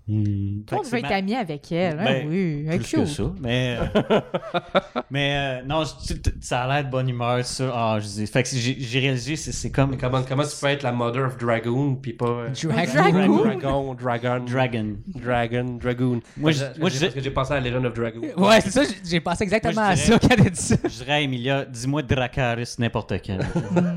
S2: hmm. Fait
S4: Toi,
S2: que
S4: je
S2: c'est
S4: veux être
S2: ma-
S4: ami avec elle. hein,
S2: Ben,
S4: oui. Elle est
S2: plus que
S4: cute.
S2: ça, mais euh, mais euh, non, je- tu- tu- ça a l'air de bonne humeur, tout ça. Ah, je dis, fait que j'ai j'ai réalisé, c'est c'est comme
S3: Mais comment, comment tu peux être la Mother of Dragoon puis pas. euh,
S1: Dragoon.
S3: Dragon, Dragon,
S2: Dragon.
S3: Dragon, Dragoon.
S2: Moi, je-
S3: Parce que-
S2: moi,
S3: parce
S2: je-
S3: que j'ai pensé à Legend of Dragoon.
S1: Ouais, c'est ça, j'ai- j'ai pensé exactement
S2: Moi,
S1: à
S2: je
S1: ça
S2: dirais-
S1: quand elle a dit ça.
S2: Je dirais à Emilia, dis-moi Dracaris n'importe quand.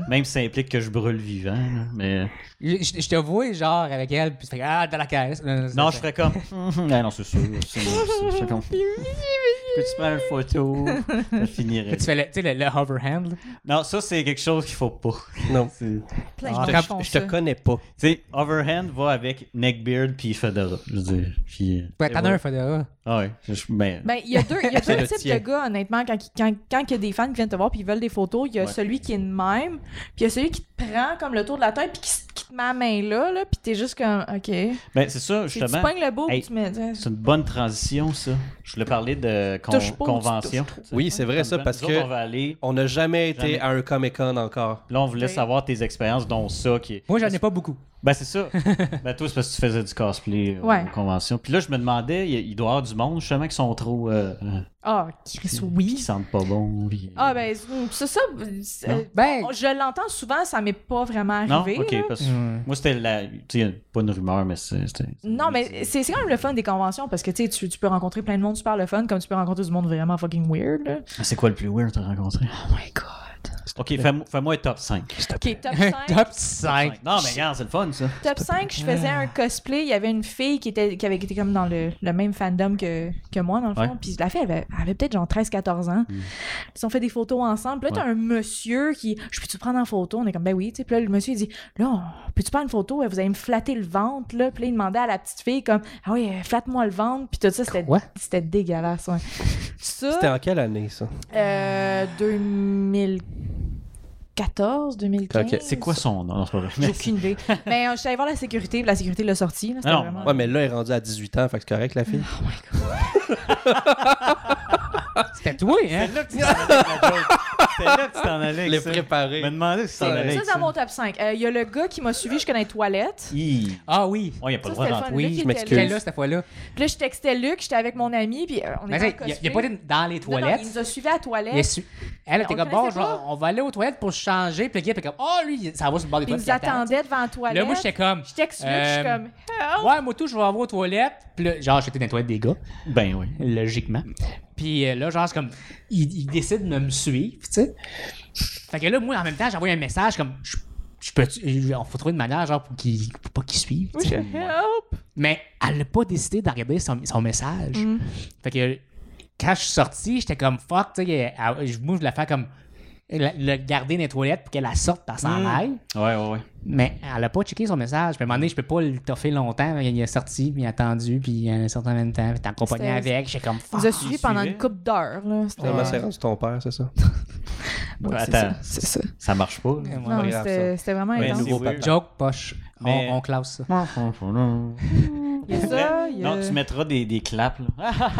S2: Même si ça implique que je brûle vivant. là, Mais... euh,
S1: Je, je- je te vois, genre, avec elle, puis tu fais Ah, dans la caresse.
S2: Non, je ferais comme. hmm, non, non, c'est sûr. c'est- c'est- Je fais comme. Peux-tu prendre une photo Ça finirait.
S1: Tu fais le, tu sais, le, le hover hand. là.
S2: Non, ça, c'est quelque chose qu'il faut pas.
S3: Non.
S2: C'est-
S4: Plein
S1: Ah,
S4: de gens
S1: quand-
S4: qui font
S3: Je te
S4: ça.
S3: connais pas.
S2: Tu sais, Overhand va avec Neckbeard puis Fedora. Je veux dire. Puis. euh,
S1: Ouais, t'en as un, Fedora.
S2: Ah ouais. je- ben,
S4: Ben, il y a deux, il y a
S3: C'est
S4: deux
S3: le
S4: types
S3: tien.
S4: de gars, honnêtement, quand, il- quand, quand il y a des fans qui viennent te voir puis ils veulent des photos, il y a
S2: Ouais.
S4: celui qui est de même, puis il y a celui qui prend comme le tour de la tête puis qui, s- qui te met la main là, là puis t'es juste comme, OK.
S2: Ben, c'est ça,
S4: Tu tu
S2: justement.
S4: pognes le bout
S2: Hey,
S4: tu mets... tiens,
S2: C'est une bonne transition, ça. Je voulais parler de con-
S4: Touche pas ou tu
S2: convention.
S3: Oui, c'est vrai, ça,
S2: Nous
S3: parce
S2: autres,
S3: que-
S2: On va aller.
S3: On n'a jamais été
S2: Jamais.
S3: à un Comic-Con encore.
S2: Là, on voulait
S4: Ok.
S2: savoir tes expériences, dont ça qui est.
S1: Moi, j'en ai pas beaucoup.
S2: Ben, c'est ça. ben, toi, c'est parce que tu faisais du cosplay euh,
S4: Ouais.
S2: aux conventions. Puis là, je me demandais, il, il doit y avoir du monde, justement, qui sont trop. euh, euh,
S4: Ah, Chris,
S2: qui
S4: oui.
S2: sentent pas bon. puis-
S4: Ah, ben, c'est ça. c'est-
S2: Non.
S1: Ben.
S4: on- Je l'entends souvent, ça m'est pas vraiment
S2: Non,
S4: arrivé. là.
S2: ok, parce que
S1: Hmm.
S2: moi, c'était la. Tu sais, pas une rumeur, mais c'est- c'était.
S4: Non, mais c'est c'est quand même le fun des conventions parce que tu sais, tu tu peux rencontrer plein de monde super le fun, comme tu peux rencontrer du monde vraiment fucking weird. Là.
S2: C'est quoi le plus weird que t'as rencontré?
S4: Oh my god.
S2: Ok, fais-moi fais-moi un top 5.
S4: Ok, top 5.
S1: Top 5.
S2: Non, mais regarde, c'est le fun, ça.
S4: Top 5, je faisais
S2: Ah.
S4: un cosplay. Il y avait une fille qui, était, qui avait été comme dans le, le même fandom que, que moi, dans le fond.
S2: Ouais. Hmm.
S4: Puis la fille, elle avait, elle avait peut-être genre 13-14 ans. Ils ont fait des photos ensemble. Puis là, t'as un monsieur qui. Je peux-tu prendre en photo On est comme, ben oui. tu sais. Puis là, le monsieur, il dit, là, on- peux-tu prendre une photo Vous allez me flatter le ventre. Là. Puis là, il demandait à la petite fille, comme, ah oui, euh, flatte-moi le ventre. Puis tout ça, c'était,
S1: Quoi?
S4: c'était dégueulasse. ouais. Ça,
S3: C'était en quelle année, ça?
S4: euh, 2014, 2015.
S3: Ok.
S2: C'est quoi son nom? Non, c'est pas vrai.
S4: J'ai aucune idée. Mais euh, je suis allée voir la sécurité, puis la sécurité l'a sorti. là, c'était
S2: Non,
S4: vraiment-
S3: Ouais, mais là, elle est rendue à 18 ans, fait que c'est correct, la fille.
S1: C'était toi, hein?
S2: C'est là que tu t'en allais avec la joke. C'est là que tu t'en allais avec
S3: Les
S2: ça.
S3: préparer.
S2: Je me demandais si t'en allais
S4: Ça,
S2: avec
S4: c'est dans mon top 5. Euh, Il y a le gars qui m'a suivi jusqu'à dans les toilettes.
S2: Hi.
S1: Ah oui.
S2: Ouais, y a
S4: Ça,
S2: pas le droit
S4: c'était le
S2: d'entrer.
S4: fun.
S1: Oui,
S4: Luc, il
S3: je
S4: était
S3: m'excuse.
S1: J'étais
S4: là.
S1: là cette fois-là.
S4: Puis là, je textais Luc, j'étais avec mon ami, puis euh, on
S1: Mais
S4: était en
S1: il n'y a, pas de- dans les
S4: Non, non,
S1: toilettes.
S4: il nous a suivis à la toilette.
S1: Il a su- Elle était
S4: on
S1: comme,
S4: le
S1: bon,
S4: connaissait
S1: genre, on va aller aux toilettes pour se changer. Puis le gars était comme, oh, lui, ça va sur le bord des
S4: Puis il
S1: toilettes.
S4: nous attendait devant la toilette.
S1: Là, moi, j'étais comme,
S4: Je texte Luc, je suis
S1: Euh,
S4: comme Help!
S1: ouais, moi, tout, je vais avoir aux toilettes. Puis là, genre, j'étais dans les toilettes des gars,
S2: Ben oui.
S1: logiquement. Puis euh, là, genre, c'est comme, il, il décide de me suivre, tu sais. Fait que là, moi, en même temps, j'envoie un message comme, je, je peux, on faut trouver une manière, genre, pour, qu'il- pour pas qu'il suive. tu
S4: Moi,
S1: sais.
S4: j'étais Help!
S1: Mais elle n'a pas décidé de regarder son, son message. Fait que quand je suis sorti, j'étais comme fuck, tu sais, elle- elle- moi je voulais faire comme la- le garder dans les toilettes pour qu'elle la sorte par s'en
S2: Mm.
S1: aille.
S2: Ouais, ouais, ouais.
S1: Mais elle n'a pas checké son message. Puis à un moment donné, je peux pas le toffer longtemps. Il est sorti, puis il a attendu, puis elle est sortie en même temps, puis t'es accompagné
S4: C'était-
S1: avec. J'étais comme
S4: Il
S1: fuck.
S4: nous a suivis pendant
S2: suivait.
S4: une couple d'heures. là. C'était-
S3: Finalement, c'est rendu ton père, c'est ça?
S4: Ouais, c'est ça,
S2: Attends.
S4: C'est ça.
S2: Ça marche pas.
S1: Ouais,
S4: Non,
S3: grave,
S4: c'était c'était vraiment
S2: Ouais,
S4: intense.
S2: nouveau
S3: c'est weird.
S2: papa.
S1: Joke poche.
S2: Mais-
S1: On, on classe ça.
S4: Il y a ça, il y a-
S2: Non, tu mettras des, des claps. Là. Ah,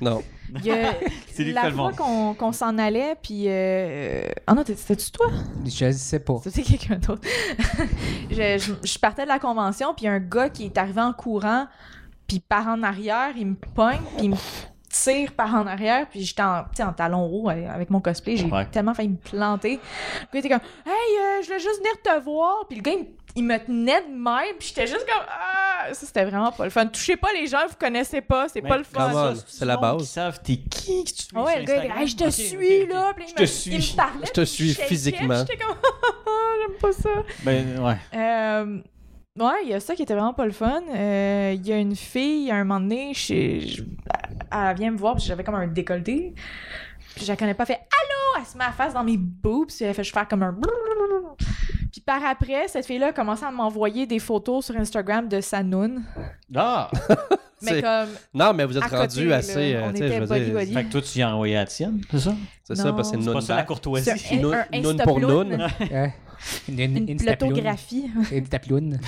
S3: Non.
S4: Il y a
S2: C'est lui qui fait
S4: la
S2: le
S4: fois
S2: monde.
S4: qu'on qu'on s'en allait, puis... euh, Ah non, t'es- c'était-tu toi?
S1: Je sais pas.
S4: C'était quelqu'un d'autre. je, je- je partais de la convention, puis il y a un gars qui est arrivé en courant, puis il part en arrière, il me pogne, puis il me tire par en arrière, puis j'étais en, tu sais, en talon haut euh, avec mon cosplay, j'ai
S2: Ouais.
S4: tellement failli me planter. Le gars était comme « Hey, euh, je voulais juste venir te voir », puis le gars, il, me- il me tenait de même, puis j'étais juste comme « Ah! » Ça, c'était vraiment pas le fun. Touchez pas les gens, vous connaissez pas, c'est pas le fun.
S3: come on, c'est la base.
S2: Ils savent t'es qui que tu suis
S4: Ah ouais,
S2: sur
S4: le gars, il était,
S2: Instagram.
S4: hey, je te
S2: Ok,
S4: suis,
S2: ok, ok.
S4: là. Puis
S2: Je
S4: il
S2: te
S4: me-
S2: suis.
S4: Il me parlait,
S3: Je te
S4: puis
S3: suis
S4: shakeait, puis
S3: physiquement.
S4: J'étais comme, Ah, j'aime pas ça.
S2: Ben ouais.
S4: Euh, ouais, il y a ça qui était vraiment pas le fun. Euh, Il y a une fille, à un moment donné, je- je- elle vient me voir parce que j'avais comme un décolleté. Puis je la connais pas, elle fait Allô Elle se met la face dans mes boobs, puis elle fait je faire comme un. brrrr. Puis par après, cette fille-là a commencé à m'envoyer des photos sur Instagram de sa noun.
S2: Ah!
S4: Mais
S3: C'est-
S4: comme.
S3: Non, mais vous êtes
S4: À côté,
S3: rendu
S4: là,
S3: assez. euh,
S4: on
S3: tu sais,
S4: était
S3: je veux dire,
S4: body-body.
S2: fait que toi, tu y as envoyé à la tienne, c'est ça?
S3: c'est ça, parce que c'est non
S4: Non.
S2: pas ça la courtoisie.
S4: C'est un-
S3: Noun-
S4: un
S3: noun pour
S4: instaploun,
S3: noun.
S1: Hein? Une, une,
S4: Une
S1: tapioune.
S4: platographie.
S1: Une tapioune.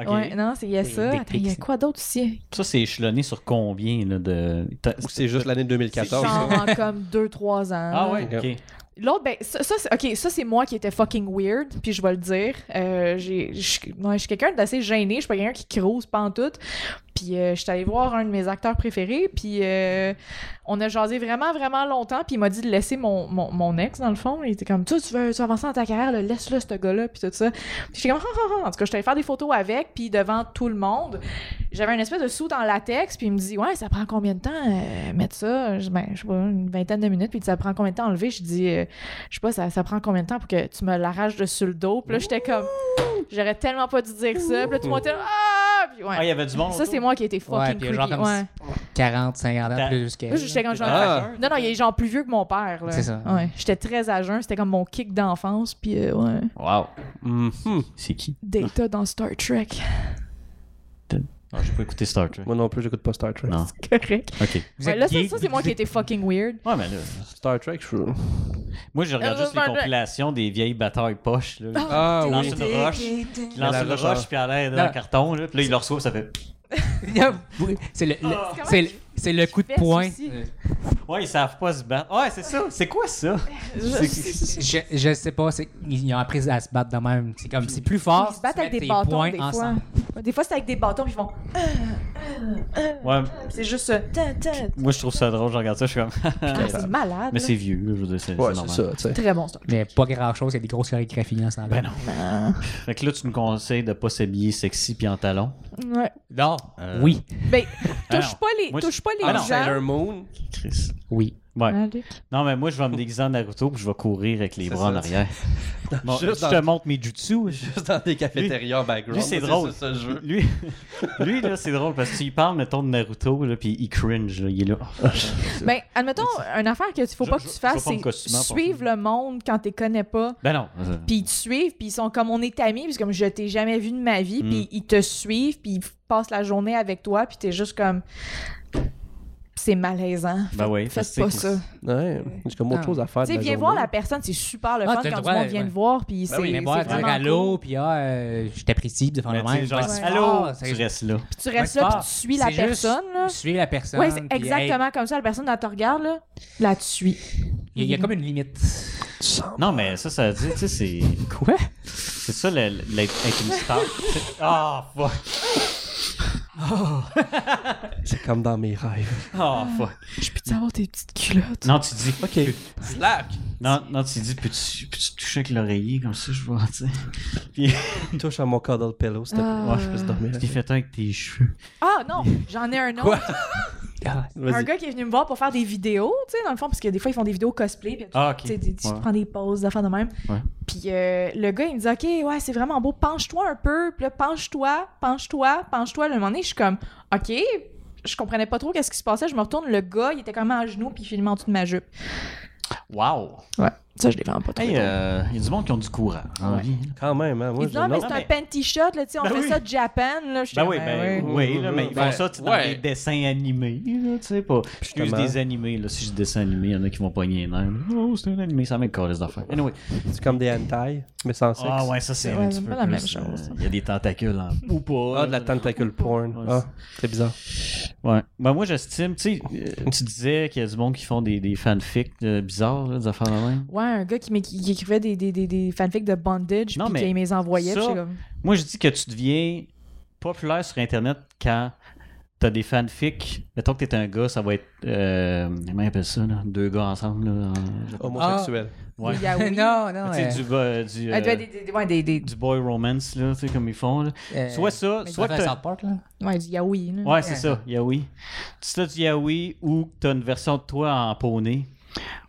S2: Ok.
S4: Ouais, non, c'est il y a
S1: Des
S4: ça.
S1: dick
S4: Attends, il y a
S1: pics.
S4: quoi d'autre aussi
S2: Ça, c'est échelonné sur combien là, de. T'as-
S3: Ou c'est juste l'année 2014.
S4: Genre
S3: ça?
S4: en comme 2-3 ans.
S2: Ah ouais,
S3: Ok.
S2: ok.
S4: L'autre, ben, ça, ça, c'est- ok, ça, c'est moi qui était fucking weird, puis je vais le dire. Euh, j'ai- je ouais, je suis quelqu'un d'assez gêné, je suis pas quelqu'un qui crouse pas en tout. Puis euh, je suis allée voir un de mes acteurs préférés, puis euh, on a jasé vraiment, vraiment longtemps, puis il m'a dit de laisser mon, mon, mon ex, dans le fond. Il était comme, tu, tu veux tu veux avancer dans ta carrière, là, laisse-le, ce gars-là, puis tout ça. Puis j'étais comme, Ah, ah, ah. en tout cas, je suis allée faire des photos avec, puis devant tout le monde. J'avais un espèce de sou dans la texte, puis il me dit, ouais, ça prend combien de temps euh, mettre ça? Je, ben, je sais pas, une vingtaine de minutes, puis il dit, ça prend combien de temps à enlever? Je dis, Euh, je sais pas, ça, ça prend combien de temps pour que tu me l'arraches de sur le dos? Puis là, j'étais comme, j'aurais tellement pas dû dire ça. Puis là, tout le monde était, ah! Puis ouais.
S2: Ah, il y avait du monde.
S4: Ça, c'est
S2: autour.
S4: moi qui ai été fucking
S1: Ouais, puis
S4: creepy.
S1: genre comme
S4: ouais.
S1: 40, 50 ans
S2: Ta-
S1: plus que.
S4: Là, j'étais comme genre...
S3: Ah.
S4: Non, non, il est genre plus vieux que mon père. là.
S1: C'est ça.
S4: Ouais. J'étais très à jeun. C'était comme mon kick d'enfance. Puis, euh, ouais.
S2: Wow.
S3: Mhm.
S2: C'est qui?
S4: Data dans Star Trek.
S2: Non, Ah, j'ai pas écouté Star Trek.
S3: Moi non plus, j'écoute pas Star Trek.
S2: Non.
S4: Correct.
S2: Ok.
S1: Vous
S4: Ouais,
S1: êtes
S4: là, ça,
S1: geek,
S4: ça, c'est moi
S1: vous
S4: qui
S1: êtes-
S4: étais fucking weird.
S2: Ouais, mais là,
S3: Star Trek, je suis.
S2: moi, je regarde
S4: Euh,
S2: juste les
S4: Star Trek.
S2: compilations des vieilles batailles poches. Là.
S3: Ah
S2: Ils
S3: oui.
S2: lancent une roche, ils lancent
S3: La
S2: une
S3: roche,
S2: roche,
S3: hein.
S2: puis elle l'air dans
S1: Non.
S2: le carton. Là, puis là, ils le reçoivent, ça fait.
S1: C'est le, le-
S2: Ah.
S1: c'est le- c'est le coup de
S4: Fais
S1: poing.
S4: ceci.
S2: Ouais, ils savent pas se battre. Ouais, c'est ça. C'est quoi ça?
S4: Je-
S1: Je, je sais pas, c'est- ils ont appris à se battre de même. C'est comme, c'est plus fort.
S4: Ils se battent
S1: tu
S4: avec
S1: mets
S4: des
S1: tes
S4: bâtons,
S1: poings
S4: des fois.
S1: ensemble.
S4: Des fois, c'est avec des bâtons, puis ils vont.
S2: Ouais,
S4: C'est juste. euh, tin, tin, tin.
S2: moi, je trouve ça drôle. Je regarde ça, je suis
S4: Ah,
S2: comme.
S4: C'est malade.
S2: mais
S4: là.
S2: c'est vieux, là, je veux dire, c'est
S3: Ouais,
S2: normal.
S3: c'est ça, tu sais.
S4: Très bon, ça.
S1: Mais pas grand chose, il y a des grosses chorégraphies ensemble.
S2: Ben non. Fait que là, tu me conseilles de pas s'habiller sexy puis en talons.
S4: Ouais.
S1: Non.
S2: Euh,
S1: Oui.
S4: Ben,
S2: Ah
S4: touche
S2: non.
S4: pas les,
S2: Moi,
S4: touche pas les
S2: Ah non,
S4: gens.
S3: Sailor Moon.
S2: Chris.
S1: Oui.
S2: Ouais.
S4: Allez.
S2: Non, mais moi, je vais me déguiser en Naruto puis je vais courir avec les
S3: C'est
S2: bras en
S3: ça.
S2: arrière. Bon,
S3: Juste
S2: je
S3: dans-
S2: te montre mes jutsu.
S3: Juste dans des cafétérias en background.
S2: Lui, c'est
S3: ça,
S2: drôle.
S3: ça, je veux.
S2: Lui, lui là, c'est drôle parce qu'il parle, mettons, de Naruto, là, puis il cringe. là. il est là. Oh,
S4: Ben, admettons, une affaire que tu faut
S2: Je-
S4: pas que
S2: je-
S4: tu
S2: je vais
S4: fasses,
S2: pas me
S4: c'est
S2: costumer pour
S4: suivre le monde quand tu connais pas.
S2: ben non. euh,
S4: Puis ils te suivent, puis ils sont comme on est amis, puis c'est comme je t'ai jamais vu de ma vie,
S2: Mm.
S4: puis ils te suivent, puis ils passent la journée avec toi, puis t'es juste comme. C'est malaisant.
S2: Ben oui,
S4: Faites pas ça.
S3: Ouais, j'ai comme autre
S1: Ah.
S3: chose à faire.
S4: Tu sais,
S3: de la
S4: viens
S3: journée.
S4: voir la personne, c'est super le
S1: Ah,
S4: fun
S1: t'as le
S4: quand
S1: droit,
S4: du monde vient
S1: ouais.
S4: te voir, puis c'est.
S1: oui,
S4: c'est
S1: mais moi, dire
S4: vraiment
S1: allô,
S4: cool.
S1: puis ah, euh, je t'apprécie de faire
S2: Mais
S1: le
S2: tu sais,
S1: même. Ben, Ah,
S2: genre,
S1: c'est
S2: allô,
S1: fort,
S2: tu
S1: c'est-
S2: restes là.
S4: Puis tu restes
S1: Ouais,
S4: là,
S1: c'est
S4: puis tu suis la
S1: c'est juste
S4: personne, là.
S1: Suivre la personne.
S4: Ouais, c'est
S1: puis, hey,
S4: exactement comme ça. La personne, elle te regarde, là. Là, tu suis.
S1: Il y, a- il y a comme une limite.
S2: Non, mais ça, ça veut dire, tu sais, c'est.
S1: Quoi?
S2: C'est ça, la- la- être être une star. Ah, fuck.
S3: C'est comme dans mes rêves.
S2: Ah, fuck.
S4: Je peux avoir tes petites culottes.
S2: Non, tu dis.
S3: Ok. Slack.
S2: Non, non, tu dis, peux-tu peux -tu toucher avec l'oreiller comme ça, je vois, tu sais. Puis,
S3: Touche à mon cuddle pillow, s'il te plaît.
S4: Ah.
S3: Ouais, je peux se dormir.
S2: puis fais-toi avec tes cheveux.
S4: Ah non, j'en ai un autre.
S1: Ah,
S4: un
S3: Vas-y.
S4: gars qui est venu me voir pour faire des vidéos, tu sais, dans le fond, parce que des fois, ils font des vidéos cosplay, puis
S2: Ah, ok.
S4: tu sais, des- tu
S2: Ouais.
S4: prends des pauses, des affaires de même.
S2: Ouais.
S4: Puis euh, le gars, il me dit, OK, ouais, c'est vraiment beau, penche-toi un peu, puis là, penche-toi, penche-toi, penche-toi. Le moment donné, je suis comme, OK. Je comprenais pas trop qu'est-ce qui se passait. Je me retourne, le gars, il était comme à genoux, puis il filmait en dessous de ma jupe.
S2: Wow!
S4: Ouais, ça, je l'ai vraiment pas trop.
S2: Hey, euh, il y a du monde qui ont du courage. en vie.
S3: Quand même, hein. Moi,
S4: il
S3: je
S4: dit, non, mais c'est
S2: non,
S4: un
S2: mais-
S4: panty shot, là, tu sais, on
S2: Ben
S4: fait
S2: oui.
S4: ça de Japan, là. Je euh,
S2: Ben oui, ben
S3: ouais.
S2: oui, là, mais ils
S3: Ben,
S2: font ça tu sais, dans
S3: ouais.
S2: des dessins animés, là, tu sais pas. Je use
S3: Justement.
S2: des animés, là, si je dessin animé, il y en a qui vont pogner les nerfs. Oh, c'est un animé, ça m'a les d'affaires. Anyway.
S3: C'est comme des hentai, mais sans sexe.
S2: Ah ouais, ça c'est
S4: Ouais,
S2: un petit
S4: c'est
S2: peu
S4: pas la même
S2: plus, euh,
S4: chose.
S2: Il y a des tentacules hein. en... ou pas.
S3: Ah, de la tentacule porn.
S2: Ouais,
S3: Ah, c'est bizarre.
S2: Ouais. Ben moi j'estime, tu sais, euh, tu disais qu'il y a du monde qui font des, des fanfics euh, bizarres, là, des affaires de même.
S4: Ouais, un gars qui, m'é- qui- qui écrivait des, des, des, des fanfics de bondage,
S2: Non,
S4: puis
S2: mais
S4: qui me les envoyait.
S2: ça-
S4: puis j'étais comme...
S2: Moi, je dis que tu deviens populaire sur Internet quand t'as des fanfics. Mettons que t'es un gars, ça va être. Euh, comment ils appellent ça, là? Deux gars ensemble, là. en-
S3: Homosexuel.
S2: Ouais.
S4: Des yaoi.
S1: non, non.
S2: Tu
S1: euh,
S2: sais, du, euh, du,
S4: Ah,
S2: euh,
S4: des- des- des- ouais, des- des-
S2: du boy romance, là, tu sais, comme ils font. là.
S1: euh,
S2: soit ça,
S1: mais
S2: soit
S1: dans
S2: que t'as.
S1: South Park, là.
S4: ouais, du yaoi. là.
S2: Ouais, c'est ça, yaoi. Tu as du yaoi ou que t'as une version de toi en poney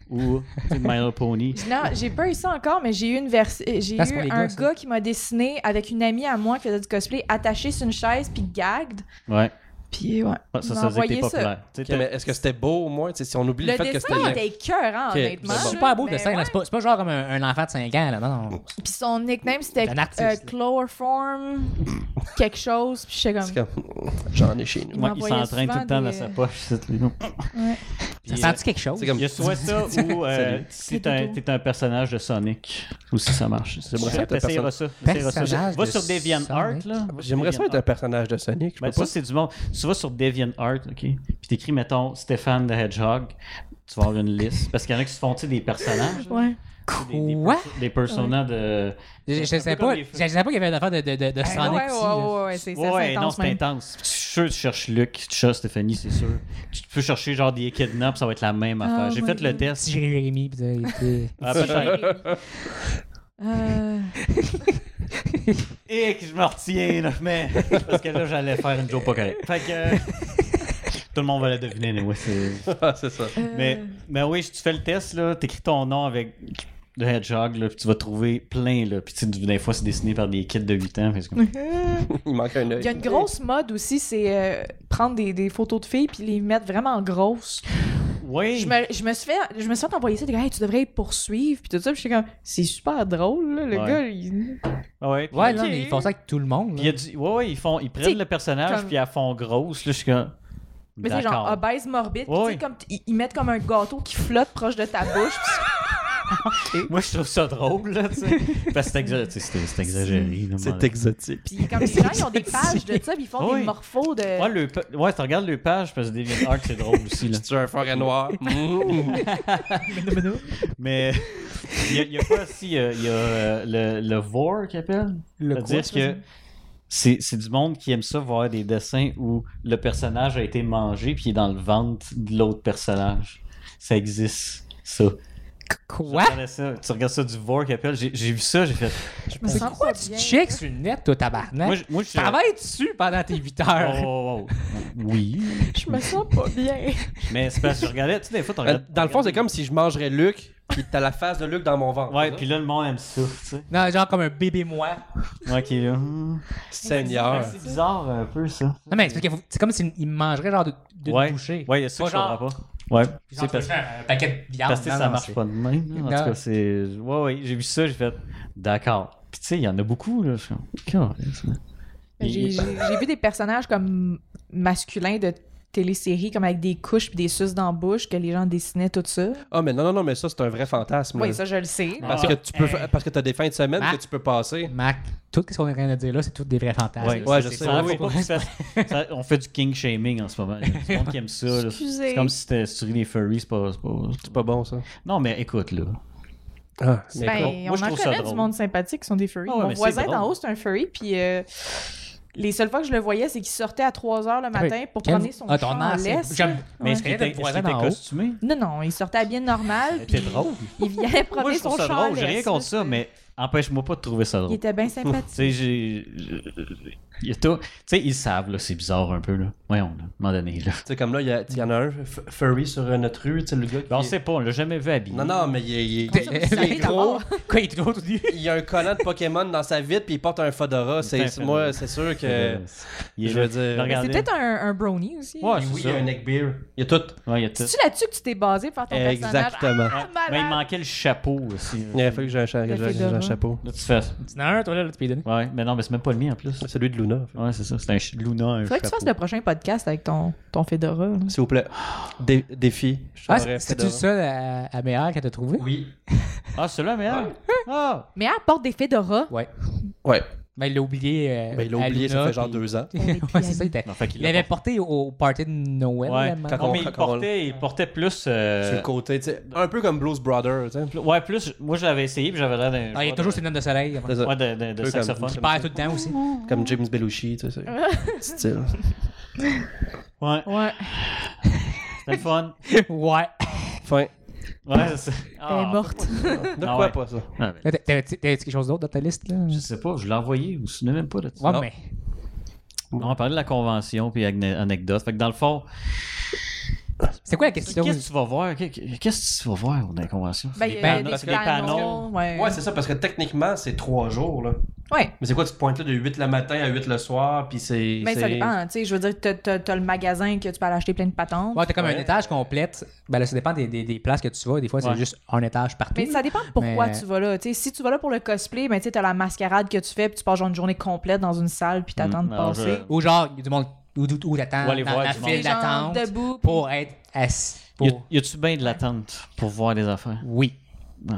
S2: ou tu sais, My Little Pony.
S4: Non, j'ai pas eu ça encore, mais j'ai eu, une vers- euh, j'ai eu
S1: Parce que les
S4: un
S1: gars,
S4: gars,
S1: ça.
S4: qui m'a dessiné avec une amie à moi qui faisait du cosplay attaché sur une chaise puis gagged.
S2: Ouais.
S4: Puis ouais.
S2: Ouais, Ça,
S4: il m'a
S2: ça veut dire que t'es
S4: envoyé
S2: populaire. Tu sais,
S3: Ok,
S2: t'as-
S3: mais est-ce que c'était beau au moins? Tu sais, si on oublie le,
S4: Le
S3: fait que
S4: dessin
S3: c'était.
S4: était écœurant,
S3: Ok, c'est
S4: honnêtement.
S1: C'est
S3: bon.
S4: là,
S1: super beau le
S4: mais
S1: dessin, là.
S4: ouais.
S1: c'est pas, c'est pas genre comme un, un enfant de 5 ans, là. Non, non.
S4: Puis son nickname, c'était
S1: Un artiste,
S4: euh,
S1: là.
S4: Chloroform, quelque chose. Puis j'étais comme...
S3: C'est comme. J'en ai chez nous.
S4: Il
S2: ouais, il
S4: m'envoyait
S2: s'entraîne tout
S4: souvent
S2: le temps
S4: des-
S2: dans sa poche. ça, les noms.
S4: Ouais.
S1: Ça
S2: Puis, euh,
S1: sent-tu quelque chose?
S3: C'est comme.
S2: Il y a soit ça ou euh, si t'es un,
S4: Dodo.
S2: t'es un personnage de Sonic. Ou si ça marche. C'est
S3: J'aimerais ça être un
S2: T'essayeras ça. t'essayeras ça.
S1: Personnage
S2: Va
S1: de
S2: sur DeviantArt.
S1: Sonic.
S2: là. Va sur
S3: J'aimerais ça être un
S2: DeviantArt.
S3: personnage de Sonic. Je
S2: Ben,
S3: peux pas.
S2: ça, c'est du monde. Tu vas sur DeviantArt, OK? Puis t'écris, mettons, Stéphane the Hedgehog. Tu vas avoir une liste. Parce qu'il y en a qui se font, tu sais, des personnages. là.
S4: Ouais.
S2: Des, des,
S1: Quoi?
S2: perso- des personnages de...
S1: Je, je
S2: un peu
S1: sais
S2: comme
S1: pas,
S2: les
S1: je
S2: feux.
S1: savais pas qu'il y avait une affaire de, de, de, de
S4: Ouais,
S1: Sonic
S4: ouais,
S1: aussi,
S4: ouais,
S1: Ah, là.
S4: ouais, ouais, c'est c'est
S2: Ouais,
S4: assez
S2: ouais, non,
S4: intense
S2: c'est
S4: même.
S2: intense. Je suis sûr que tu cherches Luc, tu cherches Stéphanie, c'est sûr. Tu peux chercher genre des kidnaps, ça va être la même
S4: Ah,
S2: affaire. J'ai
S4: my
S2: fait le
S4: God.
S1: Si
S2: test.
S1: j'ai Jérémy, pis il était.
S2: Ah, peut-être.
S4: Euh,
S2: Et que je me retiens, là, mais. Parce que là, j'allais faire une joke pas correcte. Fait que. euh, Tout le monde va la deviner, mais ouais, c'est.
S3: Ah, c'est ça.
S2: Mais, mais oui, si tu fais le test, là, t'écris ton nom avec le hedgehog, là, puis tu vas trouver plein, là. Puis tu sais, des fois, c'est dessiné par des kids de 8 ans. fait que c'est comme-
S3: Il manque un œil.
S4: Il y a une grosse mode aussi, c'est euh, prendre des, des photos de filles puis les mettre vraiment grosses.
S2: Oui.
S4: Je me, je me suis fait, je me suis fait envoyer ça, des gars, Hey, tu devrais le poursuivre, puis tout ça, puis j'étais comme, c'est super drôle, là, le
S2: Ouais.
S4: gars, il...
S2: ah Ouais, puis-
S1: Ouais,
S4: Ok.
S1: non, mais ils font ça avec tout le monde.
S2: puis
S1: là.
S2: il y a du- ouais, ouais, ils, font, ils prennent
S4: T'sais,
S2: le personnage,
S4: comme-
S2: puis à fond grosse. Là, je suis comme.
S4: Mais c'est genre
S2: D'accord.
S4: obèse morbide, puis
S2: Ouais.
S4: tu sais, comme, t- ils, ils mettent comme un gâteau qui flotte proche de ta bouche, puis
S2: Moi, je trouve ça drôle, là, tu sais. Parce que c'est exa- tu sais, c'est- c'est exagéré. là, moi, là.
S3: exotique.
S4: Puis comme les gens, ils ont des pages de ça, puis ils font
S2: Oui.
S4: des morphos de.
S2: Ouais, le pa- ouais, tu regardes le page parce que DeviantArt, c'est drôle aussi. Là.
S3: Si tu as un forêt noir. Mm.
S2: Mais il y a- il y, a pas aussi euh, il y a euh, le, le vor qui appelle.
S1: Le quoi,
S2: C'est-à-dire
S1: ça,
S2: que c'est c'est du monde qui aime ça voir des dessins où le personnage a été mangé puis il est dans le ventre de l'autre personnage. Ça existe, ça. Je
S1: Quoi?
S2: regardais ça, tu regardes ça du vor qui appelle. J'ai j'ai vu ça, j'ai fait.
S4: me
S1: C'est
S4: sens
S1: quoi,
S4: pas
S1: tu
S4: bien. hein?
S1: checks sur le net, toi, tabarnak?
S2: Moi, je- moi je
S1: Tu travailles dessus pendant tes 8
S2: Oh,
S1: heures.
S2: oh, oh. Oui.
S4: Je me sens pas bien.
S2: Mais c'est parce que je regardais, tu sais, des fois, tu
S3: Euh,
S2: regardes.
S3: Dans le fond, c'est comme si je mangerais Luc, puis t'as la face de Luc dans mon ventre.
S2: Ouais, puis là, le monde aime ça, tu sais.
S1: Non, genre comme un bébé moi.
S2: Ok, là. Hmm.
S3: Seigneur.
S2: C'est bizarre un peu, ça.
S1: Non, mais c'est parce que faut- c'est comme s'il me mangerait genre de, de
S2: ouais.
S1: bouchée.
S2: Ouais, il y a ça
S1: Pas
S2: que je
S1: genre-
S2: comprends pas. Ouais.
S1: Genre,
S2: C'est
S1: tu veux
S2: parce,
S1: faire un paquet de viande.
S2: parce que
S1: Non,
S2: ça
S1: non,
S2: marche
S1: c'est-
S2: pas de même. là. En
S1: Non.
S2: tout cas, c'est. Ouais, ouais, j'ai vu ça, j'ai fait. D'accord. Puis tu sais, il y en a beaucoup, là. Je suis comme, Calisse, là.
S4: J'ai j'ai- j'ai vu des personnages comme masculins de téléséries, comme avec des couches puis des suces dans la bouche, que les gens dessinaient tout ça.
S3: Ah, mais non, non, non, mais ça, c'est un vrai fantasme. là.
S4: Oui, ça, je le sais.
S3: Parce que tu peux, fa- parce que t'as des fins de semaine
S1: Ah.
S3: que tu peux passer.
S1: Mac, tout ce qu'on est en train de dire là, c'est tout des vrais fantasmes.
S2: Ouais,
S1: là. Ça,
S3: ouais, je
S1: c'est
S3: sais,
S1: ça,
S2: Ça,
S3: oui,
S1: faut
S2: faut
S3: oui.
S1: pas-
S2: pas que ça- ça- on fait du king shaming en ce moment. Il y a du monde qui aime ça. là. C'est
S4: Excusez.
S2: comme si c'était si tu ris des furries, c'est pas, c'est pas-
S3: C'est pas bon, ça.
S2: Non, mais écoute, là.
S3: Ah,
S2: mais
S4: Ben,
S2: écoute,
S4: on
S2: moi, je
S4: en
S2: trouve ça
S4: connaît du
S2: drôle.
S4: monde sympathique qui sont des furries.
S2: Ah ouais,
S4: Mon
S2: mais c'est
S4: voisin
S2: drôle.
S4: d'en haut, c'est un furry, puis euh, les seules fois que je le voyais, c'est qu'il sortait à 3 h le matin pour
S1: Quel-
S4: promener son
S1: Ah, ton
S4: chien en
S1: art, c'est-
S4: laisse.
S1: J'aime.
S2: Mais est-ce qu'il
S1: Ouais.
S2: était,
S1: Voisin
S2: est-ce qu'il était
S1: d'en haut.
S2: costumé?
S4: Non, non, il sortait à bien normal,
S2: C'était
S4: puis
S2: drôle.
S4: il venait
S2: Moi,
S4: promener
S2: je
S4: son
S2: trouve ça
S4: chien en
S2: drôle. J'ai rien
S4: laisse,
S2: contre
S4: là.
S2: ça, mais empêche-moi pas de trouver ça
S4: Il
S2: drôle.
S4: était bien sympathique.
S2: Tu sais, j'ai. j'ai- il y a tout- Tu sais, ils savent, là, c'est bizarre un peu, là. Voyons, là, à un moment donné, là.
S3: Tu sais, comme là, il y, a- il y en a un f- furry sur euh, notre rue, tu sais, le gars qui.
S2: Ben, on
S3: est-
S2: sait pas, on l'a jamais vu habillé.
S3: Non, non, mais il est, il est-
S1: T'es-
S3: il est
S1: t'es-
S3: gros.
S1: Quoi, il est toujours tout nu?
S3: Il y a un collant de Pokémon dans sa vitre, puis il porte un Fedora.
S2: Putain,
S3: C'est,
S2: Fedora.
S3: moi, c'est sûr que.
S2: Euh, Il est
S3: Je
S2: là.
S3: veux dire-
S4: Mais
S2: Regardez.
S4: C'est peut-être un, un brownie aussi.
S2: Ouais,
S3: oui, il
S2: c'est
S3: y a
S2: ça.
S3: un neck beer. Il y a tout.
S2: Ouais, il y a tout.
S4: C'est-tu là-dessus que tu t'es basé pour faire ton personnage?
S3: Exactement.
S4: Ah,
S2: Mais il
S4: malade!
S2: manquait le chapeau aussi.
S3: Il a fallu que j'ai un, cha-
S4: Le
S3: j'ai- j'ai
S4: Fedora.
S3: un chapeau.
S2: Là, tu fais.
S1: Tu en as un, toi, là, là, tu peux lui donner.
S2: Ouais, mais non, mais c'est même pas le mien en plus.
S3: Celui de Luna. en fait.
S2: Ouais, c'est ça. C'est un ch- Luna, un
S4: Faudrait que tu
S2: chapeau.
S4: fasses le prochain podcast avec ton, ton Fedora. là.
S3: S'il vous plaît. Dé- défi. Je
S1: Ah,
S3: saurais
S1: c'est- c'est-tu
S3: Fedora.
S1: ça, la meilleure qu'elle t'a trouvé?
S3: Oui.
S2: Ah, celui-là, mais. ah! Ah!
S4: Mais elle porte des Fedora.
S1: Ouais.
S3: Ouais.
S1: Mais il l'a oublié. euh,
S3: Ben, il l'a oublié,
S1: à Luna,
S3: ça fait genre
S1: puis-
S3: deux ans.
S1: ouais, c'est ça, il était.
S2: Non, fait qu'il
S1: Il
S2: l'a
S1: l'avait
S2: porté.
S1: porté au- au party de hein. Noël.
S2: Ouais,
S1: la maman.
S3: quand
S2: Non, mais il
S3: Quand on-
S2: portait, il portait plus. euh,
S3: Sur le côté, tu sais. Un peu comme Blues Brother, tu sais.
S2: pl- Ouais, plus. Moi, je l'avais essayé, puis j'avais l'air d'un.
S1: Ah, il y a toujours ses notes de soleil.
S3: C'est ça.
S2: Ouais, de, de, de
S3: Un peu comme-
S2: saxophone.
S1: Il perd tout le temps aussi.
S3: Comme James Belushi, tu sais. c'est- Style.
S2: Ouais,
S4: Ouais.
S2: c'était le fun.
S1: Ouais.
S3: Fin.
S2: Ouais, c'est ça.
S4: Elle est morte.
S3: De
S2: Ah
S3: quoi
S2: ouais.
S3: pas ça?
S2: Ah, ben,
S1: Là, t'as- T'avais-tu t'avais-tu quelque chose d'autre dans ta liste? Là?
S2: je sais pas, je l'ai envoyé, ou ce n'est même pas là-dessus.
S1: Ouais,
S3: Non.
S1: mais.
S2: On va parler de la convention puis agne- anecdote. Fait que dans le fond,
S1: C'est quoi la
S2: qu'est-ce
S1: question?
S2: que tu vas voir? Qu'est- Qu'est-ce que tu vas voir dans la convention?
S4: Ben, il y a
S1: panneaux,
S4: des
S3: parce
S4: panneaux.
S3: que les
S2: panneaux-
S4: Ouais.
S3: Ouais, c'est ça, parce que techniquement, c'est trois jours, là.
S4: Ouais.
S3: Mais c'est quoi, tu te pointes là de 8 le matin à 8 le soir, puis c'est.
S4: Mais Ben, ça
S3: c'est-
S4: dépend, tu sais, je veux dire, t'as- t'as t'as le magasin que tu peux aller acheter plein de patentes.
S1: Ouais, t'as comme un
S3: Ouais.
S1: étage complète. Ben là, ça dépend des, des, des places que tu vas. Des fois, c'est
S2: Ouais.
S1: juste un étage partout.
S4: Mais ça dépend pourquoi
S1: Mais-
S4: tu vas là. Tu sais, si tu vas là pour le cosplay, ben, tu sais, t'as la mascarade que tu fais, puis tu passes genre une journée complète dans une salle, puis t'attends
S1: Mm,
S4: de
S2: non,
S4: passer.
S2: je-
S1: Ou genre, il y a du monde où, où, où t'attends
S2: Ou aller
S1: dans
S2: voir
S1: la
S2: du
S1: file
S2: monde.
S4: Genre,
S1: d'attente
S4: debout. puis-
S1: pour être assis.
S2: Y
S1: Pour...
S2: a- Y a-tu bien de l'attente pour voir des affaires?
S1: Oui.
S4: Ouais.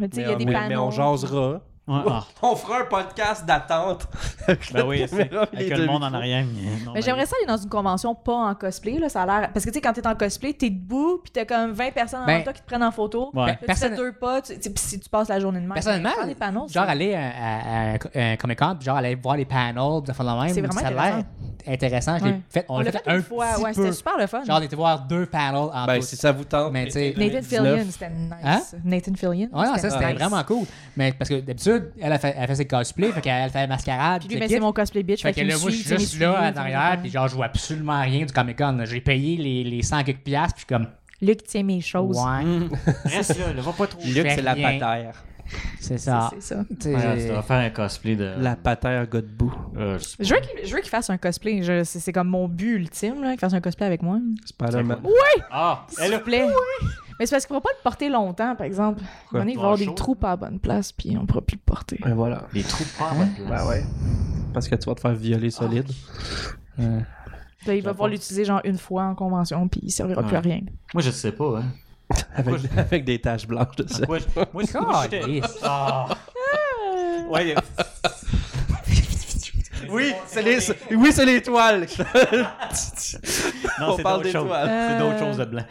S4: Mais tu
S3: Mais,
S4: sais, il y a des
S3: mais-
S4: panneaux.
S3: mais on jasera.
S2: Ouais, ah.
S3: On fera un podcast d'attente. avec
S2: Ben
S3: notre
S2: oui, c'est-
S3: caméra, les
S2: avec le
S3: deux
S2: monde en
S3: micros.
S2: arrière. Mais, non,
S4: Mais
S2: ben-
S4: j'aimerais ça aller dans une convention pas en cosplay, là, ça a l'air... Parce que, tu sais, quand t'es en cosplay, t'es debout, puis t'as comme 20 personnes en
S1: Ben,
S4: toi qui te prennent en photo.
S2: Ouais.
S4: Là, tu
S1: Personne-
S4: fais deux pas, tu, tu sais, puis si tu passes la journée de même...
S1: Personnellement,
S4: faire des panneaux,
S1: genre
S4: c'est-
S1: aller à, à- à un Comic Con, genre aller voir les panels, des affaires de même.
S4: C'est vraiment
S1: ça a l'air intéressant. Je l'ai
S4: Ouais.
S1: Fait, on,
S4: on
S1: l'a
S4: l'a fait une
S1: un
S4: fois,
S1: petit
S4: ouais,
S1: peu.
S4: c'était super le fun.
S1: Genre, on était voir deux panels en
S3: Ben,
S1: tout.
S3: si ça vous tente.
S1: Mais tu sais-
S4: Nathan
S3: 2019.
S4: Fillion, c'était nice.
S1: Hein?
S4: Nathan Fillion,
S1: Ouais, non, ça c'était
S4: nice.
S1: vraiment cool. Mais parce que d'habitude, elle a fait, elle fait ses cosplays, fait qu'elle fait la mascarade.
S4: Puis lui,
S1: le
S4: ben,
S1: kit.
S4: c'est mon cosplay bitch,
S1: Fait que
S4: fait qu'il
S1: là,
S4: me
S1: moi, je
S4: suit,
S1: suis
S4: il me
S1: juste
S4: suit,
S1: là,
S4: il
S1: à
S4: me
S1: l'arrière,
S4: suit.
S1: puis genre, je vois absolument rien du Comic Con. J'ai payé les, les 100 quelques piastres, puis je suis comme,
S4: Luc tient mes choses.
S1: ouais.
S2: Reste là, là, va pas trop.
S3: Luc,
S1: fais
S3: c'est la
S1: rien.
S3: patère.
S1: C'est ça.
S4: C'est ça.
S1: Tu sais,
S2: Ouais, tu dois faire un cosplay de.
S3: La patère Godbout.
S2: Euh, je sais pas.
S4: Je veux qu'il je veux qu'il fasse un cosplay. Je- C'est c'est comme mon but ultime, là, qu'il fasse un cosplay avec moi.
S3: Spider-Man.
S2: Ah!
S4: S'il vous plaît. Mais c'est parce qu'il ne pourra pas le porter longtemps, par exemple.
S3: Pourquoi?
S4: On va y
S2: Bon,
S4: avoir des
S2: chaud.
S4: trous pas à bonne place, puis on ne pourra plus le porter.
S3: Ben voilà.
S2: Les trous pas à votre place.
S3: Ben ouais. Parce que tu vas te faire violer solide.
S1: ouais.
S4: Là, il va pouvoir l'utiliser genre une fois en convention, puis il servira plus à rien.
S2: Moi, je sais pas, hein.
S3: Avec, avec des taches blanches de ça.
S2: Moi, je- moi, je- moi, j'étais- Ah! Ouais,
S3: Oui, c'est les, oui, c'est l'étoile.
S2: Non,
S3: On
S2: c'est
S3: parle
S2: d'autres choses.
S3: d'étoiles.
S2: C'est
S4: Euh.
S2: d'autres choses de blanc.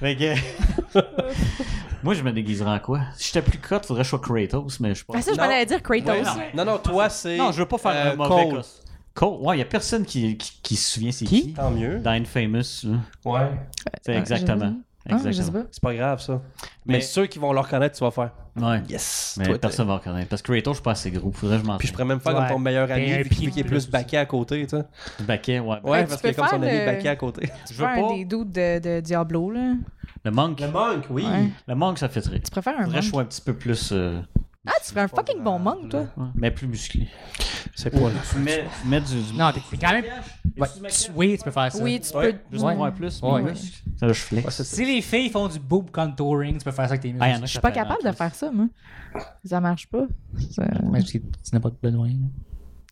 S2: Fait que- Moi, je me déguiserais en quoi? Si j'étais plus cote, faudrait que je sois Kratos, mais je suis pas.
S4: Ah, ça, je
S3: Non.
S4: m'en allais dire Kratos.
S2: Ouais, non.
S3: non, non, toi, c'est.
S2: non, je veux pas faire
S3: euh,
S2: un mauvais
S3: Cole.
S2: cos- Cole, ouais, y a personne qui, qui, qui se souvient c'est
S1: Qui?
S2: qui.
S3: Tant mieux.
S2: Dans Infamous, là.
S3: Ouais.
S2: C'est
S4: Ah,
S2: exactement.
S4: Ah, je sais
S2: Exactement.
S4: pas.
S3: C'est pas grave, ça. Mais,
S2: Mais-
S3: ceux qui vont le reconnaître, tu vas faire.
S2: Ouais.
S3: Yes.
S2: Mais
S3: Toi, t'es-
S2: personne va reconnaître. Parce que Kratos, je suis pas assez gros. Faudrait que je m'en
S3: Puis je pourrais même faire comme
S1: Ouais.
S3: ton meilleur ami,
S1: T'es un
S3: vu qu'il
S1: pied
S3: qui est
S1: de
S3: plus
S1: plus.
S3: baqué à côté, tu sais.
S2: Du baquet, ouais.
S3: Ouais,
S4: tu
S3: parce
S4: peux
S3: qu'il est comme son
S4: faire
S3: ami
S4: le-
S3: baqué à côté.
S2: Je
S4: Tu
S2: veux
S4: préfères
S2: pas.
S4: un des doutes de, de Diablo, là.
S2: Le monk.
S3: Le monk, oui.
S4: Ouais.
S2: Le monk, ça fitterait.
S4: Tu préfères un
S2: Faudrait que je
S4: monk.
S2: sois un petit peu plus. euh,
S4: Ah, tu fais un fucking bon monk, toi.
S2: ouais, Mais plus musclé.
S3: C'est pas
S2: Tu mets, tu mets du. du...
S1: Non, t'es t'es quand même. Ouais, tu- oui, tu peux faire ça.
S4: Oui, tu
S3: Ouais,
S4: peux.
S2: Juste
S4: Ouais.
S2: pour un plus.
S1: Ouais.
S2: mais muscle. Ça, je flex.
S1: Si les filles font du boob contouring, tu peux faire ça avec tes muscles.
S2: Ah, y en a
S4: Je suis pas capable de faire ça, moi. Ça marche pas. Ça-
S1: Ouais, parce que tu n'as pas de besoin. là.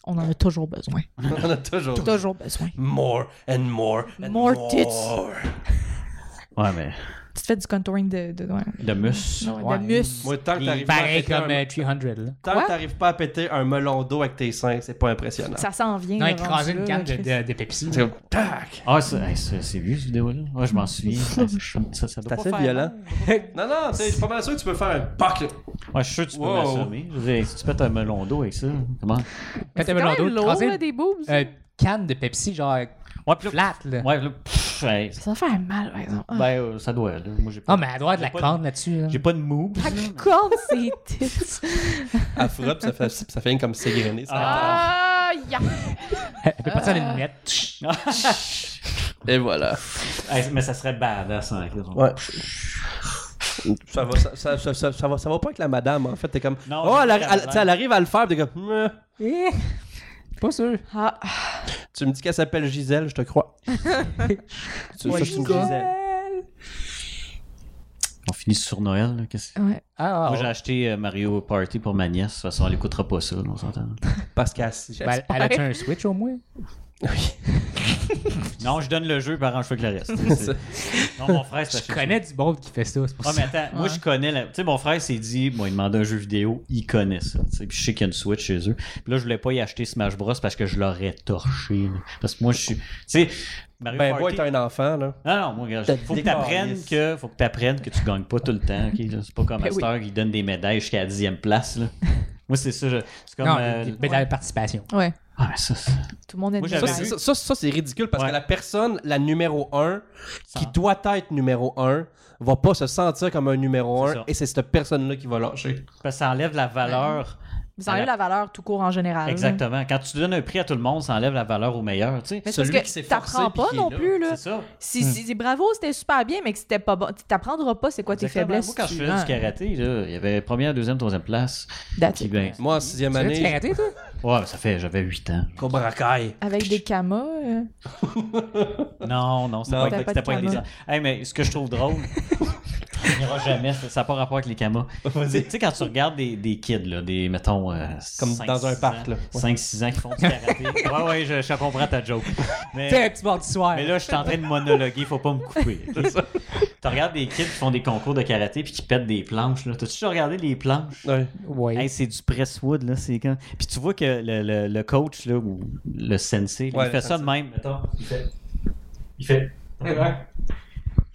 S4: On en a toujours besoin.
S3: On en a toujours.
S4: Toujours besoin.
S3: More and more and more.
S4: More tits.
S2: Ouais, mais.
S4: Tu te fais du contouring de, de, ouais,
S2: De muscle.
S4: de
S1: Ouais.
S4: muscles.
S3: Moi, tant que t'arrives pas, à
S1: Pareil
S3: péter
S1: comme
S3: un-
S1: euh, 300. Là.
S3: tant que
S4: Quoi?
S3: t'arrives pas à péter un melon d'eau avec tes seins, c'est pas impressionnant.
S4: Ça s'en vient.
S1: Non,
S4: le
S1: écraser
S4: rendu
S1: une
S4: là,
S1: canne de,
S4: Chris.
S1: de, de Pepsi.
S3: C'est comme, tac!
S2: Ah, c'est hey, c'est- c'est vieux, cette vidéo-là. Ouais, je m'en souviens. Ça, ça, ça
S3: C'est
S2: doit pas
S3: assez
S2: faire
S3: violent. non, non, t'es- je suis pas mal sûr que tu peux faire un pack. là.
S2: mal. Ouais, je suis sûr que tu peux
S3: Wow.
S2: m'assommer. Je veux dire, Si tu pètes un melon d'eau avec ça, comment
S1: Quand
S4: C'est
S1: t'as
S4: quand
S1: Ronaldo,
S4: même lourd,
S1: écraser
S4: là, des boobs.
S1: une euh, canne de Pepsi, genre
S2: Ouais, puis là.
S1: flat. Là.
S2: Ouais, là. pff, hey,
S4: Ça doit faire mal, par exemple. Ah,
S2: Ben, euh, ça doit. Là. Moi, j'ai pas,
S1: Ah, mais elle doit être de la
S2: J'ai pas
S1: corne là-dessus. là.
S2: j'ai pas de mou.
S4: la corne, c'est tits.
S3: Elle frappe, ça fait, ça fait comme s'égrener. ça.
S4: Ah, ya.
S1: Elle peut passer à une lunette. Chut.
S3: Et voilà.
S2: Hey, mais ça serait badass hein, avec les autres.
S3: Ouais. Ça va, ça, ça, ça, ça, ça va, ça va pas avec la madame, en fait. T'es comme.
S2: Non,
S3: oh, elle,
S2: avec
S3: arri-
S2: la
S3: elle-
S2: madame.
S3: tu sais, elle arrive à le faire, t'es comme. Meh.
S1: Eh, Pas sûr.
S4: Ah,
S3: Tu me dis qu'elle s'appelle Gisèle, je te crois. tu
S1: Ouais,
S3: je suis une
S1: Gisèle.
S3: Gisèle.
S2: On finit sur Noël. là, qu'est-ce que-
S4: ouais.
S1: Ah,
S2: Moi, j'ai acheté euh, Mario Party pour ma nièce. De toute façon, elle écoutera pas ça, là, on s'entend.
S3: Parce qu'elle si j'aime
S1: ben, elle a-tu un Switch au moins?
S2: non, je donne le jeu, par arrange-toi avec le reste. C'est- non, mon frère, c'est
S1: Je connais du monde qui fait ça. c'est pour
S2: Ah, mais
S1: ça.
S2: attends, moi je connais. La... Tu sais, mon frère s'est dit, bon, il demandait un jeu vidéo, il connaît ça. tu sais, Puis je sais qu'il y a une Switch chez eux. Puis là, je voulais pas y acheter Smash Bros parce que je l'aurais torché. là. Parce que moi, je suis. Tu sais, Mario
S3: Ben, moi,
S2: Party.
S3: t'es un enfant, là.
S2: Non, non, moi, regarde, faut que t'apprennes que, faut que t'apprennes que tu gagnes pas tout le temps. ok, là. C'est pas comme
S4: Ben oui.
S2: Master qui donne des médailles jusqu'à la dixième place. Là. Moi, c'est ça. je- C'est comme.
S1: Non,
S2: euh,
S1: des- des- de la participation.
S4: Ouais.
S2: Ah, mais ça, c'est-
S4: Tout le monde est
S2: Moi,
S4: de
S3: Ça,
S2: j'avais
S4: même.
S3: c'est- ça, ça, ça, c'est ridicule parce
S2: Ouais.
S3: que la personne, la numéro 1,
S2: Ça.
S3: qui doit être numéro 1, va pas se sentir comme un numéro
S2: C'est
S3: 1
S2: ça.
S3: et c'est cette personne-là qui va lâcher.
S2: Parce que ça enlève la valeur.
S4: Ça enlève la valeur tout court en général.
S2: Exactement. Quand tu donnes un prix à tout le monde, ça enlève la valeur au meilleur. Tu sais,
S4: Mais c'est parce
S3: Celui qui s'est
S4: que
S3: forcé
S4: t'apprends
S3: puis
S4: pas
S3: qui est
S4: non
S3: là,
S4: plus, là.
S2: c'est ça.
S4: Si, si, si- bravo, c'était super bien, mais que c'était pas bon. Tu t'apprendras pas c'est quoi tes
S2: Exactement.
S4: faiblesses.
S2: Moi, quand je
S4: tu-
S2: faisais
S4: hein.
S2: du karaté, là, il y avait première, deuxième, troisième place.
S4: That's
S2: Puis
S4: it.
S2: ben,
S3: Moi, en sixième
S1: Tu veux-tu
S3: année,
S1: arrêter, toi?
S2: ouais, ça fait, j'avais 8 ans.
S3: Cobra Kai.
S4: Avec des kamas. euh,
S2: Non, non, c'était
S3: Non,
S4: t'as
S2: pas,
S4: pas
S2: c'était
S4: de
S2: pas
S4: karma.
S2: intelligent. Hey, mais ce que je trouve drôle, on n'ira jamais, ça n'a pas rapport avec les camas. Tu sais- tu sais, quand tu regardes des, des kids, là, des, mettons, euh,
S3: Comme
S2: cinq,
S3: dans un
S2: six
S3: parc,
S2: ans,
S3: là. Ouais.
S2: 5-6 ans qui font du karaté. ouais, ouais, je, je comprends ta joke.
S1: T'es
S2: Mais,
S1: un petit bord du soir.
S2: mais là, je suis en train de monologuer, faut pas me couper. ok? Tu regardes des kids qui font des concours de karaté puis qui pètent des planches, là. T'as-tu déjà regardé les planches?
S3: Ouais.
S1: Oui.
S2: Hey, c'est du presswood là, c'est quand. Puis tu vois que le, le- le coach là ou le sensei, là,
S3: Ouais,
S2: il fait
S3: le
S2: ça de même. Mettons, il fait, il fait.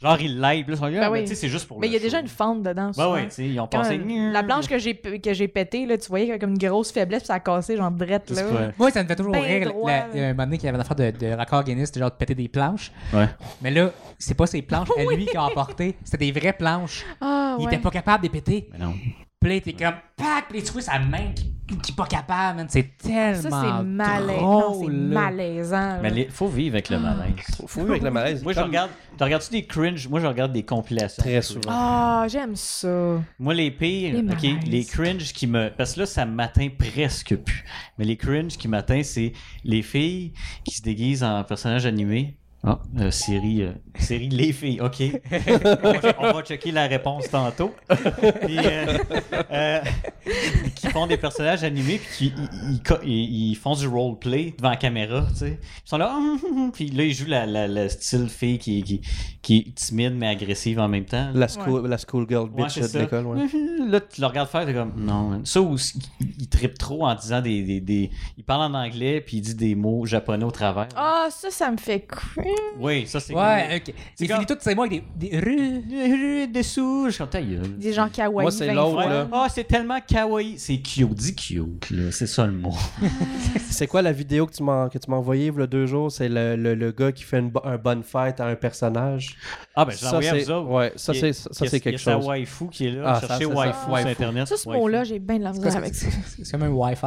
S2: Genre il l'aide, là, ils sont comme, ah,
S4: oui.
S2: mais tu sais, c'est juste pour.
S4: Mais
S2: le
S4: il y a déjà
S2: show.
S4: une fente dedans.
S2: Ben
S4: souvent.
S2: ouais, tu sais, ils ont
S4: Quand,
S2: pensé.
S4: euh, la planche que j'ai que j'ai pétée, là, tu voyais qu'il y avait comme une grosse faiblesse, puis ça a cassé, genre drette,
S2: C'est
S4: là.
S2: pas-
S1: Moi, ça me fait toujours
S4: Ben
S1: rire.
S4: droit,
S1: la-
S4: là.
S1: il y a un moment donné qu'il y avait une affaire de, de raccord Guinness, c'était genre de péter des planches.
S2: Ouais.
S1: Mais là, c'est pas ses planches à lui qui a emporté. C'était des vraies planches.
S4: Ah,
S1: Il
S4: ouais.
S1: était pas capable de les péter.
S2: Mais non.
S1: Puis là, il était comme, pac, puis il trouvait sa main qui qui est pas capable, man. C'est
S4: Ça,
S1: tellement.
S4: c'est malaisant. Non,
S1: drôle,
S4: c'est
S1: là.
S4: malaisant.
S2: Mais
S4: là.
S2: il faut vivre avec le malaise.
S3: Faut vivre avec le malaise.
S2: Moi, je
S3: Comme-
S2: regarde. Tu regardes-tu des cringe? Moi, je regarde des compilations.
S3: Très souvent.
S4: Ah, j'aime ça.
S2: Moi, les pires,
S4: Les
S2: ok,
S4: malaises.
S2: les cringe qui me. Parce que là, ça m'atteint presque plus. Mais les cringe qui m'atteint, c'est les filles qui se déguisent en personnages animés. Ah, euh, série, euh, série Les filles, ok. on, va, on va checker la réponse tantôt. Puis, euh, euh, qui font des personnages animés, puis qui ils- ils co- ils, ils font du roleplay devant la caméra, tu sais. Ils sont là, hum, hum, hum. puis là, ils jouent la, la- le style fille qui, qui, qui est timide mais agressive en même temps.
S3: La, school, la schoolgirl
S2: Ouais,
S3: bitch
S2: c'est
S3: de
S2: ça.
S3: l'école, ouais.
S2: Là, tu le regardes faire, t'es comme, non, man. Ça, ou s- il, il trippe trop en disant des, des, des- Il parle en anglais, puis il dit des mots japonais au travers.
S4: Ah, ça, ça me fait cringe.
S2: Oui, ça, c'est.
S1: Ouais, ok. Il
S2: comme-
S1: finit tous ces mots avec des, des rues.
S4: euh,
S2: Comme... Dessous, je suis comme, ta gueule.
S4: Des gens kawaii. ben,
S3: Moi, c'est
S4: 20
S3: l'autre,
S4: fois.
S2: Ouais.
S3: là.
S2: Ah, c'est tellement kawaii. C'est cute, dis cute, là. C'est ça le mot.
S3: C'est quoi la vidéo que tu m'as que tu m'as envoyée il y a deux jours? C'est le, le, le gars qui fait une bo- un bonne fête à un personnage.
S2: Ah, ben, je l'ai
S3: ça,
S2: envoyé à
S3: c'est
S2: vous autres.
S3: ouais, ça,
S2: Il-
S3: c'est ça,
S2: il y a-
S3: c'est quelque
S2: Il y a
S3: chose.
S2: sa waifu qui est là.
S3: Ah, ça,
S2: Cherchez
S3: ça, ça.
S2: waifu sur
S3: Waifu.
S2: Internet.
S4: Ça, ce
S2: Waifu.
S4: mot-là, j'ai bien de la misère avec ça.
S1: C'est c'est comme un Wi-Fi.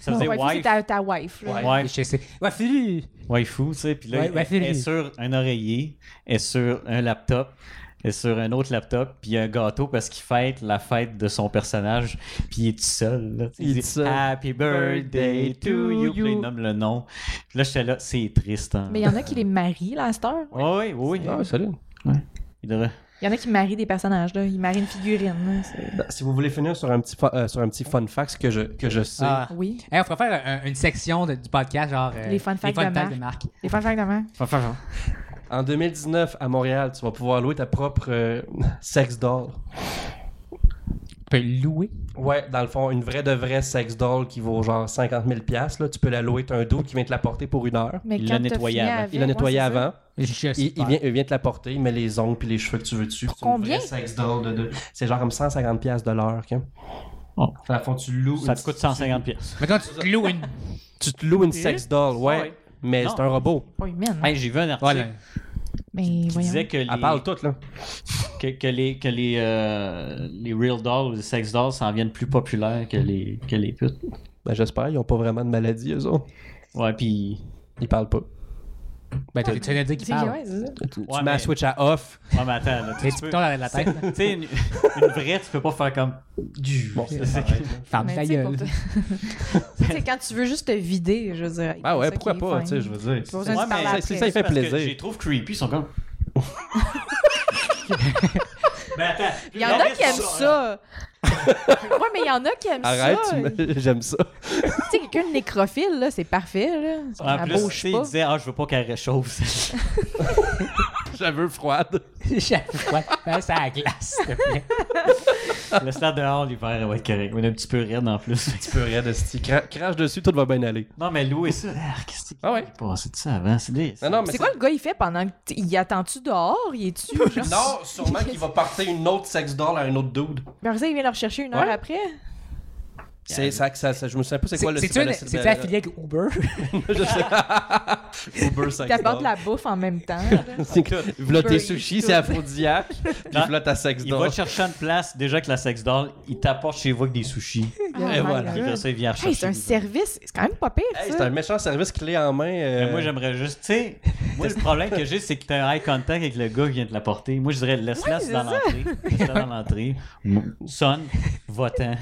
S2: Ça faisait
S4: Ouais, c'est
S2: waifu.
S4: ta, ta wife. là.
S2: Ouais.
S1: Je sais. Ouais, fais-le.
S2: waifu, tu sais. Puis là,
S1: Ouais,
S2: elle-
S1: waifu.
S2: elle est sur un oreiller, elle est sur un laptop, elle est sur un autre laptop, puis il y a un gâteau parce qu'il fête la fête de son personnage, puis il est tout seul. là.
S3: Il est tout seul.
S2: Happy birthday to you. Puis là, il nomme le nom. Puis là, j'étais là, c'est triste. Hein.
S4: Mais il y en a qui les marient, là, à cette heure.
S2: Oui, oui, oui.
S3: Ah, salut.
S2: Il devrait-
S4: Il y en a qui marient des personnages, là. Ils marient une figurine. là, c'est-
S3: Si vous voulez finir sur un petit, fa- euh, sur un petit fun fact que je, que je sais.
S1: Ah.
S4: Oui.
S1: Hey, on pourrait faire un- une section de- du podcast, genre. euh,
S4: Les fun facts de
S1: de Marc.
S4: Les fun facts de même.
S3: En 2019, à Montréal, tu vas pouvoir louer ta propre euh, sex doll.
S1: On peut louer.
S3: Ouais, dans le fond, une vraie de vraie sex doll qui vaut genre 50 000 piastres, là, Tu peux la louer, t'as un dos qui vient te la porter pour une heure.
S4: Mais
S2: Il
S4: quand
S2: l'a
S4: t'as
S2: nettoyé
S4: fini
S2: avant.
S4: avec,
S3: Il l'a
S4: ouais,
S3: nettoyé
S4: c'est ça.
S3: avant.
S1: Je sais
S3: Il, il
S1: pas.
S3: vient, il vient te la porter, il met les ongles puis les cheveux que tu veux dessus. C'est une
S4: Combien?
S3: vraie sex doll de deux. C'est genre comme 150 piastres de l'heure. ok?
S2: Oh.
S3: Fait, à fond, tu loues.
S2: Ça
S3: une-
S2: te coûte 150 pièces.
S1: Maintenant, tu te loues une.
S3: Tu te loues une sex doll, ouais.
S2: Ah Ouais.
S3: Mais
S2: Non.
S3: c'est un robot.
S4: Pas humaine.
S2: Hey, J'ai vu un article
S1: Voilà.
S4: Mais
S2: qui
S4: voyons.
S2: disait que les,
S3: Elle parle toute, là.
S2: que, que les, que les, euh, les real dolls ou les sex dolls s'en viennent plus populaires que les, que les putes.
S3: Ben, j'espère, ils ont pas vraiment de maladie, eux autres.
S2: Ouais, puis
S3: Ils parlent pas.
S1: Ben, tu viens de dire qu'il
S4: C'est-
S1: parle.
S4: ouais, c'est ça.
S3: Tu, tu
S2: Ouais,
S3: mets
S2: mais-
S3: la switch à off.
S2: Ouais, mais attends, là, tu
S1: Les
S2: tu peux-
S1: TikTok dans la tête.
S2: tu sais, une, une vraie, tu peux pas faire comme. Du.
S3: Bon,
S2: C'est-
S3: c'est
S2: c'est-
S3: pareil.
S1: Ferme
S4: Mais
S1: ta
S4: tu sais,
S1: gueule.
S4: pour te- Tu sais, quand tu veux juste te vider, je veux dire.
S3: Ah ouais,
S4: c'est ça
S3: pourquoi
S4: qui est
S3: pas, tu
S4: fine.
S3: sais, je veux dire.
S4: Pas besoin de se
S2: Ouais,
S4: parler
S2: mais
S3: c'est-
S4: après.
S3: c'est ça, il fait
S2: parce que
S3: plaisir.
S2: Je les trouve creepy, ils sont comme. ben attends. hein.
S4: Il y en a qui aiment ça.
S3: hein.
S4: ouais, mais il y en a qui aiment
S3: Arrête,
S4: ça.
S3: tu me- j'aime ça.
S4: Tu sais, quelqu'un de nécrophile, là, c'est parfait, là.
S2: En
S4: Ça
S2: plus, tu
S4: bouge
S2: sais, il
S4: pas.
S2: disait, ah, je veux pas qu'elle réchauffe.
S3: J'avais froide.
S1: Chaque fois. Ben, ça à la glace, s'il te plaît.
S2: Laisse-la dehors l'hiver, elle va être correcte. On est un petit peu raide en plus.
S3: Tu peux rien de ce Crache dessus, tout va bien aller.
S2: Non, mais louer ça. Ah, qu'est-ce qui
S3: Ah ouais.
S2: s'est passé de ça avant? C'est des.
S3: Non, non, mais
S4: C'est quoi le gars, il fait pendant que. t- Il attend-tu dehors? Il est-tu. genre-
S3: Non, sûrement qu'il va partir une autre sex doll à un autre dude.
S4: Mais après ça, il vient le rechercher une heure
S3: Ouais.
S4: après?
S3: C'est ça, que ça, ça- je me souviens pas c'est quoi le
S1: C'est-tu
S3: c'est-
S1: une-
S3: c'est-
S1: c'est-tu affilié avec Uber?
S3: Je sais. Uber sex
S4: T'apportes
S3: doll.
S4: de la bouffe en même temps. là.
S3: C'est que v'là tes
S4: Uber
S3: sushis,
S4: Eats.
S3: c'est aphrodisiaque. Puis
S2: Non.
S3: v'là ta sex
S2: Il va
S3: doll.
S2: te chercher une place, déjà que la sex doll, il t'apporte chez vous avec des sushis.
S4: Oh
S3: Et
S4: my
S3: voilà.
S4: God.
S2: Puis après ça, il vient rechercher.
S4: Hey, c'est un service. C'est quand même pas pire,
S3: Hey, c'est
S4: ça.
S3: un méchant service clé en main. euh,
S2: Mais moi, j'aimerais juste, tu sais, moi, le problème que j'ai, c'est que t'as un eye contact avec le gars qui vient te l'apporter. Moi, je dirais, laisse-la
S4: Ouais,
S2: dans l'entrée. Laisse-la dans l'entrée. M- Sonne, va-t'en.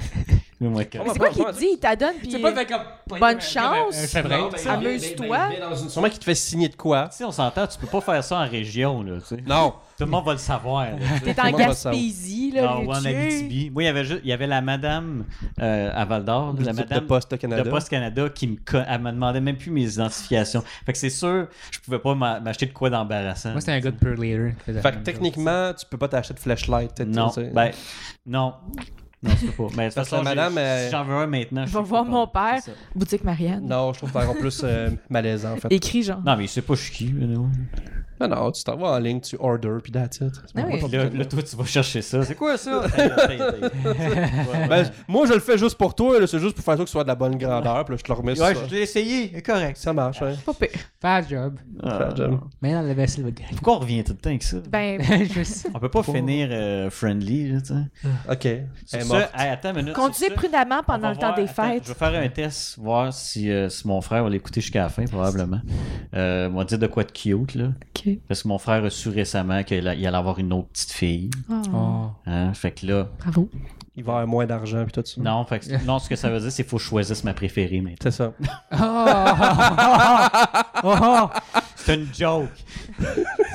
S2: Mais moi, que-
S3: Oh,
S4: C'est quoi
S3: Moi,
S4: qu'il
S3: je-
S4: dit? Il t'adonne, puis.
S1: comme.
S4: Bonne chance.
S1: C'est vrai.
S3: Non, ben,
S4: Ça
S3: ben, ben,
S4: amuse-toi.
S3: ben, ben, dans une- Sûrement qu'il te fait signer de quoi.
S2: Tu sais, on s'entend, tu peux pas faire ça en région, là, tu sais.
S3: Non.
S2: Tout le monde va le savoir. là, tu sais.
S4: T'es
S3: Tout
S4: en
S3: le monde va savoir.
S4: Gaspésie, là.
S2: Non, ou en
S4: Lucieux.
S2: Abitibi. Moi, il y avait juste, il y avait la madame euh, à Val d'Or, la
S3: De-
S2: madame
S3: de Poste Canada.
S2: de Poste Canada qui me, co- elle me demandait même plus mes identifications. Fait que c'est sûr, je pouvais pas m'a- m'acheter de quoi d'embarrassant.
S1: Moi, c'était un gars de Pearl Leader.
S3: Fait que techniquement, tu peux pas t'acheter de flashlight. t'sais,
S2: Non,
S3: t'sais.
S2: ben, non. Non, je peux pas. Mais de toute
S3: Parce que
S2: façon,
S3: la
S2: j'ai-
S3: madame, euh,
S2: si j'en veux un maintenant.
S4: Je
S2: sais
S4: vais voir
S2: pas.
S4: mon père,
S2: C'est ça.
S4: boutique Marianne.
S3: Non, je trouve ça encore plus euh, malaisant en fait.
S4: Écrit, genre.
S2: Non, mais je sais pas, je suis qui. mais non.
S3: Non, non, tu t'en vas en ligne, tu order, puis that's it. C'est
S4: Ah oui.
S3: pas-
S2: Puis là, là, toi, tu vas chercher ça. C'est quoi ça?
S3: Ben, moi, je le fais juste pour toi, là, c'est juste pour faire ça que ce soit de la bonne grandeur, puis là, je te le remets
S2: Ouais,
S3: sur
S2: je
S3: ça.
S2: l'ai essayé. Correct.
S3: Ça marche, hein.
S4: Pas pire.
S1: Pas de job.
S2: Euh,
S3: Ça, j'aime.
S1: Maintenant, le vaisselle va gagner.
S2: Ah, Pourquoi on revient tout le temps avec ça?
S4: Ben,
S1: Je sais.
S2: on peut pas finir euh, friendly, là, tu sais.
S3: Ok. Elle
S2: Sur
S3: est
S2: ce,
S3: morte.
S2: hey, attends une minute. Sur
S4: conduisez
S2: ce,
S4: prudemment
S2: on va
S4: pendant le temps
S2: voir-
S4: des
S2: attends,
S4: fêtes.
S2: Je vais faire un test, voir si, euh, si mon frère va l'écouter jusqu'à la fin, probablement. Euh, on va dire de quoi de cute, là.
S4: Ok.
S2: Parce que mon frère a su récemment qu'il allait avoir une autre petite fille.
S4: Oh,
S1: Oh.
S2: hein. Fait que là,
S4: Bravo.
S3: Il va avoir moins d'argent, puis tout ça.
S2: non, fait que- non, ce que ça veut dire, c'est qu'il faut que je choisisse ma préférée maintenant.
S3: C'est ça.
S4: Oh.
S2: C'est une joke.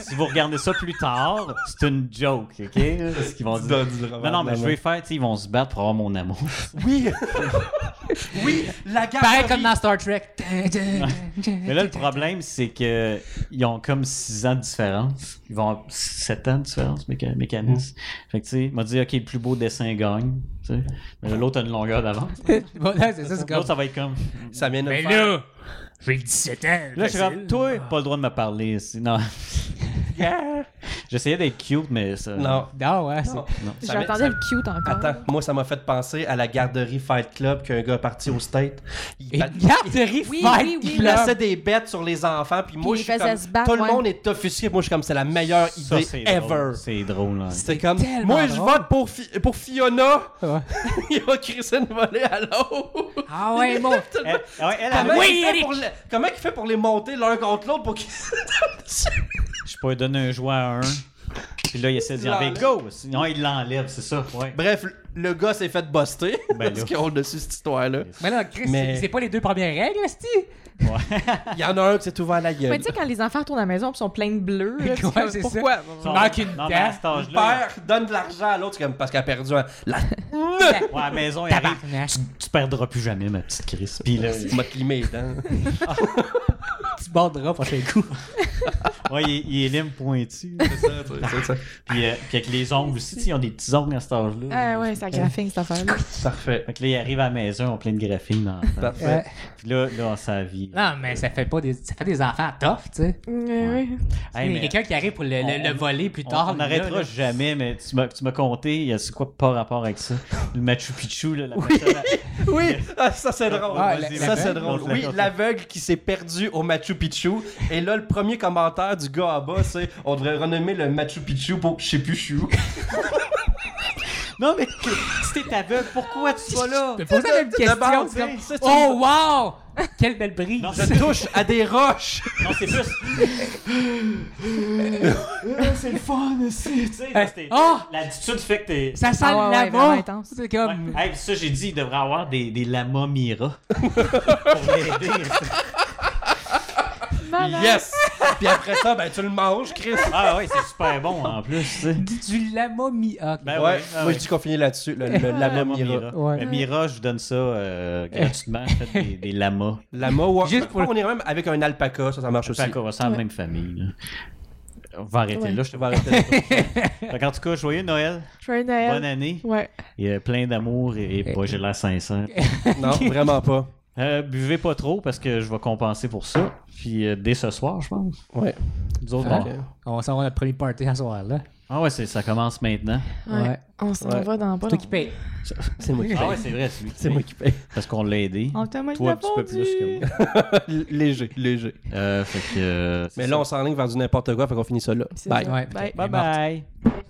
S2: si vous regardez ça plus tard, c'est une joke, OK? Parce qu'ils vont dire... Non, non, mais je vais faire, tu sais, ils vont se battre pour avoir mon amour.
S3: Oui! oui! La garde!
S1: Pareil comme dans Star Trek.
S2: Mais là, le problème, c'est que ils ont comme 6 ans de différence. Ils vont 7 ans de différence, méca- mécanisme. Fait que, tu sais, il m'a dit, OK, le plus beau dessin gagne. tu sais. Mais là, l'autre a une longueur d'avance.
S1: Voilà, c'est ça, c'est comme.
S2: L'autre, ça va être comme.
S3: Ça vient de
S1: Mais
S3: me faire.
S1: là, j'ai 17 ans.
S2: Là, je suis
S1: facile.
S2: comme, toi, pas le droit de me parler. ici. Non. J'essayais d'être cute, mais ça.
S3: Non.
S1: Non, ouais, c'est.
S3: Ça met-
S4: J'entendais
S3: ça-
S4: le cute encore.
S3: Attends, moi, ça m'a fait penser à la garderie Fight Club qu'un gars parti au State. Il,
S1: Et
S3: bat-
S1: garderie
S4: Oui,
S1: Fight
S4: oui, oui.
S3: il
S1: Club.
S3: plaçait des bêtes sur les enfants, puis moi, je
S4: Puis il
S3: suis
S4: faisait
S3: comme...
S4: se battre,
S3: tout le
S4: ouais.
S3: monde est offusqué. Moi, je suis comme, c'est la meilleure
S2: Ça,
S3: idée
S2: c'est
S3: ever.
S2: drôle. C'est drôle. hein.
S3: C'était comme,
S1: tellement
S3: moi, je
S1: drôle.
S3: vote pour, Fi- pour Fiona.
S1: Ouais.
S3: il va crisser une volée à l'eau.
S1: Ah ouais, mon.
S2: Elle- Eh, ah ouais, Euh, elle, elle-
S3: Comment,
S1: Oui,
S3: il fait
S1: Eric.
S3: pour le- comment il fait pour les monter l'un contre l'autre pour qu'ils...
S2: Je pourrais donner un jouet à un. Puis là, il essaie de dire,
S3: l'enlève. Ben,
S2: go! Sinon, il l'enlève, c'est ça. Ouais.
S3: Bref, le gars s'est fait buster.
S2: Ben
S3: parce
S2: là.
S3: qu'on a su cette histoire-là.
S1: Mais là, Chris,
S3: Mais-
S1: c'est- c'est pas les deux premières règles, Sti.
S3: Il y en a un qui s'est ouvert la gueule.
S4: Mais tu sais, quand les enfants retournent à la maison et sont pleins de bleu, là, tu
S1: Ouais,
S4: fais,
S1: c'est ça.
S4: pourquoi?
S1: Il manque une
S2: non,
S1: dent.
S2: mais à cet
S3: Le
S2: âge-là.
S3: père donne de l'argent à l'autre c'est comme parce qu'elle a perdu un... la
S2: il- Ouais, à la maison, il arrive.
S1: Tabarnak.
S2: Tu perdras plus jamais, ma petite Chris. Puis là,
S3: Tu m'as climé les dents.
S1: Tu borderas prochain coup.
S2: ouais, il, il est lime pointu.
S3: C'est ça.
S2: Puis, euh, puis avec les ongles aussi, tu sais, ils ont des petits ongles à cet âge-là.
S4: Ah ouais, ça graphine cette affaire-là.
S3: Parfait.
S2: Fait que là, il arrive à la maison en plein de graphine. dans- dans-
S3: Parfait.
S1: Euh,
S2: Puis là, là, on s'en vit.
S1: non, mais ça fait pas des. Ça fait des enfants tough, tu sais.
S2: Hey,
S1: Il y a
S2: mais-
S1: quelqu'un qui arrive pour le, le-
S2: on-
S1: le voler plus
S2: On-
S1: tard.
S2: On
S1: là,
S2: n'arrêtera
S1: là.
S2: jamais, mais tu m'as, tu m'as compté, il y a c'est quoi pas rapport avec ça? Le Machu Picchu, là, la personne à-
S3: Oui, ah, ça c'est drôle.
S1: Ah, la-
S3: Vas-y, ça
S1: l'aveugle,
S3: c'est drôle.
S2: on se la
S3: Oui,
S2: compte.
S3: l'aveugle qui s'est perdu au Machu Picchu. Et là, le premier commentaire du gars en bas, c'est on devrait renommer le Machu Picchu pour je sais plus je suis où.
S2: Non, mais que- si t'es aveugle, pourquoi tu vas là?
S1: T'as posé la même
S3: C'est de
S1: question.
S3: base,
S1: tu sais.
S3: ça, c'est une-
S1: Oh, wow! Quelle belle brise.
S2: Non, c'est-
S3: Je touche à des roches.
S2: Non, c'est plus. c'est le fun aussi. Tu sais, là, c'était-
S1: Ah!
S2: L'attitude fait que t'es.
S1: Ça sent
S4: Ah ouais,
S1: le
S4: ouais,
S1: lama.
S4: vraiment intense.
S1: c'est
S2: Ouais.
S1: comme.
S2: Hey, puis ça, j'ai dit, il devrait avoir des, des lamas Mira. pour l'aider.
S4: Malade.
S3: Yes! Puis après ça, ben tu le manges, Chris.
S2: Ah ouais, c'est super bon en plus. tu sais.
S1: Du lama mi ah, ok.
S2: Ben
S3: ouais,
S2: ah
S3: moi je dis qu'on finit là-dessus. Le, le lama
S2: Lama
S3: Mira.
S2: Mira.
S1: Ouais.
S2: Mais Mira, je vous donne ça euh, gratuitement. Faites des, des lamas.
S3: Lama ou
S1: Juste pour-
S3: On est même avec un alpaca, ça, ça marche aussi.
S2: Fait qu'on va faire la même famille. là. On va arrêter
S4: Ouais.
S2: là. Je te
S3: On va arrêter là.
S2: Fait qu'en tout cas, joyeux Noël.
S4: Joyeux Noël.
S2: Bonne année.
S4: Ouais.
S2: Il y a plein d'amour et, et pas j'ai l'air sincère.
S3: Non, vraiment pas.
S2: Euh, buvez pas trop parce que je vais compenser pour ça. Puis euh, dès ce soir, je pense.
S3: Ouais.
S2: Nous autres,
S1: Ah.
S2: bon.
S1: On va savoir notre premier party à soir, là.
S2: Ah ouais, c'est- ça commence maintenant.
S4: Ouais.
S1: Ouais.
S4: On s'en
S3: Ouais.
S4: va dans pas.
S1: Toi qui paye.
S3: C'est moi qui
S2: Ah
S3: paye.
S2: ouais, c'est vrai, c'est lui.
S3: C'est moi qui paye.
S2: Parce qu'on l'a aidé.
S4: On t'a mal
S2: Toi, un petit peu plus que moi.
S3: Léger, léger.
S2: Euh, fait que, euh, c'est
S3: Mais
S2: ça.
S3: là, on s'enligne vers du n'importe quoi, fait qu'on finit ça là. Bye.
S1: Ouais,
S4: Bye.
S1: ok.
S2: Bye bye.